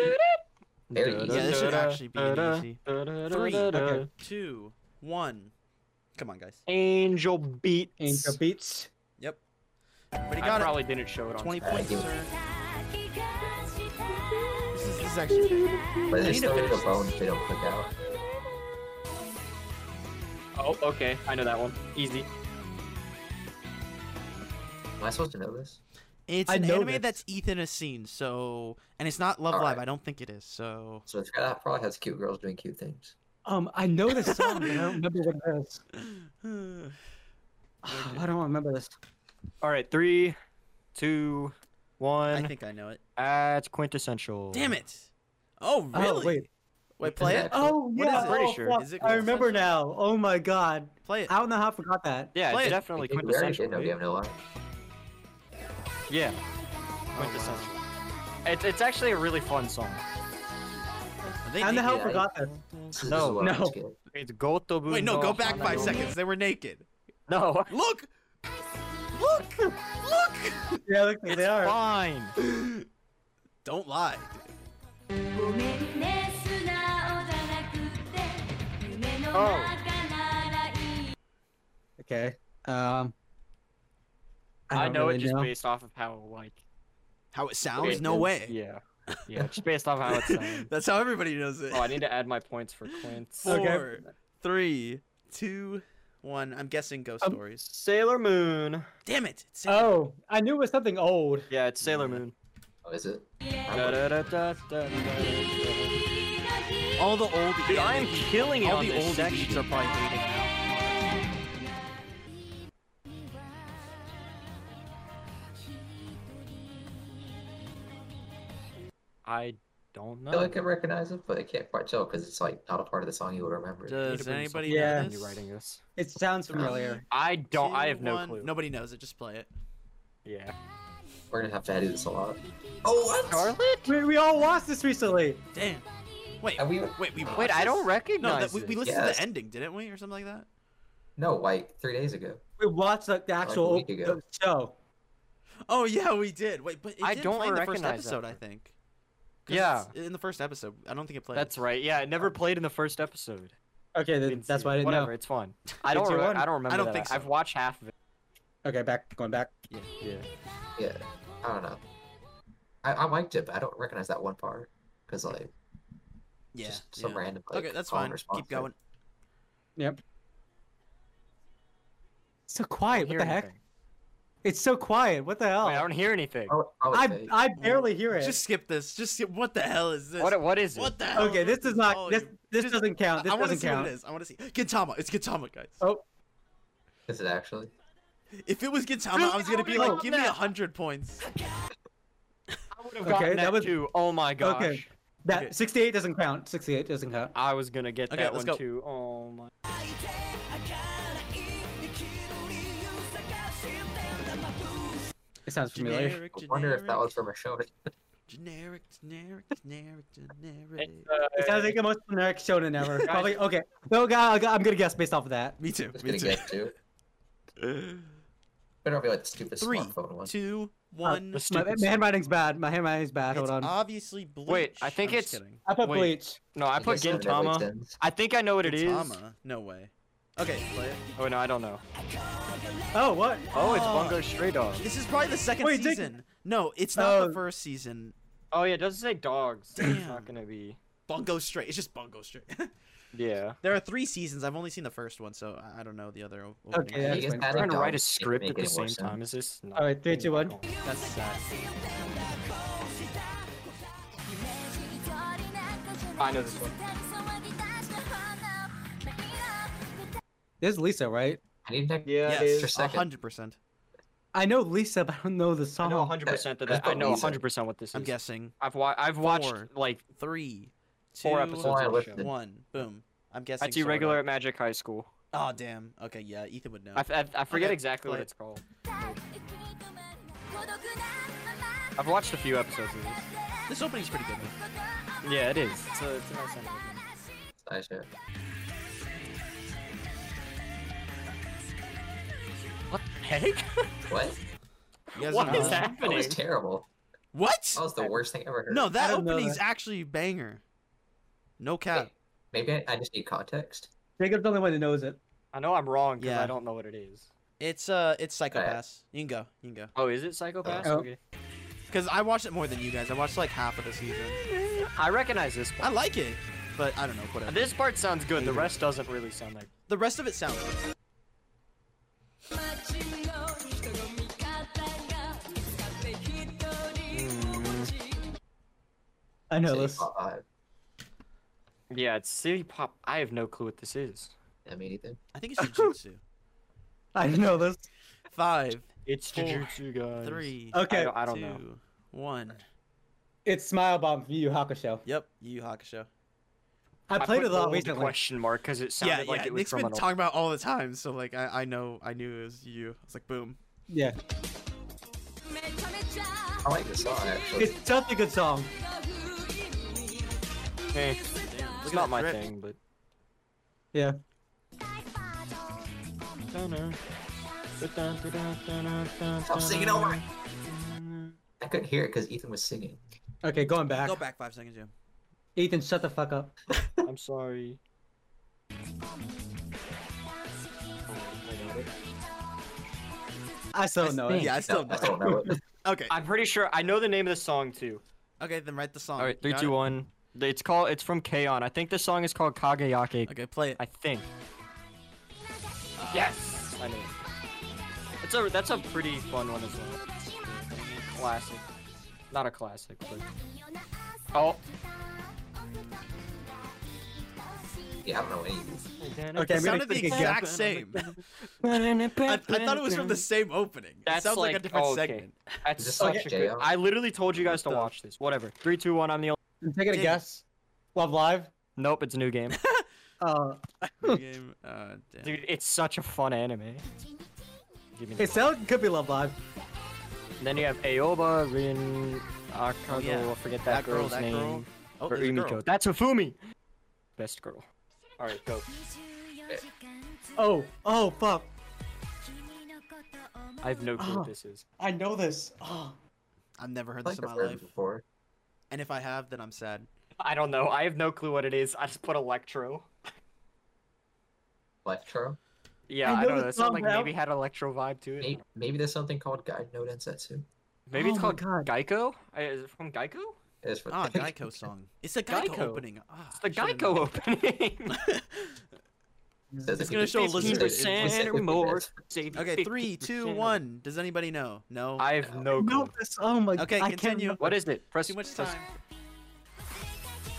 S6: Very easy.
S2: Yeah, this should actually be an easy. Three.
S3: Okay.
S2: Two, one. Come on, guys.
S3: Angel beats.
S1: Angel Beats.
S2: Yep. But he
S3: I
S2: got it.
S3: probably didn't show it on.
S2: 20
S3: screen.
S2: points,
S6: Thank you.
S2: sir.
S4: た
S2: This is, this is actually pretty good.
S6: But
S3: need
S6: there's
S3: to
S6: still
S3: finish
S6: a
S3: this.
S6: bone if they don't click out.
S3: Oh, okay. I know that one. Easy.
S6: Am I supposed to know this?
S2: It's
S1: I
S2: an
S1: know
S2: anime
S1: this.
S2: that's Ethan has seen, so and it's not Love
S6: All
S2: Live.
S6: right.
S2: I don't think it is. So
S6: So it's got that probably has cute girls doing cute things.
S1: Um, I know this song, but I don't remember what it is. Ah,
S2: Where
S1: I don't remember this.
S3: All right, three, two,
S2: I
S3: one.
S2: think I know it.
S3: Ah, it's quintessential.
S2: Damn it! Oh really?
S1: Oh wait.
S2: Wait, play it.
S1: Oh
S2: What
S1: yeah.
S2: is it?
S3: Pretty
S1: oh,
S3: sure.
S1: fuck,
S2: Is it
S1: I remember
S2: Quintessential?
S1: now. Oh my god.
S2: Play it.
S1: I don't know how I forgot that.
S3: Yeah,
S2: Play
S3: it's
S2: it.
S3: definitely
S6: It's very
S3: quintessential.
S6: good, no
S3: right?
S6: game, no lie.
S3: Yeah,
S2: Oh,
S3: quintessential. It's it's actually a really fun song.
S2: Are they
S1: I don't know how I
S2: naked?
S6: Yeah,
S1: forgot that.
S6: This is
S3: No,
S6: what I was
S1: no.
S6: getting.
S3: It's Gotobu.
S2: Wait, no,
S3: no
S2: go back five
S3: Hanayo.
S2: seconds. They were naked.
S3: No,
S2: Look! Look! Look!
S1: Yeah, look, they are.
S3: fine.
S2: Don't lie.
S4: ごめんね素直じゃなくて夢の中な
S2: Oh.
S4: らいい
S1: Okay. Um.
S3: I,
S1: don't
S3: know
S1: really
S3: it just based off of how like.
S2: How it sounds?
S6: It
S2: No
S6: is-
S2: way.
S3: Yeah, yeah, just based off how it sounds.
S2: That's how everybody knows it.
S3: Oh, I need to add my points for Quince.
S1: Okay.
S2: Four, three, two, one. I'm guessing ghost
S1: Um,
S2: stories.
S3: Sailor Moon.
S2: Damn it! It's
S1: Oh, I knew it was something old.
S3: Yeah, it's Sailor
S2: Yeah.
S3: Moon.
S6: Oh, is it?
S4: え
S3: Da-da-da-da-da-da.
S2: all the old.
S3: Dude, I am
S2: anime-
S3: killing it
S2: all
S3: on
S2: the
S3: this
S2: old
S3: section.
S2: dudes are probably hating it now.
S4: 「
S3: I don't
S6: I
S3: know.
S6: feel like I recognize it, but I can't quite tell because it's like not a part of the song you would remember.
S3: Need to
S2: Does
S3: bring
S2: anybody
S3: something
S1: Yeah.
S2: know
S3: up when
S2: this?
S3: You're writing this.
S1: It sounds familiar.
S3: I don't. I
S2: Two,
S3: have no
S2: one.
S3: clue.
S2: Nobody knows it. Just play it.
S3: Yeah.
S6: We're gonna have to do this a lot. Oh, what?
S3: Scarlet?
S1: We, we all watched this recently.
S2: Damn. Wait.
S6: And we
S2: Wait. We.
S3: Wait,
S2: watched
S3: I don't
S2: this?
S3: recognize.
S2: No, that, we, we
S3: it.
S2: listened to
S6: Yes.
S2: the ending, didn't we, or something like that?
S6: no, like three days ago.
S1: We watched like, the actual
S6: week
S1: op-
S6: ago.
S1: the show.
S2: Oh yeah, we did. Wait, but it
S3: I
S2: didn't
S3: don't
S2: play in the first
S3: recognize that
S2: episode. I
S3: part.
S2: think. 'Cause
S3: Yeah.
S2: it's In the first episode, I don't think it played.
S3: That's right. Yeah, it never played in the first episode.
S1: Okay, then
S3: Didn't
S1: that's
S3: see
S1: why I
S3: it.
S1: didn't
S3: Whatever,
S1: know.
S3: it's fine. I don't.
S1: you
S3: Re-
S1: want-
S3: I don't remember.
S2: don't
S3: that.
S2: think
S3: I've
S2: so.
S3: watched half of it.
S1: Okay, back going back.
S3: Yeah.
S6: Yeah, I don't know. I, I liked it, but I don't recognize that one part because like
S2: Yeah.
S6: just some
S2: yeah.
S6: random. Like,
S2: okay, that's
S6: call and
S2: fine.
S6: response
S2: Keep
S6: thing.
S2: going.
S1: So
S3: I
S1: quiet.
S3: don't
S1: What
S3: hear
S1: the heck?
S3: anything.
S1: It's so quiet. What the hell?
S3: Wait, I don't hear anything.
S6: Oh, oh,
S1: I
S6: okay.
S1: I barely hear it.
S2: Just skip this. Just skip. What the hell is this?
S3: What? What is it?
S2: What the hell?
S1: okay, this is
S2: Oh,
S1: not. This
S2: you-
S1: this
S2: just-
S1: doesn't count. This
S2: I want to
S1: doesn't
S2: see
S1: count.
S2: what it is. I want to see. Gintama. It's Gintama, guys.
S1: Oh.
S6: is it actually?
S2: If it was Gintama, I was gonna be
S3: Really?
S2: like, give me a
S3: No.
S2: hundred points.
S3: I would have
S1: Okay,
S3: gotten that,
S1: that was-
S3: too. Oh my gosh.
S1: Okay. That
S2: Okay.
S1: 68 doesn't count. 68 doesn't count.
S3: I was gonna get
S2: Okay,
S3: that
S2: let's
S3: one
S2: go.
S3: too. Oh my.
S1: It sounds familiar.
S2: Generic,
S6: I wonder if that was from a show.
S2: generic, generic, generic, generic.
S3: It's, uh,
S1: It sounds like the most generic shonen ever. Probably okay. No, guy, I'm gonna guess based off of that.
S2: Me too.
S6: Just
S2: Me
S6: gonna
S2: too.
S6: get to. Better not be like the stupid
S2: Three,
S6: smartphone one.
S2: Two, one.
S3: the
S1: My,
S3: stupid
S1: my
S3: song.
S1: handwriting's bad. My handwriting's bad. Hold
S2: it's
S1: on.
S2: obviously bleach.
S3: I think
S2: I'm just
S3: it's-
S2: kidding.
S1: I put
S3: wait.
S1: bleach.
S3: No, I put
S6: guess that never
S3: Gintama.
S6: extends.
S3: I think I know what it is.
S2: Gintama. No way. Okay, play it.
S3: Oh no, I don't know.
S1: Oh, what?
S3: Oh, it's
S2: Oh.
S3: Bungo Stray Dog.
S2: This is probably the second
S1: Wait, did-
S2: season. No, it's not the
S1: Oh.
S2: first season.
S3: Oh yeah, it doesn't say dogs. so It's
S2: Damn.
S3: not gonna be.
S2: Bungo Straight. It's just Bungo Straight.
S3: Yeah.
S2: there are three seasons. I've only seen the first one, so I- I don't know the other. o- Opening.
S1: Okay, Yeah,
S6: You
S1: it's
S6: guys
S1: fine.
S6: added
S3: trying to write a
S6: dogs, it
S3: script
S6: make
S3: at the
S6: it
S3: same
S6: worse, huh?
S3: time. Is this? Not...
S1: All right, three, two, one.
S2: That's sad.
S3: I know this one.
S1: This is Lisa, right?
S6: I need to
S3: Yeah,
S2: Yes,
S3: it
S2: a
S3: is.
S6: for second.
S2: hundred percent.
S1: I know Lisa, but I don't know the
S3: I
S1: song.
S3: know 100 percent that,
S6: Uh-huh. That's
S3: that I
S6: what
S3: know
S6: we said.
S3: 100 percent what this is.
S2: I'm guessing
S3: I've wa- I've watched
S2: Four.
S3: like
S2: three, two,
S3: four episodes
S6: Why I
S3: of the
S6: lifted.
S3: show.
S2: one. Boom. I'm guessing.
S3: I do
S2: Sora.
S3: regular at Magic High School.
S2: Oh damn. Okay, yeah, Ethan would know.
S3: I, f- I, I forget
S2: Okay,
S3: exactly
S2: play
S3: what
S2: it.
S3: it's called. I've watched a few episodes of this.
S2: This opening's pretty good. though.
S3: Yeah, it is. It's a, it's a nice anime.
S6: I should.
S3: What the heck?
S6: What?
S2: You guys
S3: What
S2: don't know
S3: is Oh,
S2: that?
S6: That was
S3: happening?
S6: terrible.
S2: What?
S6: That was the worst thing I ever heard.
S2: No, that
S1: don't know
S2: opening's
S1: that.
S2: actually banger. No cap.
S6: Maybe I, I just need context.
S1: Jacob's the only one that knows it.
S3: I know I'm wrong because
S2: Yeah.
S3: I don't know what it is.
S2: It's uh, it's Psychopass. You can go. You can go.
S3: Oh, is it Psychopath?
S5: Oh.
S3: Okay.
S2: Cause I watched it more than you guys. I watched like half of the season.
S3: I recognize this
S2: I
S3: part.
S2: like it, but I don't know. Whatever.
S3: This part sounds good. The rest doesn't really sound like.
S2: The rest of it sounds. good.
S4: 街の人の味方が見つかって一人ぼっち
S5: I know
S6: City
S5: this.
S6: Pop Five.
S3: Yeah, it's City Pop. I have no clue what this is.
S6: I mean, either.
S2: I think it's Jujutsu.
S5: I know this.
S2: Five,
S3: It's
S2: Four,
S3: Jujutsu guys.
S2: three,
S5: Okay.
S3: I don't
S2: two,
S3: know.
S2: one.
S5: It's Smile Bomb from Yu Yu Hakusho.
S2: Yep, Yu Yu Hakusho.
S5: I played it a
S3: all
S5: lot recently.
S3: question mark because it sounded
S2: yeah,
S3: like
S2: yeah.
S3: it was
S2: Nick's
S3: from
S2: been
S3: an old-
S2: talking about all the time, so like I, I know I knew it was you. I was like, boom.
S5: Yeah,
S4: めちゃめちゃ
S6: I like this song actually.
S5: it's such a good song.
S4: え
S3: Eh,
S4: え
S3: It's not my thing, but.
S5: Yeah.
S6: Stop singing over it. I couldn't hear it because Ethan was singing.
S5: Okay, going back.
S2: Go back five seconds, yeah.
S5: Ethan, shut the fuck up.
S3: I'm sorry.
S5: I still know it.
S2: Yeah, I still
S6: I
S2: know.
S6: don't know. it.
S2: Okay,
S3: I'm pretty sure I know the name of the song too.
S2: okay. Then write the song.
S3: All right, three,
S2: Oh, Got
S3: two,
S2: it?
S3: one. It's called. It's from K-On! I think this song is called Kagayake.
S2: Okay, play it.
S3: I think. Yes. I know. It's a. That's a pretty fun one as well. Classic. Not a classic, but. Oh.
S6: Yeah, I don't know any of these.
S5: Okay,
S2: It
S5: I'm gonna
S2: sounded the
S5: click again.
S2: exact same. I, I thought it was from the same opening. it
S3: That's
S2: sounds like, a
S3: like-
S2: different
S3: okay.
S2: segment.
S3: That's
S6: Is this
S3: such
S6: like
S3: a good.
S6: JO?
S3: I literally told you guys to
S2: the-
S3: watch this. Whatever. Three, two, one. I'm the. Only...
S5: I'm taking a
S2: Dude.
S5: guess. Love Live.
S3: Nope, it's a new game.
S5: Uh,
S2: New game. Uh, damn.
S3: Dude, it's such a fun anime. Give me
S5: it sounds could be Love Live.
S3: And then you have Aoba, Rin, Akago,
S2: yeah.
S3: I forget
S2: That
S3: that,
S2: girl,
S3: girl's
S2: that
S3: name.
S2: girl. Oh,
S3: or
S2: there's a
S3: Umiko.
S2: girl.
S3: That's Hifumi! Best girl. Alright, go.
S5: Oh, oh fuck.
S3: I have no clue
S5: Oh.
S3: what this is.
S5: I know this. Oh.
S2: I've never heard
S6: I've
S2: this in
S6: never
S2: my
S6: heard
S2: life,
S6: it before.
S2: and if I have, then I'm sad.
S3: I don't know. I have no clue what it is. I just put Electro.
S6: Electro.
S3: Yeah,
S5: I
S3: I, don't
S5: know
S3: know.
S5: the
S3: That sounded
S5: song,
S3: like
S5: but I-
S3: maybe had Electro vibe to it.
S6: Maybe, maybe there's something called Guide No Densetsu.
S3: Maybe it's
S5: Oh my
S3: called Geico? Uh, Is it from Geico?
S6: It's for
S2: Ah, Geico song. It's a Geico,
S3: Geico.
S2: opening. Ah,
S3: It's the
S2: should've
S3: Geico opening.
S6: Says
S2: It's
S6: if we
S2: gonna
S6: did
S2: show a
S6: this, we
S2: listener-
S6: did it. We said if we
S3: percent
S6: did
S3: remorse.
S6: it.
S3: save you
S2: Okay, three, two,
S3: 50%.
S2: one. Does anybody know? No.
S3: I have no clue.
S5: No, this. Oh my.
S2: Okay,
S5: I can't
S2: continue.
S5: remember-
S3: What is it? Press
S2: Too much
S3: press-
S2: time.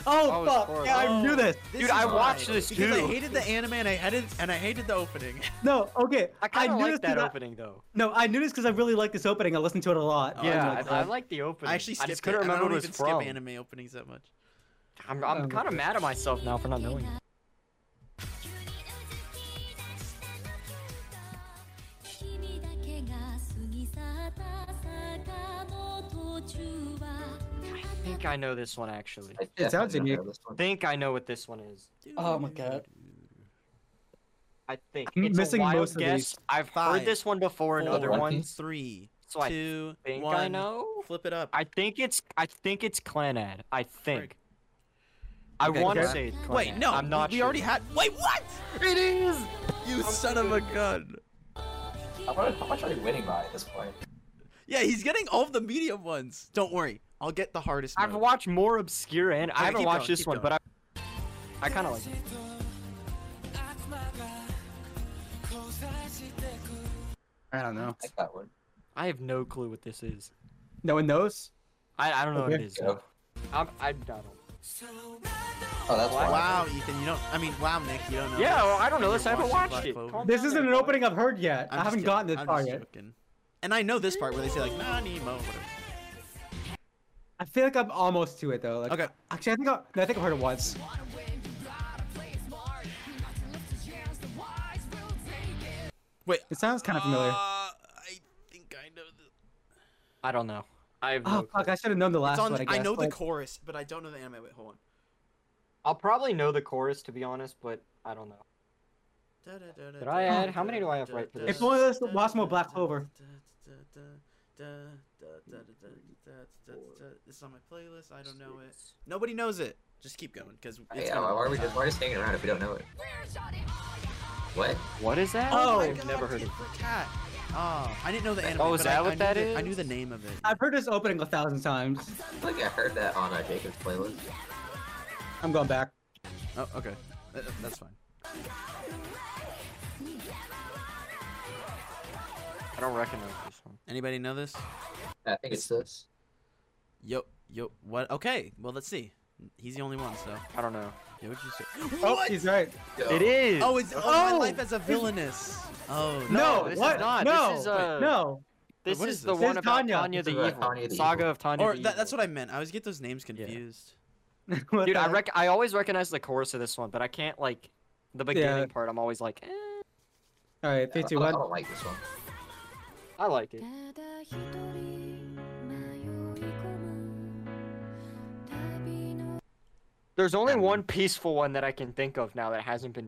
S5: Oh,
S3: Oh, it's
S5: fuck.
S3: horrible.
S5: Yeah, I knew this.
S2: This
S3: Dude,
S2: is
S3: I
S2: why.
S3: watched this
S2: because
S3: too.
S2: I hated the anime and I hated and I hated the opening.
S5: No, okay.
S3: I kind of
S5: knew
S3: like
S5: this
S3: that
S5: 'cause I-
S3: opening though.
S5: No, I knew this because I really like this opening. I listened to it a lot. uh,
S2: Oh,
S3: yeah,
S5: my
S3: I, I
S5: God.
S3: like the opening.
S2: I actually
S3: I
S2: skipped
S3: just couldn't
S2: it, and
S3: remember
S2: I don't
S3: what it
S2: even
S3: was from.
S2: skip anime openings that much.
S3: I'm,
S5: Oh,
S3: I'm
S5: my
S3: kind of mad at myself now for not
S4: é
S3: knowing. it. I think I know this one actually.
S6: I
S5: It sounds
S6: definitely don't
S5: unique.
S6: know this one.
S3: think I know what this one is.
S5: Oh my God.
S3: I think
S5: I'm
S3: it's
S5: missing
S3: a wild
S5: most of
S3: guess.
S5: these.
S3: I've
S2: Five,
S3: heard this one before in
S2: four,
S3: other
S6: One
S3: ones,
S2: Three,
S3: so I
S2: two,
S3: think
S2: one.
S3: I know.
S2: Flip it up.
S3: I think it's I think it's Clanad. I think. I
S2: Okay,
S3: want to
S2: okay.
S3: say it's Clanad.
S2: Wait, no.
S3: I'm not
S2: We
S3: sure.
S2: already had. Wait, what?
S3: It is.
S2: You son of a gun.
S6: I wonder How much are you winning by at this point?
S2: Yeah, he's getting all of the medium ones. Don't worry, I'll get the hardest.
S3: I've
S2: mode.
S3: watched more obscure and I
S2: Okay,
S3: haven't
S2: keep
S3: watched
S2: going,
S3: this
S2: keep
S3: one,
S2: going.
S3: but I I kind of like. It.
S5: I don't know.
S6: I got one.
S3: I have no clue what this is.
S5: No one knows.
S3: I, I don't know what it
S5: Okay.
S3: is.
S6: Go.
S3: I'm, I don't.
S6: Oh, that's why.
S2: Wow, Ethan, you don't. I mean, wow, Nick, you don't know.
S3: Yeah,
S2: this,
S3: well, I don't know
S2: and
S3: this.
S2: you're
S3: I haven't
S2: watching
S3: watched
S2: Black
S3: it.
S2: Clover.
S3: Calm
S5: This
S3: down,
S5: isn't an
S3: everyone.
S5: opening I've heard yet.
S2: I'm
S5: I
S2: just
S5: haven't
S2: kidding,
S5: gotten this
S2: I'm
S5: far
S2: just
S5: yet.
S2: joking. And I know this part where they say like Nani mo. whatever.
S5: I feel like I'm almost to it though. Like,
S2: Okay.
S5: Actually, I think I, no, I think I've heard it once.
S2: Wait.
S5: It sounds kind of familiar.
S2: Uh, I think I know the.
S3: I don't know. I have no
S5: oh fuck! I should have known the last
S2: It's on.
S5: one. I,
S2: I,
S5: guess.
S2: know the
S5: like,
S2: chorus, but I don't know the anime. Wait, hold on.
S3: I'll probably know the chorus to be honest, but I don't know. Did I add- how many do I have right for
S5: If only there's lots more Black Clover.
S2: This is on my playlist. I don't know it. Nobody knows it. Just keep going, because
S6: Yeah, why are we just, why are we just hanging around if we don't know it? What?
S3: What is that?
S5: Oh,
S2: my
S3: I've
S2: God,
S3: never heard
S2: Tit
S3: of
S2: for Tat. Oh, I didn't know the anime.
S3: Oh, is
S2: but
S3: that
S2: I,
S3: what
S2: I knew
S3: that
S2: the- I
S3: is?
S2: knew the name of it.
S5: I've heard this opening a thousand times.
S6: Like I heard that on uh, Jacob's playlist.
S5: I'm going back.
S2: Oh, okay. Th- th- That's fine.
S3: I don't recognize this one.
S2: Anybody know this?
S6: I think it's this.
S2: Yo, yo, what? Okay, well, let's see. He's the only one, so.
S3: I don't know.
S2: Yo, what'd you say?
S5: Oh, he's right.
S6: Yo,
S3: It is.
S2: Oh, it's oh, my
S5: Oh!
S2: life as a villainous. Oh
S5: No,
S3: this is
S5: what?
S3: not.
S5: No,
S3: This is, uh,
S5: no.
S3: This
S2: What
S3: is,
S2: is
S3: the one
S5: this? This is
S3: about
S5: Tanya.
S3: Tanya the
S6: This is about
S3: Evil.
S6: Tanya the
S3: Saga
S6: Evil.
S3: of Tanya
S2: Or
S3: the
S2: that, that's
S3: Evil.
S2: what I meant. I always get those names confused.
S5: What
S3: Dude,
S5: the
S3: I
S5: heck?
S3: rec- I always recognize the chorus of this one, but I can't like the beginning part. I'm always like, eh,
S5: All right, three,
S6: I
S5: two,
S6: don't- I
S5: one.
S6: don't like this one.
S3: I like it.
S4: ただ一人迷い込む旅の
S3: There's only
S2: Um,
S3: one peaceful one that I can think of now that hasn't been.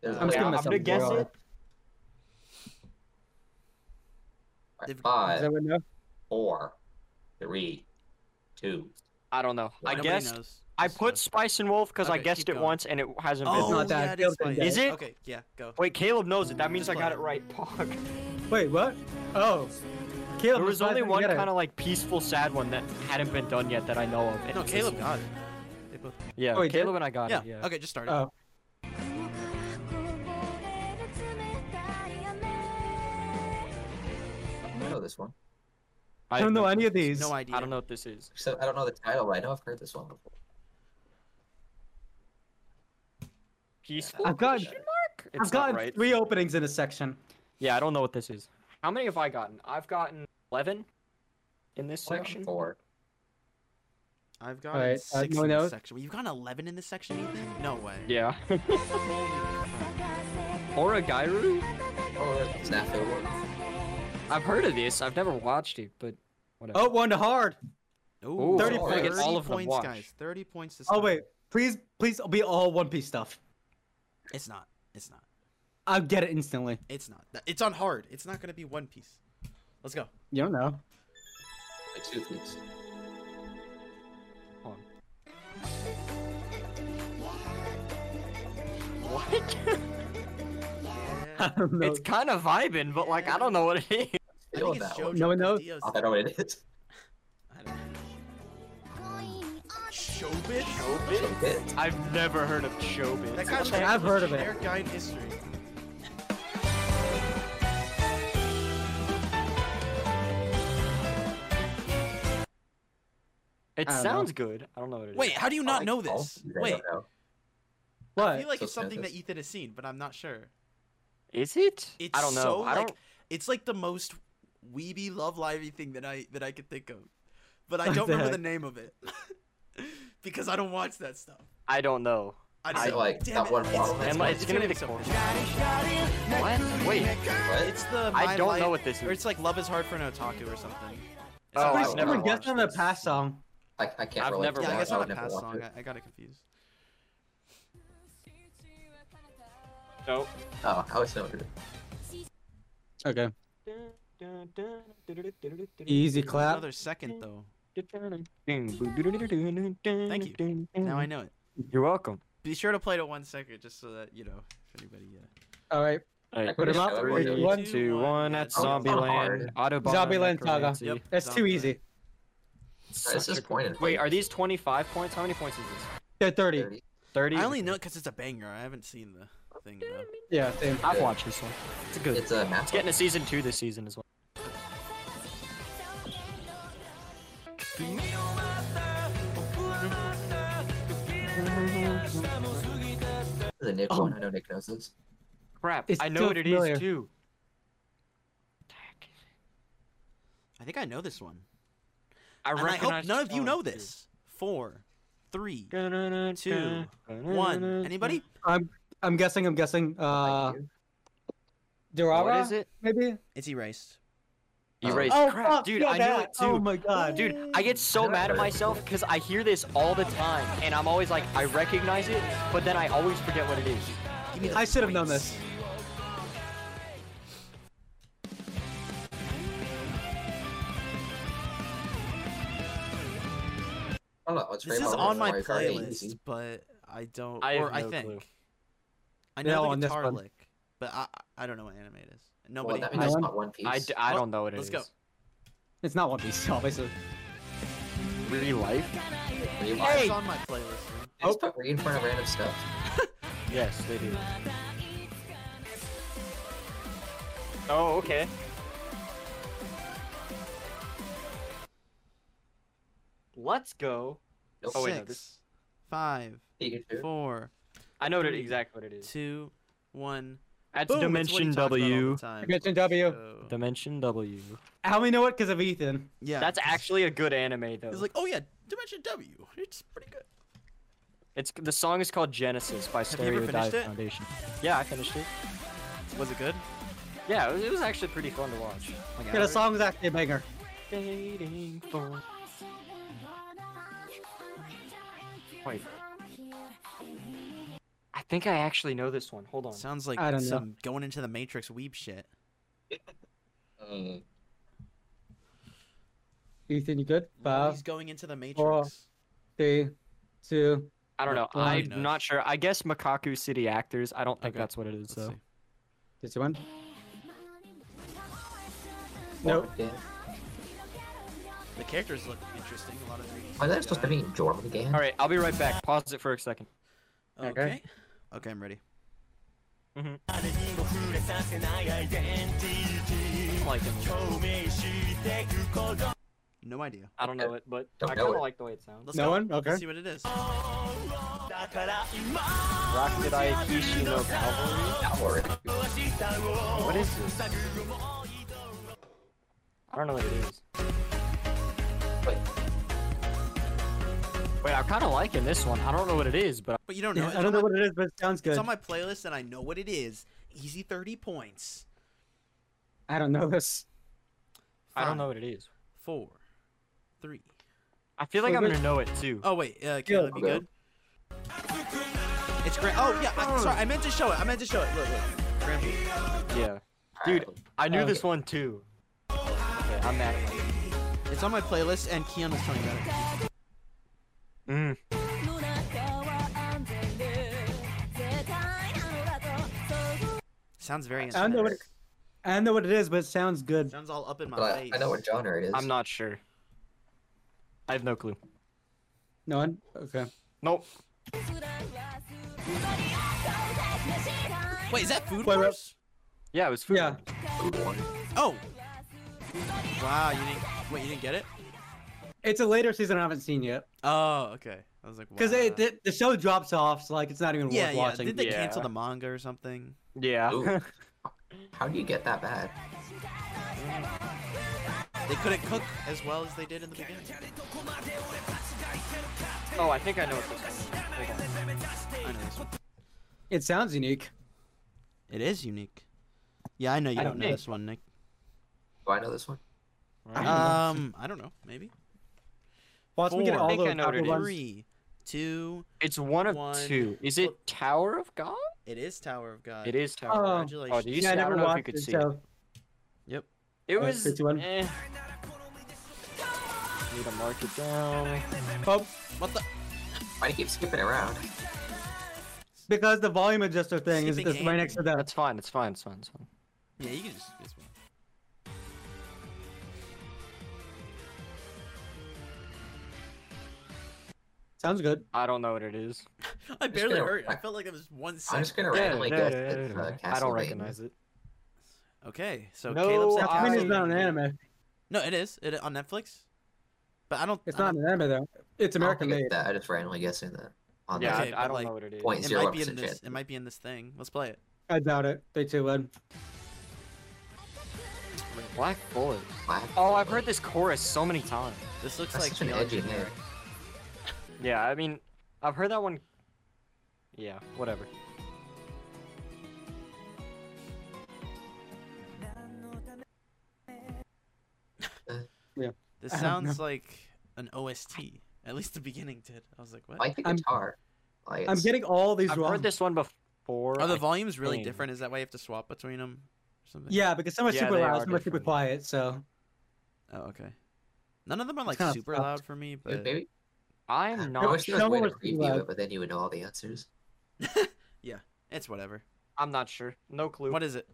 S6: There's
S5: I'm
S6: like
S5: just giving
S3: I'm
S5: myself
S3: gonna
S5: a
S3: guess
S5: draw.
S3: it.
S2: They've-
S5: Does
S6: five,
S5: everyone know?
S6: four, three, two.
S3: I don't know. I
S2: Nobody
S3: guessed.
S2: knows.
S3: I
S2: So-
S3: put Spice and Wolf because I
S2: Okay,
S3: guessed
S2: keep
S3: it
S2: going.
S3: once and it hasn't
S2: Oh,
S3: been.
S5: not that.
S2: yeah, it
S5: It's
S2: is
S5: not
S2: Spice.
S3: Is it?
S2: Okay, yeah, go.
S3: Wait, Caleb knows it. That means I
S2: Play.
S3: got it right. Pog.
S5: Wait, what? Oh. Caleb,
S3: There was only
S5: surprised I didn't
S3: one
S5: get it.
S3: kind of like peaceful, sad one that hadn't been done yet that I know of. and
S2: No,
S3: it was-
S2: Caleb got it. They both.
S3: Yeah,
S5: Oh, he did?
S3: Caleb and I got
S2: Yeah.
S3: it. Yeah.
S2: Okay, just start it.
S5: Oh.
S4: 雲からこぼれる冷たい雨
S6: I know this one.
S5: I don't know any of these.
S2: No idea.
S3: I don't know what this is.
S6: So I don't know the title, but I know I've heard this one before.
S3: Peaceful.
S5: I've gotten,
S3: It's
S5: I've
S3: not
S5: gotten
S3: right.
S5: three openings in a section.
S3: Yeah, I don't know what this is. How many have I gotten? I've gotten eleven in this
S6: Like
S3: section.
S6: four.
S2: I've got
S5: Alright, uh,
S2: six in
S5: no
S2: this
S5: notes?
S2: section. You've gotten eleven in this section, Ethan? No way.
S3: Yeah.
S4: 探せ
S3: Oragairu?
S6: Oh, it's not the one.
S3: I've heard of this. I've never watched it, but whatever.
S5: Oh, one to hard.
S2: Ooh,
S6: 30 points.
S2: points.
S6: Get
S3: all of them
S2: points,
S3: watched.
S2: guys. Thirty points. To
S5: Oh
S2: stop.
S5: wait, please, please be all One Piece stuff.
S2: It's not. It's not.
S5: I'll get it instantly.
S2: It's not. Th- It's on hard. It's not gonna be One Piece. Let's go.
S5: You don't know.
S6: Like two things.
S3: Hold on.
S5: I don't know.
S3: It's kind of vibing, but like I don't know what it is.
S2: I
S6: Feel
S2: think it's
S6: that
S2: JoJo.
S6: one.
S5: No one
S2: because
S5: knows?
S2: Dio's-
S6: I don't know what it is.
S2: I don't know.
S4: 恋に落ち
S2: Shobit.
S6: So good.
S3: I've never heard of Shobit.
S2: That guy's
S5: I've heard of it.
S2: Generic guy in history.
S3: It
S5: I don't know.
S3: sounds good. I don't know what it is.
S2: Wait, how do you not
S6: Like,
S2: know
S6: all
S2: this?
S6: things Oh, I
S2: Wait,
S6: don't know.
S2: I
S5: what?
S2: feel like
S6: So
S2: it's something that
S6: scientist.
S2: Ethan has seen, but I'm not sure.
S3: is it?
S2: It's
S3: I don't know.
S2: So,
S3: I
S2: like,
S3: don't.
S2: It's like the most weeby love lively thing that I that I could think of, but I
S5: What
S2: don't
S5: the
S2: remember
S5: heck?
S2: the name of it because I don't watch that stuff.
S3: I don't know.
S2: I
S6: Is
S2: just
S6: it like
S2: damn
S6: that
S2: it,
S6: one
S2: it's-
S6: model?
S3: And
S2: what-
S6: that's
S3: like, it's gonna be the
S2: something.
S3: What? Wait.
S6: What?
S2: It's the
S3: I
S2: My
S3: don't know
S2: Life-
S3: what this
S2: or
S3: is.
S2: it's like Love is Hard for an Otaku or something. It's
S3: Oh,
S2: not
S5: Please,
S6: I've
S2: like-
S6: never
S5: someone guessed
S3: watched
S5: on the
S3: this.
S5: past song.
S6: I, I can't
S3: I've
S6: relate
S3: never
S6: to
S2: Yeah, I
S6: that.
S2: guess
S6: I
S2: not
S6: would
S2: a
S6: never
S2: past
S6: watch
S2: song.
S6: it.
S2: I, I got it confused.
S3: Nope.
S6: Oh, I always know what it is.
S5: Okay. Easy clap.
S2: Another second though.
S3: Thank you.
S2: Now I know it.
S3: You're welcome.
S2: Be sure to play to one second, just so that you know if anybody. Uh,
S5: All right.
S3: Alright,
S5: Put 'em
S6: Yeah,
S5: up.
S6: that
S5: Three,
S6: was-
S5: one.
S3: One, two, one. That's
S2: Oh,
S6: it's not
S3: Zombieland.
S6: hard.
S3: Autobahn.
S5: Zombieland Saga.
S3: Necromancy.
S2: Yep.
S5: That's too easy.
S6: Alright, This is pointed.
S3: Wait, are these 25 points? How many points is this?
S5: They're thirty.
S3: 30?
S2: I only know it because it's a banger. I haven't seen the thing though.
S5: Yeah. Same.
S3: I've watched this one. It's a good. It's,
S6: It's a map.
S3: getting a season two this season as well.
S6: This is a Nick
S5: Oh.
S6: one. I know Nick knows this.
S3: Crap.
S5: It's
S3: I know
S5: so
S3: what it is
S5: familiar.
S3: too.
S2: I think I know this one.
S3: I
S2: And I hope
S3: recognize
S2: none of you
S3: the
S2: know
S3: song, too.
S2: this. Four, three, two, one. Anybody?
S5: I'm. I'm guessing. I'm guessing. Uh, Durara.
S3: What is it?
S5: Maybe.
S2: It's erased.
S6: Oh.
S3: Erase.
S5: Oh,
S3: Crap,
S5: fuck,
S3: dude,
S5: yeah,
S3: I knew
S5: that.
S3: it too.
S5: Oh my god,
S3: Dude, I get so mad at myself because I hear this all the time, and I'm always like, I recognize it, but then I always forget what it is.
S2: Give me the
S5: I should have known
S2: points.
S5: this.
S6: I don't know. It's
S2: This
S6: very
S2: is
S6: popular,
S2: on my
S6: Mario Kart, easy.
S2: Oh,
S6: Oh,
S2: playlist, but I don't.
S3: I have
S2: or I
S3: no
S2: think.
S3: clue.
S2: I
S1: No,
S2: know the
S1: on this
S2: guitar
S1: one.
S2: lick, but I I- I don't know what anime it is.
S6: Well,
S2: Nobody.
S6: that
S1: I
S6: means it's
S1: want-
S6: not One Piece.
S3: I, d- I
S2: Oh,
S3: don't know what it
S2: let's
S3: is.
S2: go.
S1: It's not One Piece, obviously.
S3: Real life?
S6: Really
S2: Oh,
S6: like-
S2: It's on my playlist. man.
S6: They just
S3: Oh.
S6: put Re in front of random stuff.
S3: Yes, they do. Oh, okay. Let's go.
S6: Nope.
S3: Oh, wait, no,
S2: Six,
S3: this-
S2: five,
S6: You too.
S2: four,
S3: I know what it-
S2: Three,
S3: exactly what it is.
S2: two, one.
S3: That's
S2: Boom, it's what he
S3: Dimension
S2: talks about all
S3: W.
S2: the time.
S1: Dimension W.
S2: So-
S3: Dimension W.
S1: How we know it? Because of Ethan.
S2: yeah.
S3: That's actually a good anime though.
S2: He's like, oh yeah, Dimension W. It's pretty good.
S3: it's the song is called Genesis by
S2: you ever
S3: Stereo Dive
S2: finished it?
S3: Foundation. Yeah, I finished it.
S2: Was it good?
S3: Yeah, it was, it was actually pretty fun to watch.
S1: Yeah, the song's actually a banger.
S3: Waiting for. Wait. I think I actually know this one. Hold on.
S2: Sounds like
S1: I don't know.
S2: some going into the Matrix weeb shit.
S6: Mm.
S1: Ethan, you good? Five,
S2: He's going into the Matrix.
S1: three, two.
S3: I don't know.
S1: Well,
S2: who
S3: I'm
S2: knows?
S3: not sure. I guess Makaku City Actors. I don't think
S2: Okay.
S3: that's what it is
S2: Let's
S3: though.
S2: see.
S1: Did you win?
S6: Well,
S1: Nope.
S6: yeah.
S2: The characters look interesting. A lot of 3D.
S6: Why is that supposed to
S2: CGI.
S6: mean Jordan again?
S3: All right, I'll be right back. Pause it for a second.
S2: Okay. Okay, I'm ready.
S3: Like it.
S2: No idea.
S3: I don't know it, but
S6: Don't
S3: I
S6: know
S3: kind of
S6: it.
S3: like the way it sounds.
S2: Let's
S1: No
S2: go.
S1: one? Okay.
S2: Let's see what it is.
S3: Rocket Eye Kishi no Cavalry.
S6: Howard.
S3: What is this? I don't know what it is.
S6: Wait,
S3: Wait, I'm kind of liking this one. I don't know what it is, but
S2: But you don't know.
S1: Yeah, I
S2: it. It's
S1: don't
S2: on
S1: know
S2: my-
S1: what it is, but it sounds
S2: It's
S1: good.
S2: on my playlist, and I know what it is. Easy 30 points.
S1: I don't know this.
S3: I don't
S2: Five,
S3: know what it is.
S2: Four, three.
S3: I feel like
S1: So
S3: I'm
S1: this-
S3: gonna know it too.
S2: Oh wait, uh, Caleb, you
S6: Okay.
S2: good? It's great. Oh yeah, I'm sorry. I meant to show it. I meant to show it. Look, look. Grand Prix.
S3: Yeah,
S6: Dude,
S3: dude, I knew
S1: Okay.
S3: this one too. Okay, I'm mad. At myself.
S2: It's on my playlist, and Keon was telling me about it.
S3: mm.
S4: の中は安全で絶対なのだとそう
S2: Sounds very
S1: I don't know what.
S2: intense.
S1: It, I don't know what it is, but it sounds good.
S2: Sounds all up in my
S6: but I,
S2: face.
S6: I know what genre it is.
S3: I'm not sure. I have no clue.
S1: No one. Okay.
S3: Nope.
S4: すらはするのにあったしたい
S2: Wait, is that Food
S1: Wait, wait.
S2: Wars?
S3: Yeah, it was food.
S1: Yeah.
S2: Oh. Wow, you didn't. Wait, you didn't get it?
S1: It's a later season I haven't seen yet
S2: Oh, okay. I was like,
S1: because
S2: wow.
S1: the, the show drops off, so like it's not even
S2: yeah,
S1: worth
S2: yeah.
S1: watching.
S2: Did they cancel the
S3: Yeah.
S2: manga or something?
S3: Yeah.
S6: Ooh. How do you get that bad?
S2: They couldn't cook as well as they did in the beginning.
S3: oh, I think I know what this one is. Hold on.
S2: I know this one.
S1: It sounds unique.
S2: It is unique. Yeah, I know you
S1: I
S2: don't
S1: don't
S2: know
S1: think-
S2: this one, Nick.
S6: Do I know this one?
S1: I don't know.
S2: Um, I don't know. Maybe.
S1: Watch me get
S2: four.
S1: all
S3: I think
S1: the
S3: I know what
S1: popular
S3: it
S1: ones.
S2: Three, two.
S3: It's one of
S2: One.
S3: two. Is it Tower of God?
S2: It is Tower of God.
S3: It is Tower.
S1: Oh.
S3: of God.
S2: Congratulations.
S3: Oh, do you
S1: Yeah,
S3: see?
S1: I
S3: I
S1: never
S3: don't know if you
S1: watched
S3: could
S1: it,
S3: see. it.
S1: so
S2: Yep.
S3: It
S1: Uh,
S3: was.
S1: 51.
S3: Eh. Need to mark it down.
S1: Oh,
S2: What the?
S6: Why do you keep skipping around?
S1: because the volume adjuster thing is
S2: Skipping
S1: just right next to that.
S3: That's fine. It's fine. It's fine. It's fine.
S2: Yeah, you can just. It's fine.
S1: Sounds good.
S3: I don't know what it is.
S2: I barely
S6: gonna-
S2: heard. it. I felt like it was one
S6: I'm
S2: second.
S6: just gonna randomly
S3: Yeah,
S6: guess
S3: yeah, yeah,
S6: it's,
S3: yeah,
S6: uh,
S3: yeah. I don't
S6: Castlevania.
S3: recognize it.
S2: Okay, so
S3: No,
S2: Caleb said
S1: That's
S3: I-
S1: I mean,
S2: Castlevania.
S1: it's not an anime.
S2: No, it is. It on Netflix. But I don't.
S1: It's
S2: I
S1: not
S2: don't-
S1: an anime though. It's
S6: I don't
S1: American
S6: think it's
S1: made.
S6: That. I just randomly guessing that. On
S3: Yeah,
S6: that.
S2: Okay,
S3: I, I
S2: but,
S3: don't
S2: like,
S3: know what it is.
S6: point
S2: It
S6: zero
S2: might be in
S6: percent
S2: this.
S6: chance.
S2: It might be in this thing. Let's play it.
S1: I doubt it. They too would.
S3: Black Bullet.
S6: Black
S3: Oh, I've
S6: Bullet.
S3: heard this chorus so many times.
S2: This looks
S6: That's
S2: like
S6: such an
S2: Neon
S6: edgy name.
S2: Generic.
S3: Yeah, I mean, I've heard that one. Yeah, whatever.
S2: This
S1: I don't
S2: sounds like an OST. At least the beginning did. I was like, what?
S6: I like the
S1: I'm-
S6: guitar. Like,
S1: I'm
S6: it's-
S1: getting all these
S3: I've
S1: wrong.
S3: heard this one before.
S2: Are the
S3: I-
S2: volumes really
S3: Dang.
S2: different? Is that why you have to swap between them? Or something?
S1: Yeah, because some are
S3: Yeah,
S1: super
S3: they
S1: loud,
S3: are
S1: some are super
S3: different.
S1: quiet. So
S2: Oh, okay. None of them are like
S1: kinda
S2: super
S1: fucked.
S2: loud for me, but
S6: Maybe.
S3: I'm
S6: I
S3: not.
S6: wish
S3: sure.
S6: there was
S1: someone
S6: a way
S1: was
S6: to
S1: too
S6: preview
S1: loud.
S6: it, but then you would know all the answers.
S2: It's whatever.
S3: I'm not sure. No clue.
S2: What is it?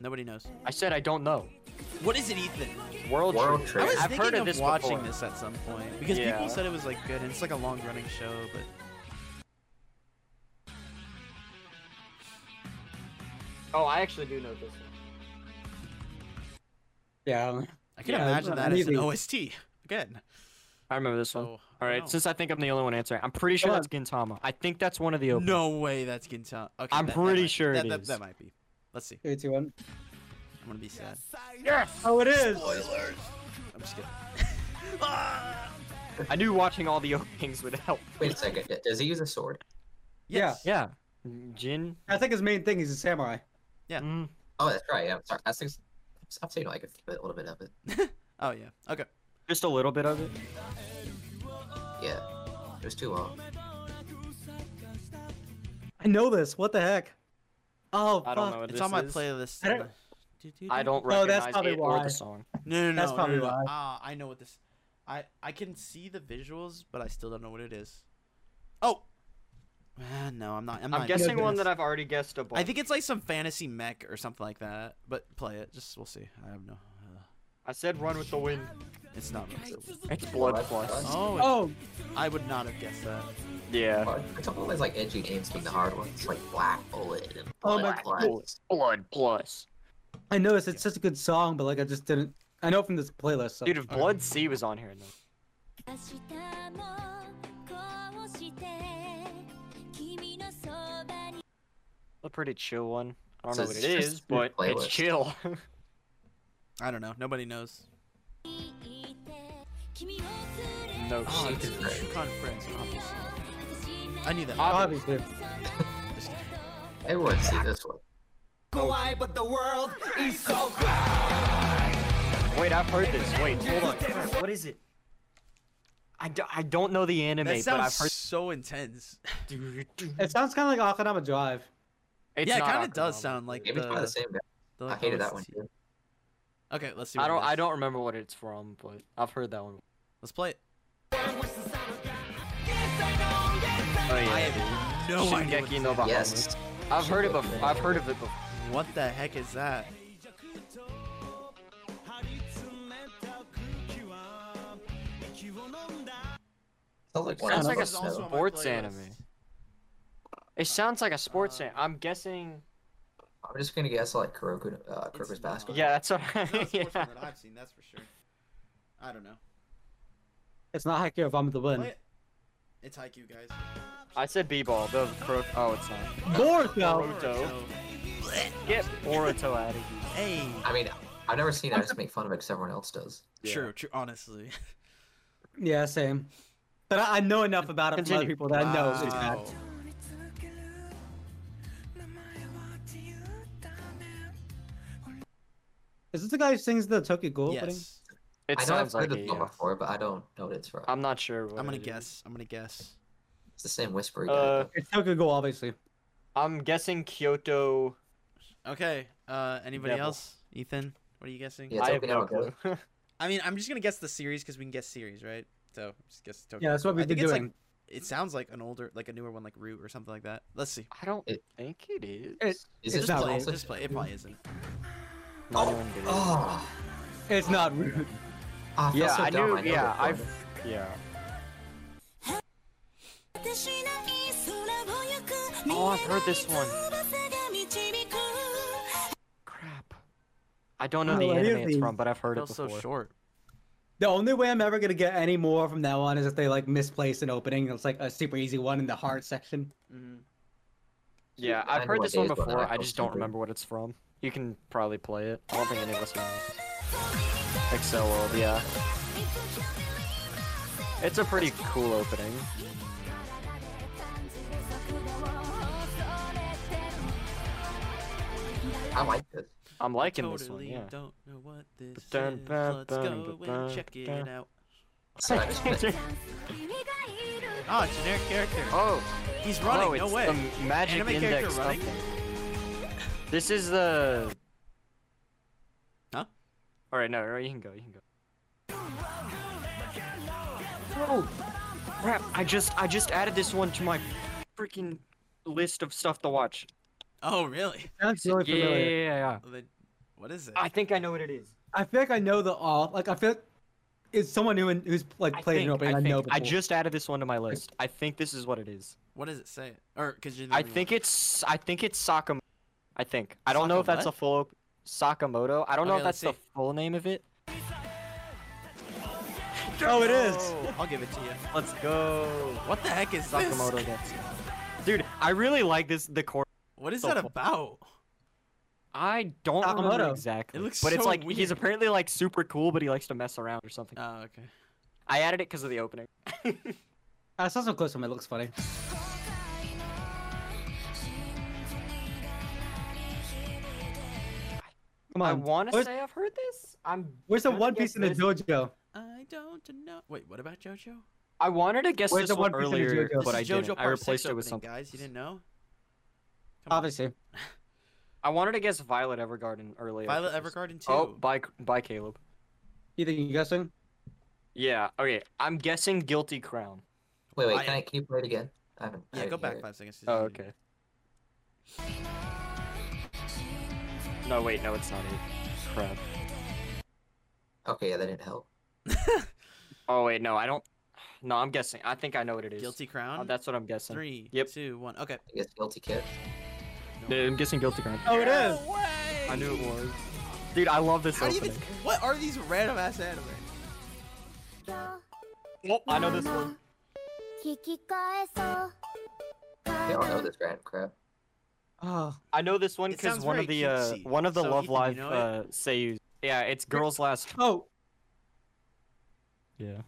S2: Nobody knows.
S3: I said I don't know.
S2: What is it, Ethan?
S3: World,
S6: World
S3: Trade.
S6: Trade.
S2: I was
S3: I've
S2: thinking
S3: heard of
S2: of
S3: this
S2: watching
S3: before.
S2: this at some point because
S3: Yeah.
S2: people said it was like good and it's like a long running show, but
S3: Oh, I actually do know this one.
S5: Yeah.
S2: I can
S5: Yeah,
S2: imagine
S5: not
S2: that as an
S5: really.
S2: OST again.
S3: I remember this one.
S2: So,
S3: All right,
S2: Oh, no.
S3: since I think I'm the only one answering, I'm pretty sure
S5: Come
S3: that's Gintama. I think that's one of the open.
S2: no way that's Gintama. Okay,
S3: I'm
S2: that- that
S3: pretty
S2: might-
S3: sure
S2: that,
S3: it
S2: that,
S3: is.
S2: that might be. Let's see.
S5: Three, two, one.
S2: I'm gonna be sad.
S1: Oh, it is.
S2: I'm just kidding.
S3: I knew watching all the openings would help.
S6: Wait a second. d- Does he use a sword?
S5: Yeah.
S2: Yes.
S3: Yeah. Jin.
S5: I think his main thing is a samurai.
S2: Yeah.
S3: Mm.
S6: Oh, that's right. Yeah, I'm sorry. I think I'm seeing like a bit- a little bit of it.
S2: Oh yeah. Okay.
S3: Just a little bit of it.
S6: Yeah, it was too long.
S5: I know this. What the heck?
S1: Oh,
S3: I don't know
S1: fuck.
S3: what
S2: it's
S3: this
S2: on my
S3: is.
S2: playlist.
S1: I don't-
S3: I don't
S5: Oh,
S3: recognize
S5: that's probably
S3: it or
S5: why.
S3: the song.
S2: No, no, no.
S5: That's
S2: no,
S5: probably
S2: no, no.
S5: why.
S2: Ah, I know what this. I I can see the visuals, but I still don't know what it is. Oh. Ah, no, I'm not. I'm,
S3: I'm
S2: not
S3: guessing one
S2: interested.
S3: that I've already guessed a bunch.
S2: I think it's like some fantasy mech or something like that. But play it. Just we'll see. I have no. Uh,
S3: I said Run with the Wind.
S2: it's not.
S3: It's Blood
S6: Blood
S3: Plus.
S6: Plus.
S2: Oh,
S5: Oh,
S2: I would not have guessed that.
S3: Yeah.
S6: But It's all those like edgy games being the hard ones, like Black Bullet and
S5: Oh
S6: Blood
S5: my
S6: Plus.
S3: Blood Plus.
S5: I know this. It's such a good song, but like I just didn't. I know from this playlist. So.
S3: Dude, if Blood Sea was on here, no.
S4: 明日もこうして君のそばに
S3: A pretty chill one. I don't
S6: It's
S3: know
S6: a-
S3: what it
S6: it's just
S3: is,
S6: a
S3: but it's
S6: playlist.
S3: chill.
S2: I don't know. Nobody knows.
S4: いて君を連れ
S3: no
S2: Oh,
S3: shit.
S2: it's Con Friends, obviously. I knew that.
S5: obviously.
S6: Everyone see this one.
S3: Wait, I've heard this. Wait, hold on. What is it? I, do, I don't know the anime,
S2: That
S3: but
S2: sounds
S3: I've heard.
S2: so intense.
S5: It sounds kind of like Akanama Drive.
S3: It's
S2: yeah, it
S3: not
S2: kind of does
S3: Akudama.
S2: sound like
S6: Maybe it's
S2: the,
S6: probably the same guy.
S2: the,
S6: I hated that one
S2: OST.
S6: too.
S2: Okay, let's see. What it
S3: I don't. I
S2: is.
S3: don't remember what it's from, but I've heard that one.
S2: Let's play it.
S3: Oh yeah.
S2: I have no idea. What,
S3: Shingeki no Bahamut.
S6: Yes.
S3: I've heard it before. I've heard of it before.
S2: what the heck is that?
S6: Sounds like, one
S3: Sounds
S6: of
S3: like a
S6: those, no.
S3: sports anime. It sounds like a sports anime. I'm guessing.
S6: I'm just gonna guess like Kuroku, uh, Kuroku's Basket.
S3: Yeah, that's what. yeah.
S2: that I've seen, that's for sure. I don't know.
S5: It's not Haikyuu if I'm the win.
S2: It's Haikyuu, guys.
S3: I said b-ball. The pro- oh, it's not.
S5: Boruto.
S3: Boruto. Get Boruto out of here.
S2: Hey.
S6: I mean, I've never seen it. I just make fun of it because everyone else does.
S2: True. True. Honestly.
S5: Yeah, same. But I, I know enough about it from
S3: Continue.
S5: other people that I know it's bad.
S2: Wow.
S5: Is this the guy who sings the Tokyo Ghoul opening?
S2: Yes.
S3: It
S6: I know I've
S3: sounds
S6: heard
S3: like
S6: of
S3: it.
S6: them
S3: yeah.
S6: before, but I don't know what it's from.
S3: I'm not sure. What
S2: I'm gonna
S3: it is.
S2: guess. I'm gonna guess.
S6: It's the same whispery. guy.
S3: Uh,
S5: It's Tokyo Ghoul, obviously.
S3: I'm guessing Kyoto.
S2: Okay. Uh, anybody
S3: Devil.
S2: else? Ethan, what are you guessing?
S6: Yeah. It's
S3: I have no
S6: Okinawa
S3: clue.
S6: Ghoul.
S2: I mean, I'm just gonna guess the series because we can guess series, right? So just guess. Tokyo.
S5: Yeah, that's what
S2: I
S5: we've been
S2: think it's, like,
S5: doing.
S2: It sounds like an older, like a newer one, like Root or something like that. Let's see.
S3: I don't
S6: It-
S3: think it is.
S5: It-
S6: is
S5: it's
S6: this one
S5: not
S2: Play,
S5: Root.
S6: also?
S2: just play. It probably isn't.
S3: Not even good.
S6: Oh,
S5: It's not rude.
S6: Ah, I feel
S3: yeah,
S6: so
S3: I
S6: dumb.
S3: knew.
S6: I know
S3: yeah,
S6: that one.
S3: I've. Yeah.
S4: 私ない空を行く
S3: Oh, I've heard this one.
S4: 見えない翼が導く
S3: Crap. I don't know the
S5: Oh, I
S3: anime
S5: hear
S3: it's
S5: these.
S3: from, but I've heard it
S2: Feels
S3: before.
S2: so short.
S5: The only way I'm ever gonna get any more from that one is if they like misplace an opening. It's like a super easy one in the hard section.
S3: Mm-hmm. Yeah,
S6: I
S3: I've
S6: know
S3: heard
S6: what
S3: this
S6: it
S3: one
S6: is, but I
S3: before.
S6: don't
S3: I
S6: know
S3: just don't
S6: super.
S3: remember what it's from. You can probably play it. I don't think any of us know. Excel World, yeah. It's a pretty cool opening.
S6: I like this.
S3: I'm liking
S2: totally
S3: this one, yeah.
S2: don't know what this
S3: Dun,
S2: is.
S3: dun,
S2: Let's
S3: dun,
S2: go
S3: dun,
S2: and check it
S3: dun.
S2: out.
S6: So I just went-
S2: Ah, generic character.
S3: oh,
S2: He's running.
S3: oh, it's
S2: no way.
S3: the Magic
S2: Anime character
S3: Index
S2: running?
S3: something. This is the...
S2: Huh?
S3: Alright, no, no, you can go, you can go. Oh, crap, I just, I just added this one to my freaking list of stuff to watch.
S2: Oh, really?
S5: Sounds really
S3: yeah, yeah,
S5: familiar.
S3: yeah.
S2: Well, then- What is it?
S3: I think I know what it is.
S5: I feel like I know the all. Like I feel like it's someone who in- who's like
S3: I
S5: played an
S3: think,
S5: opening.
S3: I,
S5: I,
S3: think.
S5: know.
S3: I
S5: before.
S3: just added this one to my list. I think this is what it is.
S2: What does it say? Or because you're the
S3: I
S2: only
S3: think
S2: one.
S3: it's. I think it's Sakamoto. I think. I don't know if that's
S2: Sakamoto?
S3: a full op- Sakamoto. I don't know
S2: Okay,
S3: if
S2: let's
S3: that's the
S2: see.
S3: full name of it.
S5: Oh, it is.
S2: Oh, I'll give it to you.
S3: Let's go.
S2: What the heck is this?
S3: Sakamoto gets. Dude, I really like this. The core.
S2: What is that about?
S3: I don't remember
S5: Sakamoto.
S3: exactly.
S2: It looks
S3: but it's
S2: so
S3: like he's
S2: weird.
S3: apparently like super cool, but he likes to mess around or something.
S2: Oh, okay.
S3: I added it because of the opening.
S5: I saw some clips from it. it Looks funny.
S4: 後悔の真珠にが鳴り響いて
S5: Come
S3: I
S5: on.
S3: want to
S5: where's,
S3: say I've heard this. I'm.
S5: where's the
S3: gonna
S5: One
S3: guess
S5: Piece in the
S3: this.
S5: dojo?
S2: I don't know. Wait, what about JoJo?
S3: I wanted to guess
S5: Where's
S3: this
S5: the
S3: one
S5: One Piece in the
S3: earlier,
S5: JoJo?
S3: but I
S2: This is
S3: didn't.
S2: JoJo
S3: I
S2: Part
S3: replaced
S2: 6
S3: it with
S2: opening,
S3: something.
S2: Guys, you didn't know. Come on.
S5: Obviously.
S3: I wanted to guess Violet Evergarden earlier.
S2: Violet
S3: 'cause-
S2: Evergarden too.
S3: Oh, by by Caleb.
S5: You think you're guessing?
S3: Yeah. Okay. I'm guessing Guilty Crown.
S6: Wait, wait,
S2: I-
S6: can I can you play it again? I haven't. I
S2: yeah, go
S6: didn't hear
S2: back
S6: it.
S2: five seconds. 'cause
S3: Oh,
S2: you-
S3: okay. No, wait. No, it's not it. Crap.
S6: Okay, yeah, that didn't help.
S3: Oh wait, no, I don't. No, I'm guessing. I think I know what it is.
S2: Guilty
S3: Uh,
S2: Crown.
S3: that's what I'm guessing.
S2: three,
S3: Yep.
S2: two, one. Okay.
S6: I guess guilty kid.
S3: No, I'm guessing Guilty Crown.
S5: Oh, it is.
S3: I knew it was. Dude, I love this
S2: How do you
S3: opening.
S2: even? What are these random ass anime?
S3: Oh, I know this one.
S4: 引き返そう
S6: They all know this random crap.
S5: Oh,
S3: I know this one
S2: It
S3: because
S2: sounds
S3: one of
S2: very
S3: the uh,
S2: cutesy.
S3: one of the
S2: So,
S3: Love
S2: Ethan, you
S3: Live
S2: know
S3: uh, seiyuu. Yeah, it's Girls Last.
S5: oh,
S3: Yeah.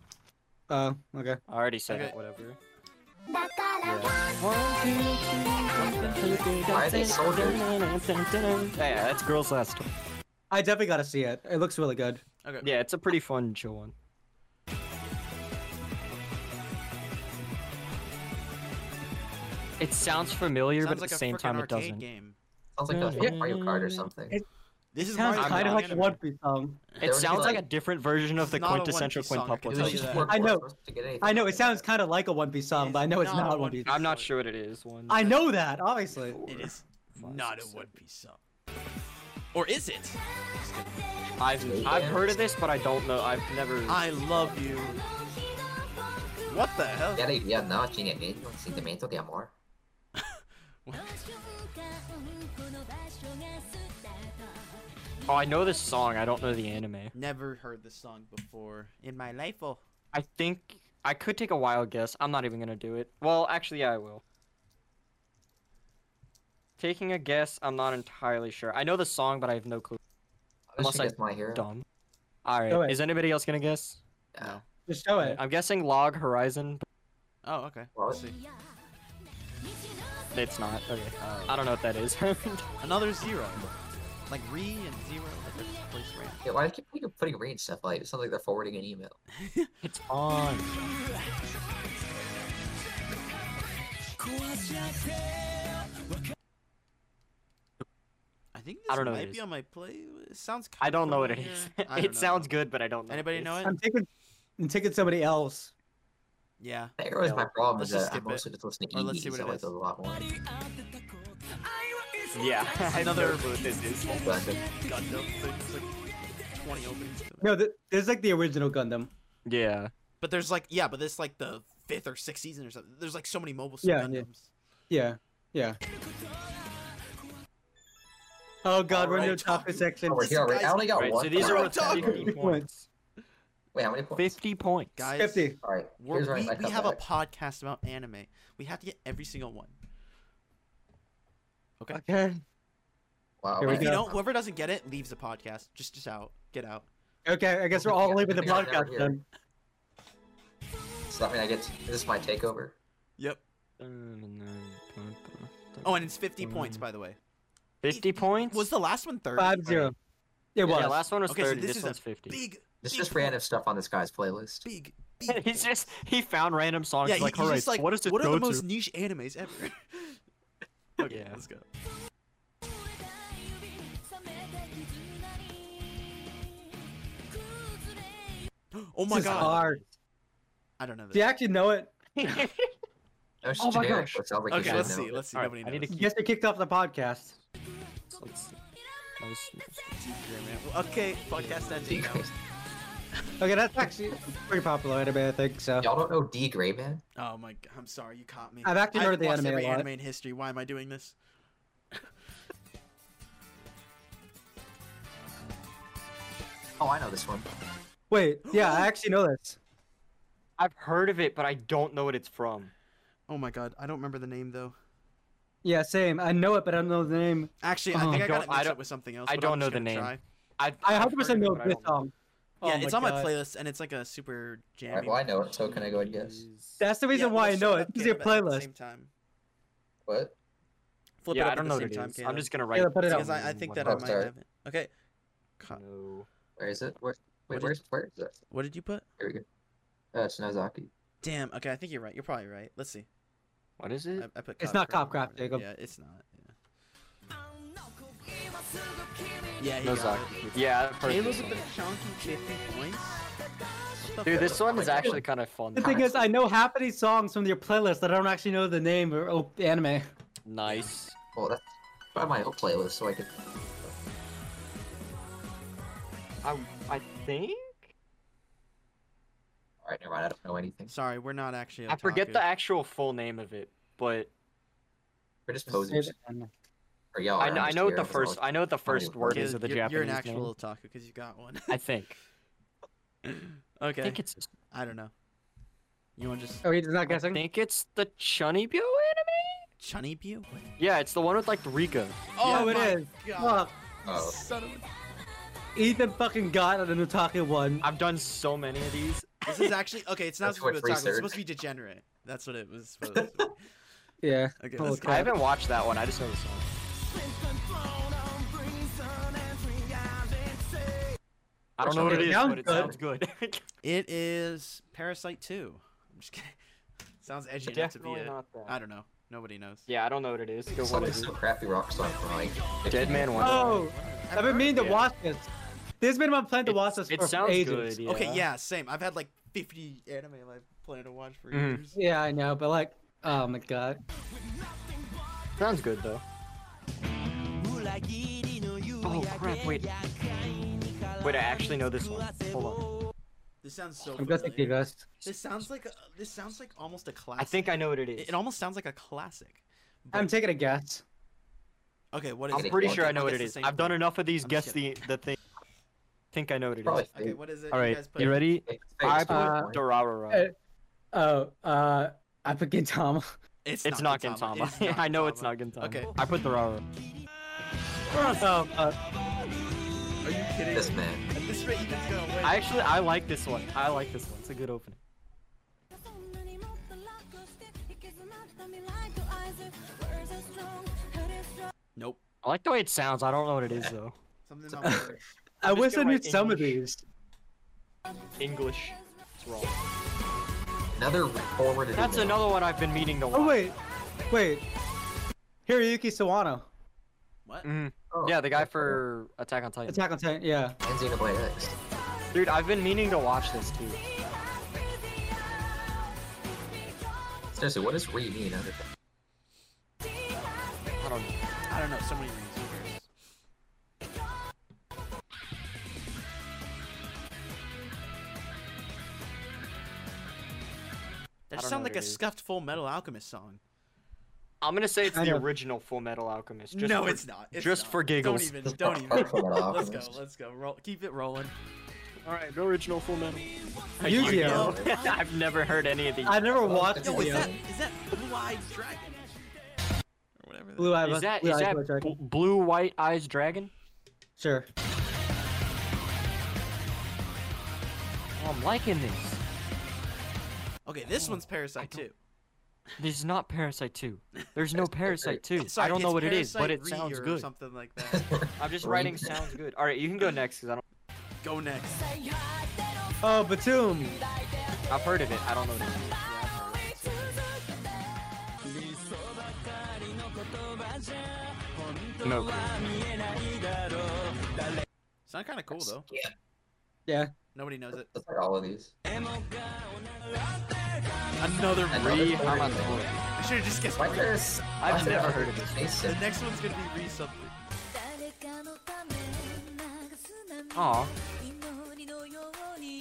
S5: oh, okay.
S3: I already said
S2: Okay.
S3: it. Whatever.
S4: だから
S6: Why are they soldiers?
S3: Yeah, that's Girls Last.
S5: I definitely gotta see it. It looks really good.
S2: Okay.
S3: Yeah, it's a pretty fun chill one. It sounds familiar,
S2: Sounds
S3: but
S2: like
S3: at the
S2: a
S3: same
S2: frickin'
S3: time it
S2: arcade
S3: doesn't.
S2: game.
S6: Sounds like a Mario Kart or something.
S5: It
S2: This is
S5: Sounds
S2: Mario
S5: kind of
S2: Kart
S5: like
S2: anime.
S5: One Piece song.
S6: There
S3: It
S6: was
S3: sounds like
S6: like-
S3: a different version of
S2: This
S3: the
S2: is not a One
S3: quintessential
S2: Piece song, I
S3: quintuple
S2: can
S6: It
S2: tell
S6: was
S2: you
S6: just
S2: that.
S6: four
S5: I
S6: chords,
S5: know.
S6: we're supposed to get anything
S5: I know
S6: from
S5: it sounds
S6: that.
S5: kind of like a One Piece song,
S2: It's
S5: but I know it's
S2: not
S5: not
S2: a
S5: One
S2: One
S5: Piece.
S2: Piece.
S3: I'm not sure what it is. One.
S5: I know that, obviously.
S2: It is
S3: Five,
S2: not a
S3: six,
S2: One Piece song. Or is it?
S3: I've I've heard of this, but I don't know. I've never.
S2: I love you. What the hell?
S6: Ya, ya andaba chingagueño, sentimiento de amor.
S3: Oh, I know this song. I don't know the anime.
S2: Never heard this song before in my life. Oh,
S3: I think I could take a wild guess. I'm not even gonna do it. Well, actually, yeah, I will. Taking a guess, I'm not entirely sure. I know the song, but I have no clue.
S6: I'm
S3: Unless
S6: just gonna
S3: I
S6: guess my hero.
S3: Dumb. All right.
S5: Go ahead.
S3: Is anybody else gonna guess?
S6: No.
S5: Just show it.
S3: I'm guessing Log Horizon.
S2: oh, okay.
S6: Well,
S2: Let's see.
S3: But it's not. Okay. I don't know what that is.
S2: Another zero. Like re and zero. Like they're just placed random.
S6: Yeah, why do you keep putting read stuff like it sounds like they're forwarding an email.
S3: it's on.
S2: I think this
S3: I don't know what it
S2: might be
S3: is.
S2: on my play. It sounds. Kind
S3: I don't know what it is. it sounds good, but I don't know. what
S2: Anybody know
S3: is.
S2: it?
S5: I'm taking, I'm taking somebody else.
S2: Yeah.
S6: That was my
S3: Yeah,
S6: problem
S2: let's
S6: is
S2: just
S6: that I
S2: skip it.
S6: mostly just listen to
S2: Or
S6: EDs.
S2: let's see what
S6: I
S2: it
S6: like
S2: is.
S6: those a lot more.
S3: Yeah. I have no
S2: Another-
S3: clue what this is.
S6: But the-
S2: Gundam. so It's like 20 openings. to it.
S5: No, th- there's like the original Gundam.
S3: Yeah.
S2: But there's like yeah, but this like the fifth or sixth season or something. There's like so many mobile suit
S5: Yeah, yeah.
S2: Gundams.
S5: Yeah, yeah. Oh God, we're in the
S2: Alright,
S5: top
S2: Tom.
S5: section.
S6: Oh, we're here already. I
S2: guys-
S6: only got
S3: Right.
S6: one.
S3: So these
S2: What
S3: are
S2: are
S6: point.
S2: we
S3: all
S2: talking
S3: 50
S5: about?
S3: points.
S6: Wait, how many points?
S3: 50 points.
S2: Guys,
S5: Fifty.
S6: All right,
S2: we're,
S6: here's where I
S2: we,
S6: might
S2: we
S6: come
S2: have a
S6: back.
S2: podcast about anime. We have to get every single one. Okay.
S5: Okay.
S6: Wow.
S5: Here we
S2: If you
S5: go.
S2: don't, whoever doesn't get it leaves the podcast. Just just out. Get out.
S5: Okay, I guess we're all leaving the
S6: Yeah, they're
S5: podcast
S6: here.
S5: then.
S6: Does that mean I get? To, is this my takeover?
S2: Yep. Oh,
S3: Oh,
S2: and it's 50 points,
S3: Mm.
S2: by the way.
S3: 50 points?
S2: Was the last one 30?
S5: Five zero. It
S3: yeah,
S5: was.
S3: last oh one was
S2: Okay, so
S3: 30.
S2: this
S3: this
S2: is a
S3: one's 50.
S2: Big,
S6: It's
S2: big,
S6: just random stuff on this guy's playlist.
S2: big, big.
S3: He's
S2: point.
S3: just he found random songs.
S2: yeah,
S3: he's
S2: he-
S3: like,
S2: he's
S3: all right,
S2: just like,
S3: what does this
S2: what are
S3: go
S2: the
S3: to?
S2: most niche animes ever? okay,
S3: Yeah.
S2: let's go. Oh my
S5: This is
S2: god.
S5: hard.
S2: I don't know Oh
S5: Do you
S2: this.
S5: actually know it?
S6: That was
S1: Oh my
S6: generic,
S1: gosh.
S6: but it sounds like you
S2: Okay,
S6: should
S2: let's
S6: know.
S2: see. Let's see.
S3: All right,
S2: Nobody
S3: I need
S2: knows.
S3: to keep.
S1: Guess we kicked off the podcast.
S3: let's see. I was-
S2: Okay, podcast
S6: D
S2: ending. now.
S6: Gray-
S1: Okay, that's actually pretty popular anime, I think. So
S6: Y'all don't know D Gray Man?
S2: Oh my! g- I'm sorry, you caught me.
S1: I've actually
S2: I
S1: heard of the
S2: watched
S1: anime a
S2: every
S1: lot.
S2: anime in history. Why am I doing this?
S6: Oh, I know this one.
S1: wait, yeah, I actually know this.
S3: I've heard of it, but I don't know what it's from.
S2: Oh my god, I don't remember the name though.
S1: Yeah, same. I know it, but I don't know the name.
S2: Actually,
S1: Oh,
S2: I think I
S3: don't-
S2: got it
S3: I
S2: mixed
S3: don't-
S2: up with something else.
S3: I
S2: but I'm
S3: don't know
S2: just
S3: the
S2: gonna
S3: name.
S2: try.
S3: I've,
S1: I
S3: I've
S1: 100 percent
S3: heard
S1: know
S3: of it, but I
S1: this
S3: don't
S1: song. Oh
S2: yeah, it's on my
S1: God.
S2: playlist, and it's like a super jammy.
S6: Alright, well, I know it, so can I go and guess?
S1: That's the
S2: Yeah,
S1: reason
S2: well,
S1: why I
S2: let's
S1: know
S2: flip
S1: it.
S2: up
S1: This is your
S2: Caleb at the
S1: playlist.
S2: Same time.
S6: What?
S2: Flip
S3: yeah,
S2: it up
S3: I don't
S2: at
S3: know
S2: the
S3: what it
S2: same time,
S3: is. I'm just gonna write.
S1: Caleb, put it
S2: because
S1: up.
S2: I, I think that
S6: Oh,
S2: I might
S6: sorry.
S2: have it. Okay, Co-
S3: No.
S6: Where is it? Where?
S2: What
S6: Wait,
S2: is-
S6: where's where is it?
S2: what did you put?
S6: Here we go. Uh, it's Nozaki.
S2: Damn. Okay, I think you're right. You're probably right. Let's see.
S3: What is
S2: I,
S3: it?
S2: I put.
S1: It's
S2: Cop
S1: not
S2: Craft,
S1: Cop Craft,
S2: whatever.
S1: Jacob.
S2: Yeah, it's not. Yeah.
S7: Yeah,
S2: Yeah, he got it.
S3: Nozaki. Yeah, I've heard
S2: Caleb's
S3: this
S2: with a
S3: one.
S2: chunky 50 points. What the
S3: Dude,
S2: fuck?
S3: this one is actually kind of fun.
S1: The thing is, I know half of these songs from your playlist that I don't actually know the name or oh, the anime.
S3: Nice.
S6: Well, that's by my own playlist, so I can.
S3: I, I think.
S6: Alright, never mind. I don't know anything.
S2: Sorry, we're not actually.
S3: I forget
S2: otaku.
S3: the actual full name of it, but
S6: We're just
S1: Say
S6: posers.
S1: the anime.
S6: Or y'all
S3: I,
S6: are,
S3: kn-
S6: I'm
S3: I
S6: just
S3: know what
S6: here,
S3: the
S6: that's all.
S3: first. I know what the first
S6: even
S3: word
S2: Caleb,
S3: is of the
S2: you're,
S3: Japanese
S2: You're an
S3: name,
S2: actual otaku because you got one.
S3: I think.
S2: okay.
S3: I think it's.
S2: I don't know. You want to just
S1: Oh, he's not
S3: I
S1: guessing.
S3: think it's the Chunibyo anime.
S2: chunny view? What?
S3: Yeah, it's the one with like the Rika.
S1: Oh, it
S2: my
S1: is.
S2: God.
S1: Fuck.
S6: Oh.
S2: Son of a-
S1: Ethan fucking got it, the Nutaki one.
S3: I've done so many of these.
S2: This is actually okay. It's not
S6: That's too much
S2: supposed to be otaku. It's
S6: research.
S2: supposed to be degenerate. That's what it was supposed to be.
S1: Yeah.
S2: Okay.
S1: Oh,
S2: let's
S1: okay.
S2: go.
S3: I haven't watched that one. I just know the song. I don't know what it is,
S1: Sounds
S3: but it
S1: good.
S3: sounds good.
S2: It is Parasite 2. I'm just kidding. Sounds edgy enough to be
S3: Definitely
S2: it.
S3: not that.
S2: I don't know. Nobody knows.
S3: Yeah, I don't know what it is. Good
S6: Some
S3: one.
S6: some crappy rock song from like.
S3: Dead
S6: 50
S3: Man One.
S1: Oh, I've been meaning to
S3: Yeah.
S1: watch this. This has been my plan to
S3: It-
S1: watch this
S3: It
S1: for
S3: sounds
S1: ages.
S3: good. Yeah.
S2: Okay, yeah, same. I've had like 50 anime I've planned to watch for
S3: Mhm.
S2: years.
S1: Yeah, I know, but like, oh my god.
S3: Sounds good though.
S7: Oh
S3: crap, wait. Wait, I actually know this one. Hold on.
S2: This sounds so
S1: I'm guessing you
S2: familiar.
S1: guys.
S2: This sounds like a, this sounds like almost a classic.
S3: I think I know what it
S2: it,
S3: is.
S2: it almost sounds like a classic.
S1: I'm taking a guess.
S2: Okay, what is
S3: I'm
S2: it?
S3: pretty
S2: I'll
S3: sure I
S2: guess-
S3: know
S2: I'll
S3: what
S2: guess
S3: it
S2: the
S3: is.
S2: same
S3: I've done
S2: thing.
S3: enough of these.
S2: I'm
S3: Guess
S2: just
S3: the the thing. think I know what it is.
S6: Probably.
S2: Okay, what is it?
S3: All right,
S2: guys put
S3: you
S2: it-
S3: ready? I put
S1: Uh,
S3: Dorarara.
S1: Oh, uh, I forget Tom.
S2: It's,
S3: It's not Gintama.
S2: It's not
S3: I know it's
S2: Gintama.
S3: not Gintama.
S2: Okay.
S3: I put Dorarara.
S1: Oh, uh,
S2: Are you kidding?
S6: This
S2: me?
S6: man.
S2: At this rate, Ethan's gonna win.
S3: I actually I like this one. I like this one. It's a good opening.
S2: Nope.
S3: I like the way it sounds. I don't know what it is though.
S2: Something not working.
S1: I
S3: I'm just
S1: wish I
S3: gonna
S1: knew
S3: write
S1: some of these.
S3: English. It's wrong.
S6: Another forwarded.
S3: That's
S6: email.
S3: another one I've been meaning to watch.
S1: Oh wait, wait. Hiroyuki Sawano,
S2: What?
S3: Mhm.
S6: Oh,
S3: Yeah, the guy
S6: okay.
S3: for Attack on Titan.
S1: Attack on Titan. Yeah.
S6: And Xenoblade X.
S3: Dude, I've been meaning to watch this too.
S6: Seriously, what does re mean? Other than-
S3: I don't know.
S2: I don't know. So many reasons.
S3: I
S2: That
S3: don't
S2: sounds
S3: know
S2: like
S3: what
S2: a
S3: it is.
S2: scuffed Full Metal Alchemist song.
S3: I'm gonna say it's
S1: Kind
S3: the
S1: of.
S3: original Full Metal Alchemist. Just
S2: no,
S3: for-
S2: it's not. It's
S3: just
S2: not.
S3: for giggles.
S2: Don't even. Don't even.
S6: Full Metal
S2: let's go.
S6: Alchemist.
S2: Let's go. Roll. Keep it rolling.
S3: All right, no original Full Metal.
S1: Yu-Gi-Oh.
S3: I've never heard any of these.
S1: I never watched
S2: Yo, is
S1: Yu-Gi-Oh.
S2: that is that Blue Eyed Dragon? Or whatever. that-
S1: Blue Eye.
S3: Is that
S1: Blue
S3: is
S1: Eye
S3: that
S1: Blue Dragon.
S3: bl- blue white eyes dragon?
S1: Sure.
S3: Oh, I'm liking this.
S2: Okay, this one's Parasite
S3: don't-
S2: too.
S3: This is not Parasite 2. There's no Parasite 2.
S2: Sorry,
S3: I don't know
S2: it's
S3: what it is, but
S2: Parasite
S3: it sounds
S2: Re or
S3: good.
S2: Something like that.
S3: I'm just
S6: Re-
S3: writing sounds good. All right, you can go next because I don't.
S2: Go next.
S1: Oh, Batum.
S3: I've heard of it. I don't know. What it is. No. clue.
S2: Sound kind of cool though.
S1: Yeah.
S2: Nobody knows it.
S6: That's like all of these.
S2: Another
S6: Another
S3: Re
S6: story.
S3: Hamato.
S2: I should have just guessed.
S6: Why
S2: Re.
S6: there's-
S3: I've
S6: why there
S3: never
S6: are
S3: heard of this.
S6: Jason?
S2: The next one's gonna be Re something.
S4: 誰かのため流す涙
S3: Aw.
S4: 祈りのように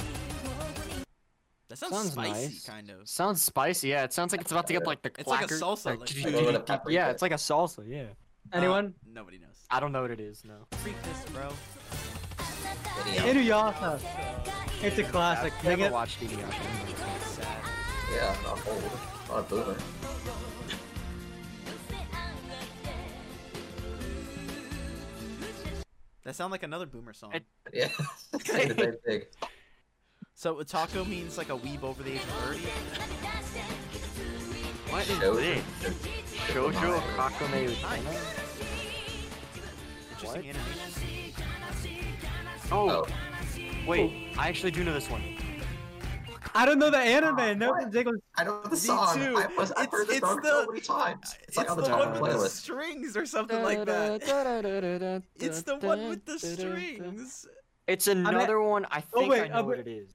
S2: That sounds,
S3: Sounds
S2: spicy,
S3: nice.
S2: kind of.
S3: Sounds spicy. Yeah, it sounds like it's about to get like the
S2: It's like a
S3: clacker-
S2: salsa,
S3: like-
S6: like- Like a little pepper
S3: yeah,
S6: bit.
S3: it's like a salsa. Yeah.
S5: Anyone?
S2: Uh, nobody knows.
S3: I don't know what it is. No.
S2: Freak this, bro.
S6: Video.
S5: Inuyasha. It's a classic.
S3: I've
S5: They
S3: never
S5: get-
S3: watched Inuyasha.
S2: Sad.
S6: Yeah, I'm not old. I'm not a boomer.
S2: That sound like another boomer song.
S3: It-
S6: Yeah. Say the same thing.
S2: So a taco means like a weeb over the age of thirty.
S3: What is
S6: Shoujo.
S3: this? Shoujo
S6: Oh.
S3: Akame Utena?
S2: Interesting
S3: What?
S2: animation.
S3: Oh,
S6: Oh,
S3: wait. I actually do know this one.
S5: I don't know the anime.
S6: Ah,
S5: no,
S6: what?
S5: Jacob.
S6: I know the
S2: Me
S6: song.
S2: too.
S6: I was, I've
S2: It's-
S6: heard this
S2: it's
S6: song
S2: the-
S6: so many times. It's, like on the top
S2: one
S6: of
S2: with
S6: the
S2: the
S6: playlist.
S2: strings or something like that. It's the one with the strings.
S3: It's another one. I think
S5: wait,
S3: I know
S5: uh,
S3: what
S5: but-
S3: it is.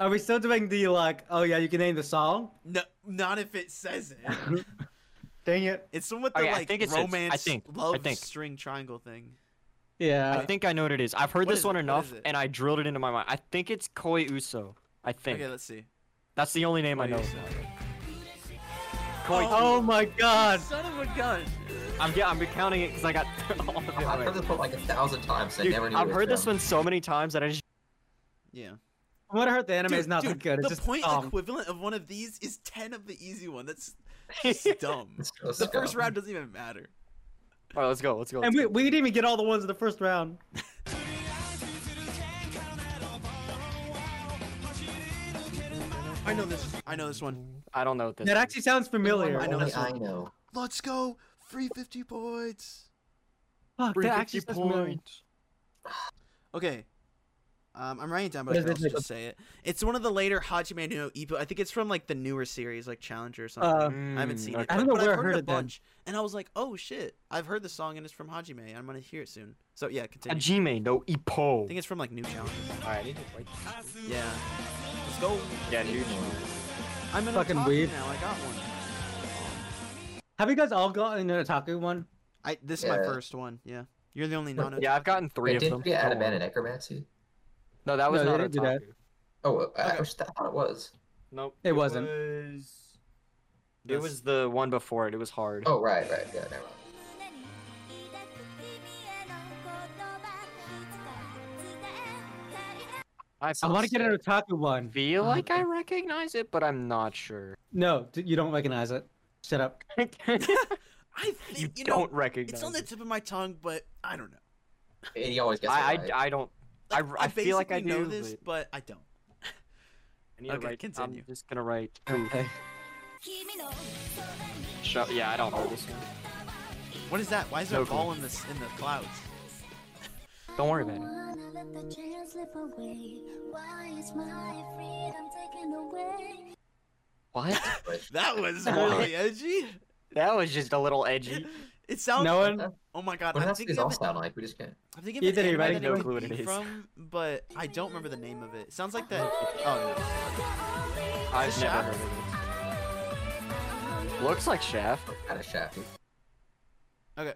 S5: Are we still doing the like? Oh yeah, you can name the song.
S2: No, not if it says it.
S5: Dang it.
S2: It's the one with the
S3: Okay, I
S2: like
S3: think it's- it's- I
S2: romance
S3: think- I
S2: love
S3: think.
S2: string triangle thing.
S5: Yeah.
S3: I think I know what it is. I've heard
S2: What
S3: this
S2: is it?
S3: one
S2: What
S3: enough,
S2: is it?
S3: and I drilled it into my mind. I think it's Koi Uso. I think
S2: Okay, let's see.
S3: that's the only name
S2: What
S3: I
S2: do
S3: know.
S2: you say?
S3: Koi.
S5: oh my god.
S2: Son of a gun.
S3: I'm yeah, I'm recounting it because I got all of it
S6: I've heard
S3: right.
S6: this one like a thousand times. I
S3: Dude,
S6: never knew
S3: I've
S6: it was
S3: heard this
S6: them.
S3: one so many times that I just
S2: Yeah.
S5: What I heard the anime is not that good. It's
S2: the
S5: just
S2: point
S5: dumb.
S2: equivalent of one of these is ten of the easy one. That's just dumb.
S6: It's so
S2: the first
S6: scum.
S2: round doesn't even matter.
S3: All right, let's go. Let's go.
S5: and
S3: let's
S5: we,
S3: go.
S5: we didn't even get all the ones in the first round.
S2: I know this. I know this one.
S3: I don't know what this.
S5: That
S3: is.
S5: actually sounds familiar.
S2: I know
S6: Only
S2: this one.
S6: I know.
S2: Let's go. Free fifty points.
S5: Fuck, that actually
S3: 350
S5: sounds familiar.
S2: Okay. Um, I'm writing it down, but
S5: What
S2: I
S5: is
S2: can also
S5: it, Jacob?
S2: just say it. It's one of the later Hajime no Ippo. I think it's from like the newer series, like Challenger or something.
S5: Uh,
S2: I haven't seen
S3: Mm,
S2: it.
S5: I don't know
S2: but
S5: where
S2: I've
S5: I
S2: heard, it a
S5: heard it then.
S2: bunch, and I was like, "Oh shit! I've heard the song, and it's from Hajime. I'm gonna hear it soon." So yeah, continue.
S3: Ajime no
S2: I
S3: Ippo.
S2: think it's from like New Challenger.
S3: Yeah,
S2: Yeah. Let's go.
S3: dude.
S2: I'm an
S5: Fucking
S2: otaku
S5: weeb.
S2: now. I got one.
S5: Have you guys all gotten an otaku one?
S2: I this is my
S6: Yeah.
S2: first one. Yeah, you're the only non.
S3: Yeah, I've gotten three
S6: Wait,
S3: of
S6: didn't
S3: them.
S6: we add
S3: Don't
S6: a man
S3: worry.
S6: in necromancy?
S3: No, that was
S5: No, they
S3: not
S5: didn't do that.
S3: otaku.
S6: Oh, I, I, was, I thought it was.
S3: Nope.
S5: It wasn't.
S3: was- It was the one before it. It was hard.
S6: Oh, right, right. Yeah, never mind.
S4: 胸に抱く君への言葉いつか伝えた
S3: I,
S4: い
S5: I want to get an otaku one.
S3: feel like I recognize it, but I'm not sure.
S5: No, d- you don't recognize it. Shut up.
S3: you,
S2: I think you, know,
S3: don't recognize.
S2: It's on the
S3: it.
S2: tip of my tongue, but I don't know.
S6: And he always gets
S3: I,
S6: it right.
S3: I I don't. I,
S2: Like,
S3: r- I feel like I
S2: basically know
S3: do,
S2: this, but I don't.
S3: I need to
S2: Okay,
S3: write-
S2: continue.
S3: I'm just gonna write.
S5: Okay.
S4: 君のそばに
S3: Show, yeah, I don't know this one.
S2: What is that? Why is there
S3: No
S2: a ball in this in the clouds?
S3: Don't worry about it.
S4: Wanna let the chance slip away? Why is my freedom taken away?
S3: What?
S2: That was really edgy.
S3: that was just a little edgy.
S2: It sounds.
S5: No one.
S2: Oh my god,
S6: What
S2: I'm
S6: does these
S2: thinking
S6: all
S2: of it.
S6: sound like? We just can't.
S2: I'm thinking
S5: You
S2: of an
S5: didn't
S2: anime
S5: even
S2: that it
S3: know who
S2: would
S3: it
S2: be
S3: is.
S2: from, but I don't remember the name of it. It sounds like that. Oh no.
S3: I've never
S2: Shaft?
S3: heard of it. Looks like Shaft.
S6: Kind of shafty.
S5: Okay.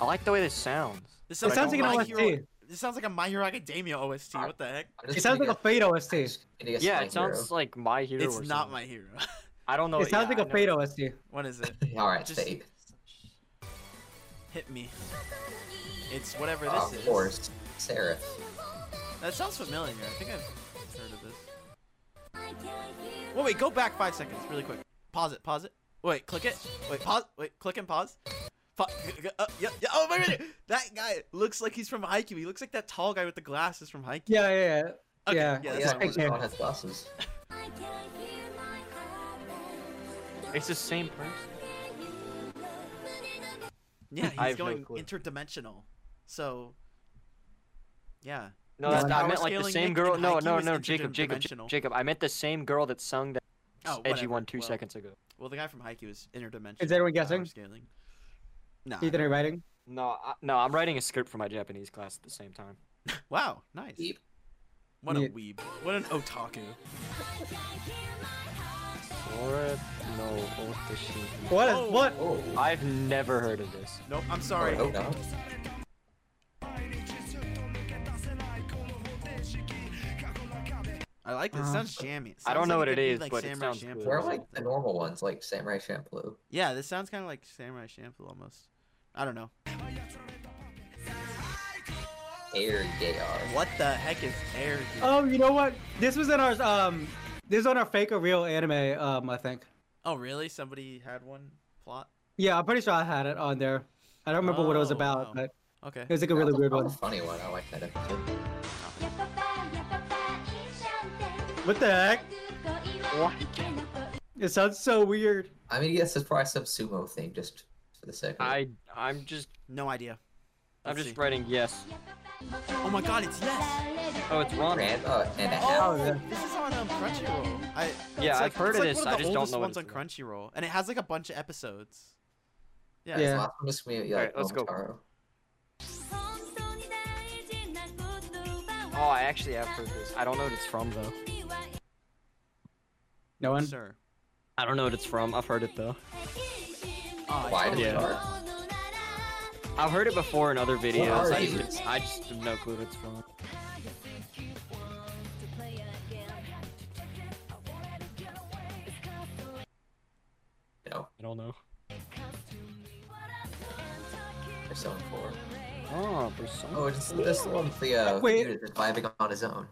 S3: I like the way this sounds.
S2: This
S5: It
S2: sounds,
S5: sounds
S2: like
S5: like an
S2: a My
S5: OST.
S2: Hero. This sounds like a My Hero Academia OST.
S6: I-
S2: What the heck?
S6: I'm
S5: It
S6: just
S5: sounds like
S6: gonna
S5: a Fate OST.
S6: get-
S5: It
S6: I'm gonna get
S3: Yeah,
S6: Sly
S3: it sounds like My Hero.
S2: It's
S3: or
S2: not
S3: something.
S2: my hero.
S3: I don't know. Oh, yeah,
S5: sounds like
S3: I
S5: a
S3: know.
S5: Fate OST.
S2: what is it?
S6: Hero. All right,
S2: just-
S6: Fate.
S2: Hit me. It's whatever this
S6: Of
S2: is.
S6: course, Sarah.
S2: That sounds familiar. I think I've heard of this. Well, wait, go back five seconds, really quick. Pause it. Pause it. Wait, click it. Wait, pause. Wait, click and pause. Pa- uh, yeah, yeah, oh my god! That guy looks like he's from Haikyuu. He looks like that tall guy with the glasses from Haikyuu.
S5: Yeah, yeah, yeah.
S2: Okay,
S5: yeah.
S2: yeah,
S6: Yeah,
S2: that's
S5: okay.
S2: what
S6: everyone has glasses.
S3: It's the same person.
S2: yeah he's
S3: I have no
S2: going
S3: clue.
S2: interdimensional. So, yeah.
S3: No,
S5: Yeah.
S3: that's not, I
S2: Power
S3: meant like the
S2: scaling
S3: same
S2: Nick
S3: girl.
S2: and
S3: No,
S2: Haikyuu
S3: no,
S2: is
S3: no, Jacob, Jacob, J-
S2: interdimensional.
S3: Jacob. I meant the same girl that sung that
S2: Oh,
S3: edgy
S2: whatever.
S3: one two
S2: Well,
S3: seconds ago.
S2: Well, the guy from Haikyuu is interdimensional.
S5: Is
S2: power
S5: anyone guessing?
S2: Scaling. Nah. I
S5: Ethan, are you writing?
S3: No, I, no, I'm writing a script for my Japanese class at the same time.
S2: Wow, nice.
S6: Weeb.
S2: What a
S1: Yeah.
S2: weeb. What an otaku.
S3: Sora no Otoshi.
S1: What? is-
S2: Oh.
S1: What?
S6: Oh,
S3: I've never heard of this.
S2: Nope, I'm
S6: I
S2: sorry.
S6: don't know.
S2: I like this.
S1: Uh,
S2: sounds jammy. It
S3: I don't
S2: sounds
S3: know what
S2: could
S3: it
S2: be
S3: is, but it
S2: Samurai
S3: sounds
S2: Champloo
S3: good.
S2: or
S6: Where are like the
S2: something.
S6: normal ones, like Samurai Champloo?
S2: Yeah, this sounds kind of like Samurai Champloo almost. I don't know.
S6: Air Gay
S2: What the heck is air? dude?
S1: Oh, you know what? This was in our um, this was on our fake or real anime um, I think.
S2: Oh, really? Somebody had one plot?
S1: Yeah, I'm pretty sure I had it on there. I don't remember what it was
S2: Oh,
S1: about,
S2: wow.
S1: but
S2: Okay.
S1: it was like a really weird one.
S6: Funny one. I like that episode.
S1: What the heck? It sounds so weird.
S6: I mean, yes, it's probably some sumo thing just for the sake of it.
S3: I I'm just
S2: No idea.
S3: I'm
S2: Let's
S3: just
S2: see.
S3: writing yes.
S2: Oh my god, it's yes.
S3: Oh, it's wrong.
S6: Ran- uh, and a half.
S2: Oh,
S1: yeah.
S2: this is on um, Crunchyroll. I it's
S3: Yeah, I've
S2: like-
S3: heard
S2: it's
S3: of
S2: like
S3: this,
S2: One of
S3: I
S2: the
S3: just don't
S2: oldest
S3: know what
S2: ones on
S3: it's about.
S2: Crunchyroll, and it has like a bunch of episodes. Yeah.
S1: Yeah.
S6: Last one was me, like,
S3: Alright, let's go.
S6: Momotaro.
S3: Oh, I actually have heard this. I don't know what it's from though.
S1: No one.
S2: Sure.
S3: I don't know what it's from. I've heard it though.
S2: Oh,
S6: Why did
S2: totally
S3: yeah.
S6: it start?
S3: I've heard it before in other videos.
S6: are
S3: I
S6: you?
S3: just, I just have no clue what it's from.
S6: No,
S3: I don't know.
S6: Persona 4.
S3: Oh, Persona.
S6: Oh, it's this the one with the uh,
S1: Wait.
S6: dude that's vibing on his own.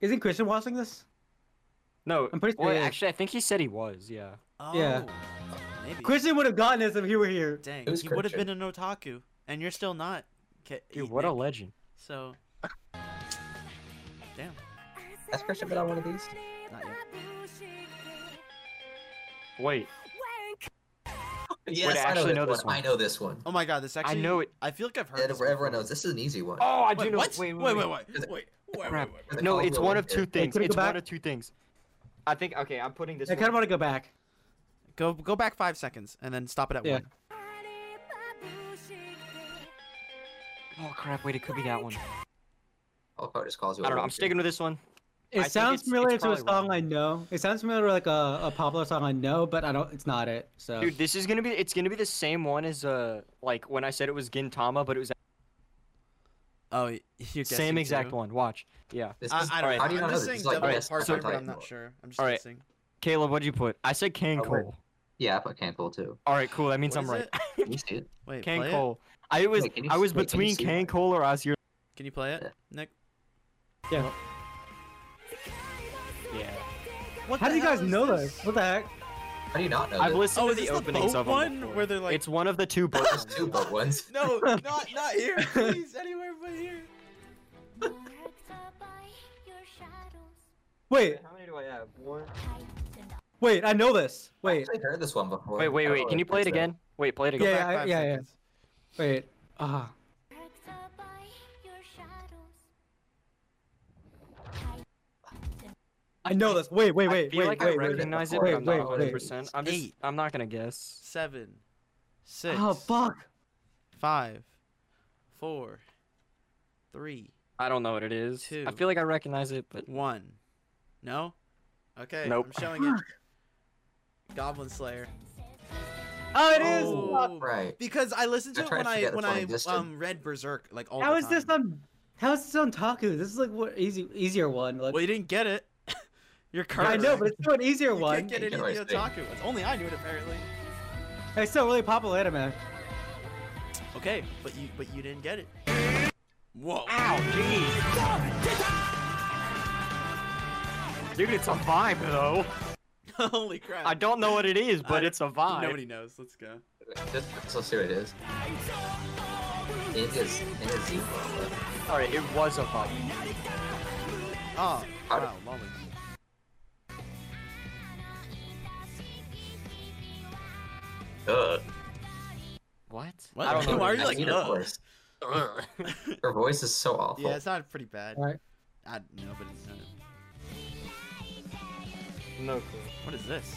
S1: Isn't Christian watching this?
S3: No,
S1: I'm pretty sure
S3: well,
S1: it is.
S3: actually, I think he said he was. Yeah.
S2: Oh,
S1: Yeah.
S2: Maybe.
S1: Christian would have gotten this if he were here.
S2: Dang,
S6: Who's
S2: he would have
S6: Christian?
S2: been an otaku, and you're still not. K-
S3: Dude,
S2: Nick.
S3: what a legend.
S2: So. Damn.
S6: Has Christian been on one of these?
S2: Not yet.
S3: Wait,
S6: Yes,
S3: I actually know this
S6: I know this one.
S2: Oh my god, this actually.
S3: know it-
S2: I feel like I've heard.
S6: Yeah,
S2: this before.
S6: everyone knows this is an easy one.
S3: Oh, I do
S2: Wait,
S3: know.
S2: what?
S3: Wait,
S2: wait, wait, wait, wait, wait,
S3: Crap.
S2: wait, wait,
S6: Wait,
S3: No,
S6: wait,
S3: it's
S6: wait,
S3: one
S6: wait,
S3: of
S6: wait.
S3: two things.
S1: can we
S3: It's
S1: go
S3: one
S1: back?
S3: of two things. I think. Okay, I'm putting this.
S1: I kind of
S3: one-
S1: want to go back.
S2: wait. Go, go back five seconds and then stop it at
S1: Yeah.
S2: one.
S3: Oh crap! Wait, it could be that one.
S6: All part just calls you.
S3: I don't know.
S6: a
S3: I'm sticking with this one.
S1: It
S3: I think
S1: sounds
S3: it's- it's
S1: familiar to a
S3: probably
S1: song
S3: wrong.
S1: I know. It sounds familiar to like a, a popular song I know, but I don't. It's not it. So
S3: Dude, this is gonna be. It's gonna be the same one as uh, like when I said it was Gintama, but it was the
S2: Oh, y- you're
S3: same
S2: guessing
S3: exact
S2: too?
S3: one. Watch. Yeah.
S6: This
S2: I,
S6: is,
S2: I don't
S3: Alright.
S2: know.
S6: How do
S2: I'm
S6: you not know
S2: just
S6: this?
S2: saying
S6: It's like
S2: double
S6: best
S2: part,
S6: Attack
S2: but
S6: on
S2: I'm not
S6: Titan.
S2: sure. I'm just
S3: Alright.
S2: guessing.
S3: Caleb, what'd you put? I said Kang
S6: Oh, wait.
S3: Cole.
S6: Yeah, I put Cancel too.
S3: All right, cool. That means
S2: What
S3: I'm
S2: is
S3: right.
S2: it?
S6: Can you see it?
S2: Wait,
S3: Kang
S2: play it?
S3: Cole. I was.
S6: Wait, can you
S3: I
S6: s-
S3: was
S6: wait, can you
S3: between
S6: see
S3: Kang
S6: mine?
S3: Cole or Azure.
S2: Can you play it,
S6: Yeah.
S2: Nick?
S1: yeah.
S3: Yeah.
S2: What
S1: How
S2: the
S1: do you
S2: hell
S1: guys
S2: is
S1: know this? What the heck?
S6: How do you not know
S3: I've
S6: this?
S3: listened
S2: Oh,
S3: to
S2: is
S3: the
S2: this the
S3: openings
S2: boat
S3: of them
S2: one
S3: before.
S2: where they're like-
S3: It's one of the two boat
S6: There's two but ones.
S2: No, not not here, please. Anywhere but here.
S1: Wait,
S3: How many do I have? One.
S1: wait. I know this.
S6: I
S1: Wait,
S6: actually heard this one before.
S3: Wait, wait,
S6: I don't
S3: wait.
S6: know
S3: Can you
S6: if
S3: play it
S6: it's a-
S3: again? Wait, play it
S1: Yeah,
S3: again.
S1: yeah,
S2: five
S1: yeah, yeah.
S2: seconds.
S1: wait. Ah, I know this. Wait, wait, wait,
S3: I feel
S1: wait,
S3: like I
S1: wait, wait.
S3: recognize it,
S1: wait,
S3: but I'm not
S1: wait, wait.
S3: 100. percent I'm just.
S2: Eight.
S3: I'm not gonna guess.
S2: Seven, six,
S1: Oh fuck!
S2: five, four, three,
S3: I don't know what it is.
S2: Two.
S3: I feel like I recognize it, but
S2: one. No. Okay.
S3: Nope.
S2: I'm showing it. Goblin Slayer.
S1: Oh, it is.
S2: Oh,
S6: Right.
S2: Because I listened to
S6: I
S2: it
S6: tried
S2: when
S6: to
S2: I
S6: forget
S2: when
S6: that's on
S2: I
S6: existed.
S2: um read Berserk like all
S1: How
S2: the
S1: is this
S2: time.
S1: on? How is this on Taku? This is like what easy easier one. Like,
S2: Well, you didn't get it. You're cursed.
S1: I know, but it's still an easier
S2: you
S1: one.
S2: can't get
S6: You
S2: any
S6: can
S2: of the
S6: always think.
S2: otaku ones. Only I knew it apparently.
S1: It's still a really popular anime.
S2: Okay, but you but you didn't get it. Whoa.
S3: dude, it's a vibe though.
S2: Holy crap.
S3: I don't know what it is, but
S2: I-
S3: it's a vibe.
S2: Nobody knows. Let's go.
S6: Just, so see what it is. It is. It is zero.
S3: All right, it was a vibe.
S2: Oh,
S6: How
S2: wow, lolly.
S6: Ugh.
S3: What?
S2: What?
S3: I don't know.
S2: Why are
S3: what it
S2: you
S3: is.
S2: like,
S6: I need a
S2: ugh?
S6: voice. Her voice is so awful.
S2: Yeah, it sounded pretty bad.
S1: Alright.
S2: I no, but it's not.
S3: No clue.
S2: What is this?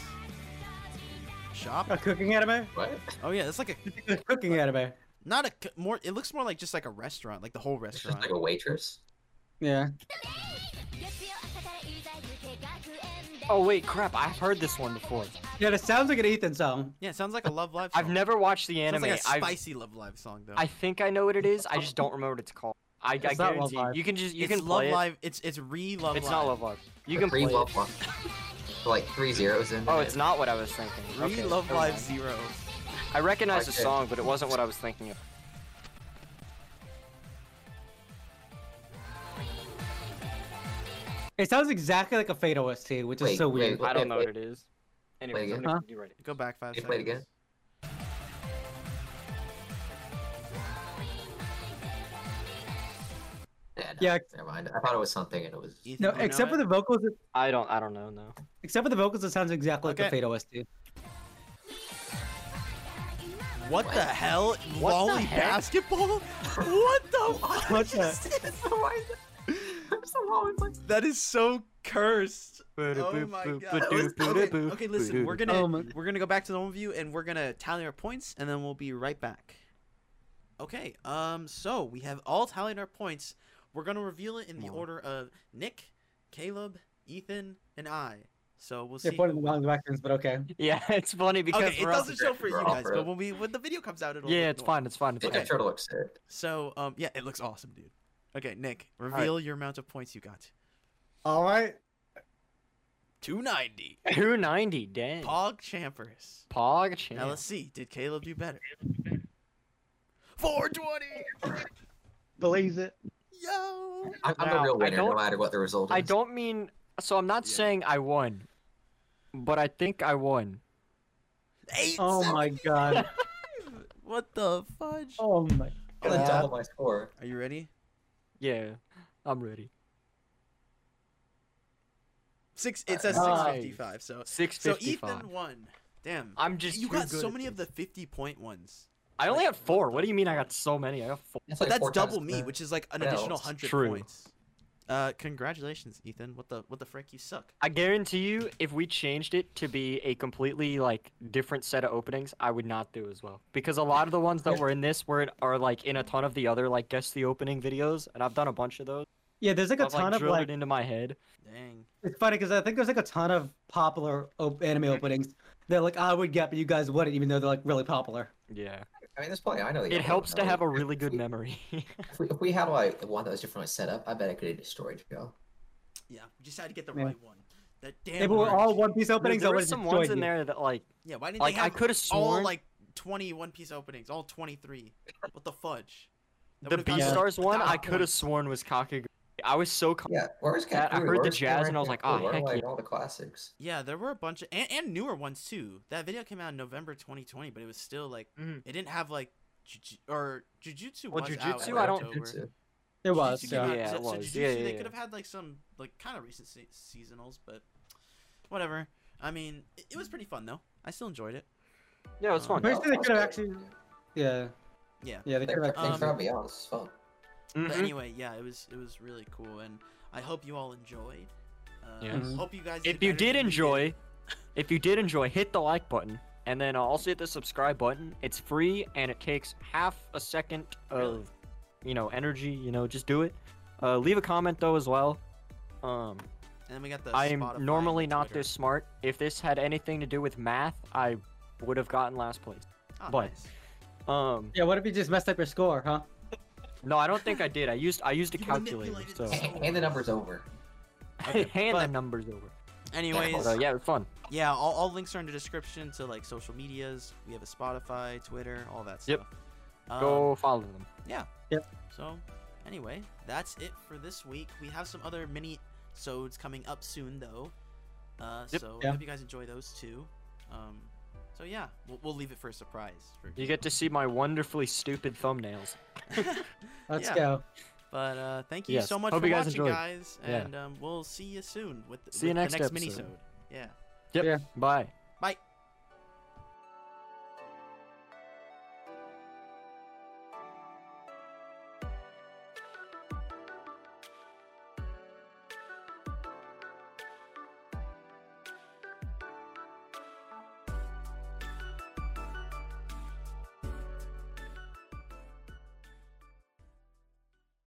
S2: Shop?
S1: A cooking anime.
S6: What?
S2: Oh yeah, it's like a
S1: A cooking anime.
S2: Not a c- more. It looks more like just like a restaurant, like the whole
S6: It's just
S2: restaurant.
S6: like a waitress.
S5: Yeah.
S3: Oh wait, crap! I've heard this one before.
S5: Yeah, it sounds like an Ethan song.
S2: Yeah, it sounds like a Love Live. Song.
S3: I've never watched the
S2: Sounds
S3: anime.
S2: like a
S3: I've-
S2: spicy Love Live song though.
S3: I think I know what it is. I just don't remember what it's called. I, I
S5: It's not Love
S3: guarantee you.
S5: Live.
S3: you can just you
S2: it's
S3: can
S2: Love
S3: play
S2: Live. It's it's re Love
S3: it. It's
S2: Live.
S3: not Love Live. You
S6: The
S3: can play
S6: three
S3: it.
S6: love one. Like three zeros in.
S3: Oh,
S6: there.
S3: it's not what I was thinking.
S2: Re
S3: Okay,
S2: Love
S3: never
S2: Live
S3: mind.
S2: Zero.
S3: I recognize the
S6: Okay.
S3: song, but it wasn't what I was thinking of.
S5: It sounds exactly like a Fate OST, which is
S6: Wait,
S5: so
S6: wait,
S5: weird.
S3: I don't know
S6: wait.
S3: what it is. Anyways,
S6: again.
S3: I'm gonna do right.
S2: Go back five
S6: Can you
S2: seconds.
S6: play it again? Yeah, no,
S5: Yeah.
S6: Never mind. I thought it was something, and it was.
S2: Ethan,
S5: No,
S2: do you know
S5: except for
S2: it?
S5: the vocals, it-
S3: I don't. I don't know. No.
S5: except for the vocals, it sounds exactly like a
S2: Okay.
S5: Fate OST.
S2: What the hell?
S3: What the
S2: Wally
S3: heck?
S2: basketball? What the fuck?
S5: What's
S2: is this? That is so cursed. Oh my god. Okay, okay, listen, we're gonna
S5: Oh my-
S2: we're gonna go back to the overview and we're gonna tally our points and then we'll be right back. Okay, um so we have all tallied our points. We're gonna reveal it in the
S3: Wow.
S2: order of Nick, Caleb, Ethan, and I. So we'll see.
S5: They're pointing
S2: who-
S5: in the wrong directions, but okay.
S3: Yeah, it's funny because
S2: okay, it
S3: we're all-
S2: doesn't show for you
S6: we're all
S2: guys,
S6: for
S2: but
S6: it.
S2: when we when the video comes out, it'll
S3: Yeah,
S2: look
S3: it's
S2: normal.
S3: fine. It's fine. It's
S6: It
S3: fine.
S2: Okay.
S6: sure looks sick.
S2: So, um, yeah, it looks awesome, dude. Okay, Nick, reveal your amount of points you got.
S1: All right.
S2: 290.
S3: 290. Dang.
S2: Pog Champers.
S3: Pog champ.
S2: Now let's see, did Caleb do better? 420!
S1: Blaze it.
S2: Yo!
S6: I'm, I'm the
S3: Now,
S6: real
S3: I
S6: winner, no
S3: don't-
S6: matter what the result is.
S3: I don't mean. So I'm not
S2: Yeah.
S3: saying I won, but I think I won.
S2: Eight!
S5: Oh my god.
S2: What the fudge?
S5: Oh my.
S6: I'm gonna double my score.
S2: Are you ready?
S3: Yeah, I'm ready.
S2: Six. It says
S3: Nice.
S2: 655, so.
S3: Six
S2: So
S3: fifty-five.
S2: Ethan won. Damn.
S3: I'm just.
S2: you
S3: too
S2: got
S3: good
S2: so
S3: at
S2: many of
S3: this.
S2: the 50 point ones.
S3: I only
S2: like,
S3: have four. What do you mean? I got so many. I got four.
S6: It's
S2: But
S6: like
S2: that's
S6: four times
S2: double me,
S6: the-
S2: which is like an
S6: what
S2: additional
S6: else?
S2: 100
S3: True.
S2: points. Uh, congratulations, Ethan. What the what the frick? You suck.
S3: I guarantee you, if we changed it to be a completely like different set of openings, I would not do as well because a lot of the ones that were in this were are like in a ton of the other like guess the opening videos, and I've done a bunch of those.
S5: Yeah, there's like a
S3: I've
S5: ton
S3: like
S5: of
S3: drilled
S5: like.
S3: it into my head.
S2: Dang.
S5: It's funny because I think there's like a ton of popular op- anime
S3: Mm-hmm.
S5: openings that like I would get, but you guys wouldn't, even though they're like really popular.
S3: Yeah,
S6: I mean, there's probably I know. the
S3: it
S6: other
S3: helps
S6: one,
S3: to
S6: right?
S3: have a really good memory.
S6: If we, if we had like one that was differently set up, I bet I could have destroyed Joe.
S2: Yeah, we just had to get the
S5: Yeah.
S2: right one. That damn.
S5: If it were all
S2: orange.
S5: One Piece openings,
S3: there
S5: I
S3: were
S5: would have
S3: some ones
S5: destroyed
S3: in
S5: you.
S3: there that like
S2: Yeah, why didn't
S3: like
S2: they
S3: I
S2: have
S3: could have
S2: all
S3: sworn
S2: like 20 One Piece openings? All 23. What the fudge? That
S3: the
S2: would've gotten us
S3: Beastars
S2: a
S3: one I
S2: thousand
S3: could have
S2: points.
S3: sworn was Kakaguri. I was so con-
S6: Yeah, where's
S3: That-
S6: Cat?
S3: I heard the jazz and I was like, "Ah, heck
S6: like
S3: yeah."
S6: all the classics.
S2: Yeah, there were a bunch of and, and newer ones too. That video came out in November 2020, but it was still like
S3: Mhm.
S2: it didn't have like juju- or Jujutsu.
S3: Well,
S2: was out in
S3: Jujutsu, I don't-
S2: October.
S6: Jujutsu.
S5: It was.
S2: Jujutsu came
S5: Yeah.
S2: out-
S3: Yeah,
S2: so,
S3: it
S2: so
S3: was.
S2: Jujutsu,
S3: Yeah, yeah,
S2: they
S3: yeah.
S2: could have had like some like kind of recent se- seasonals, but whatever. I mean, it,
S3: Mm.
S2: it was pretty fun though. I still enjoyed it.
S3: yeah, it was fun.
S5: Where's-
S6: No,
S5: they
S6: that's
S5: could've
S6: good.
S5: actually- Yeah.
S2: Yeah.
S5: Yeah, they
S6: They,
S5: could have.
S6: they
S2: Um,
S6: grabbed me out. It's fun.
S2: But
S3: Mhm.
S2: anyway, yeah, it was it was really cool, and I hope you all enjoyed. Uh,
S3: Yes.
S2: Hope you guys.
S3: if you
S2: better than
S3: did
S2: we
S3: enjoy if you did enjoy hit the like button and then uh, also hit the subscribe button it's free and it takes half a second of
S2: Really?
S3: you know energy you know just do it uh, leave a comment though as well
S2: and
S3: um,
S2: then we got the.
S3: i am
S2: Spotify and
S3: normally
S2: the
S3: not
S2: Twitter.
S3: this smart if this had anything to do with math i would have gotten last place
S2: Ah,
S3: but-
S2: nice.
S3: um
S5: Yeah. What if you just messed up your score, huh?
S3: no i don't think i did i used i used a
S2: You
S3: calculator
S2: manipulated
S3: so
S2: the system.
S6: And, and the number's over.
S3: hand the
S2: but-
S3: numbers over
S2: Anyways,
S3: so yeah it was fun
S2: yeah, all, all links are in the description to like social medias. We have a Spotify, Twitter, all that
S3: Yep.
S2: stuff. Um,
S3: go follow them
S2: So, anyway, that's it for this week. We have some other mini sodes coming up soon, though. Uh,
S3: Yep.
S2: So, I
S5: Yeah.
S2: hope you guys enjoy those too. Um, so yeah, we'll, we'll leave it for a surprise. For
S3: you get to see my wonderfully stupid thumbnails
S5: Let's
S2: Yeah.
S5: go.
S2: But uh, thank you
S3: Yes.
S2: so much
S3: Hope
S2: for
S3: you guys
S2: watching,
S3: enjoyed.
S2: guys,
S3: Yeah.
S2: and um, we'll see you soon with,
S3: See you
S2: with
S3: next
S2: the next
S3: episode.
S2: minisode. Yeah.
S3: yep
S5: Yeah.
S3: bye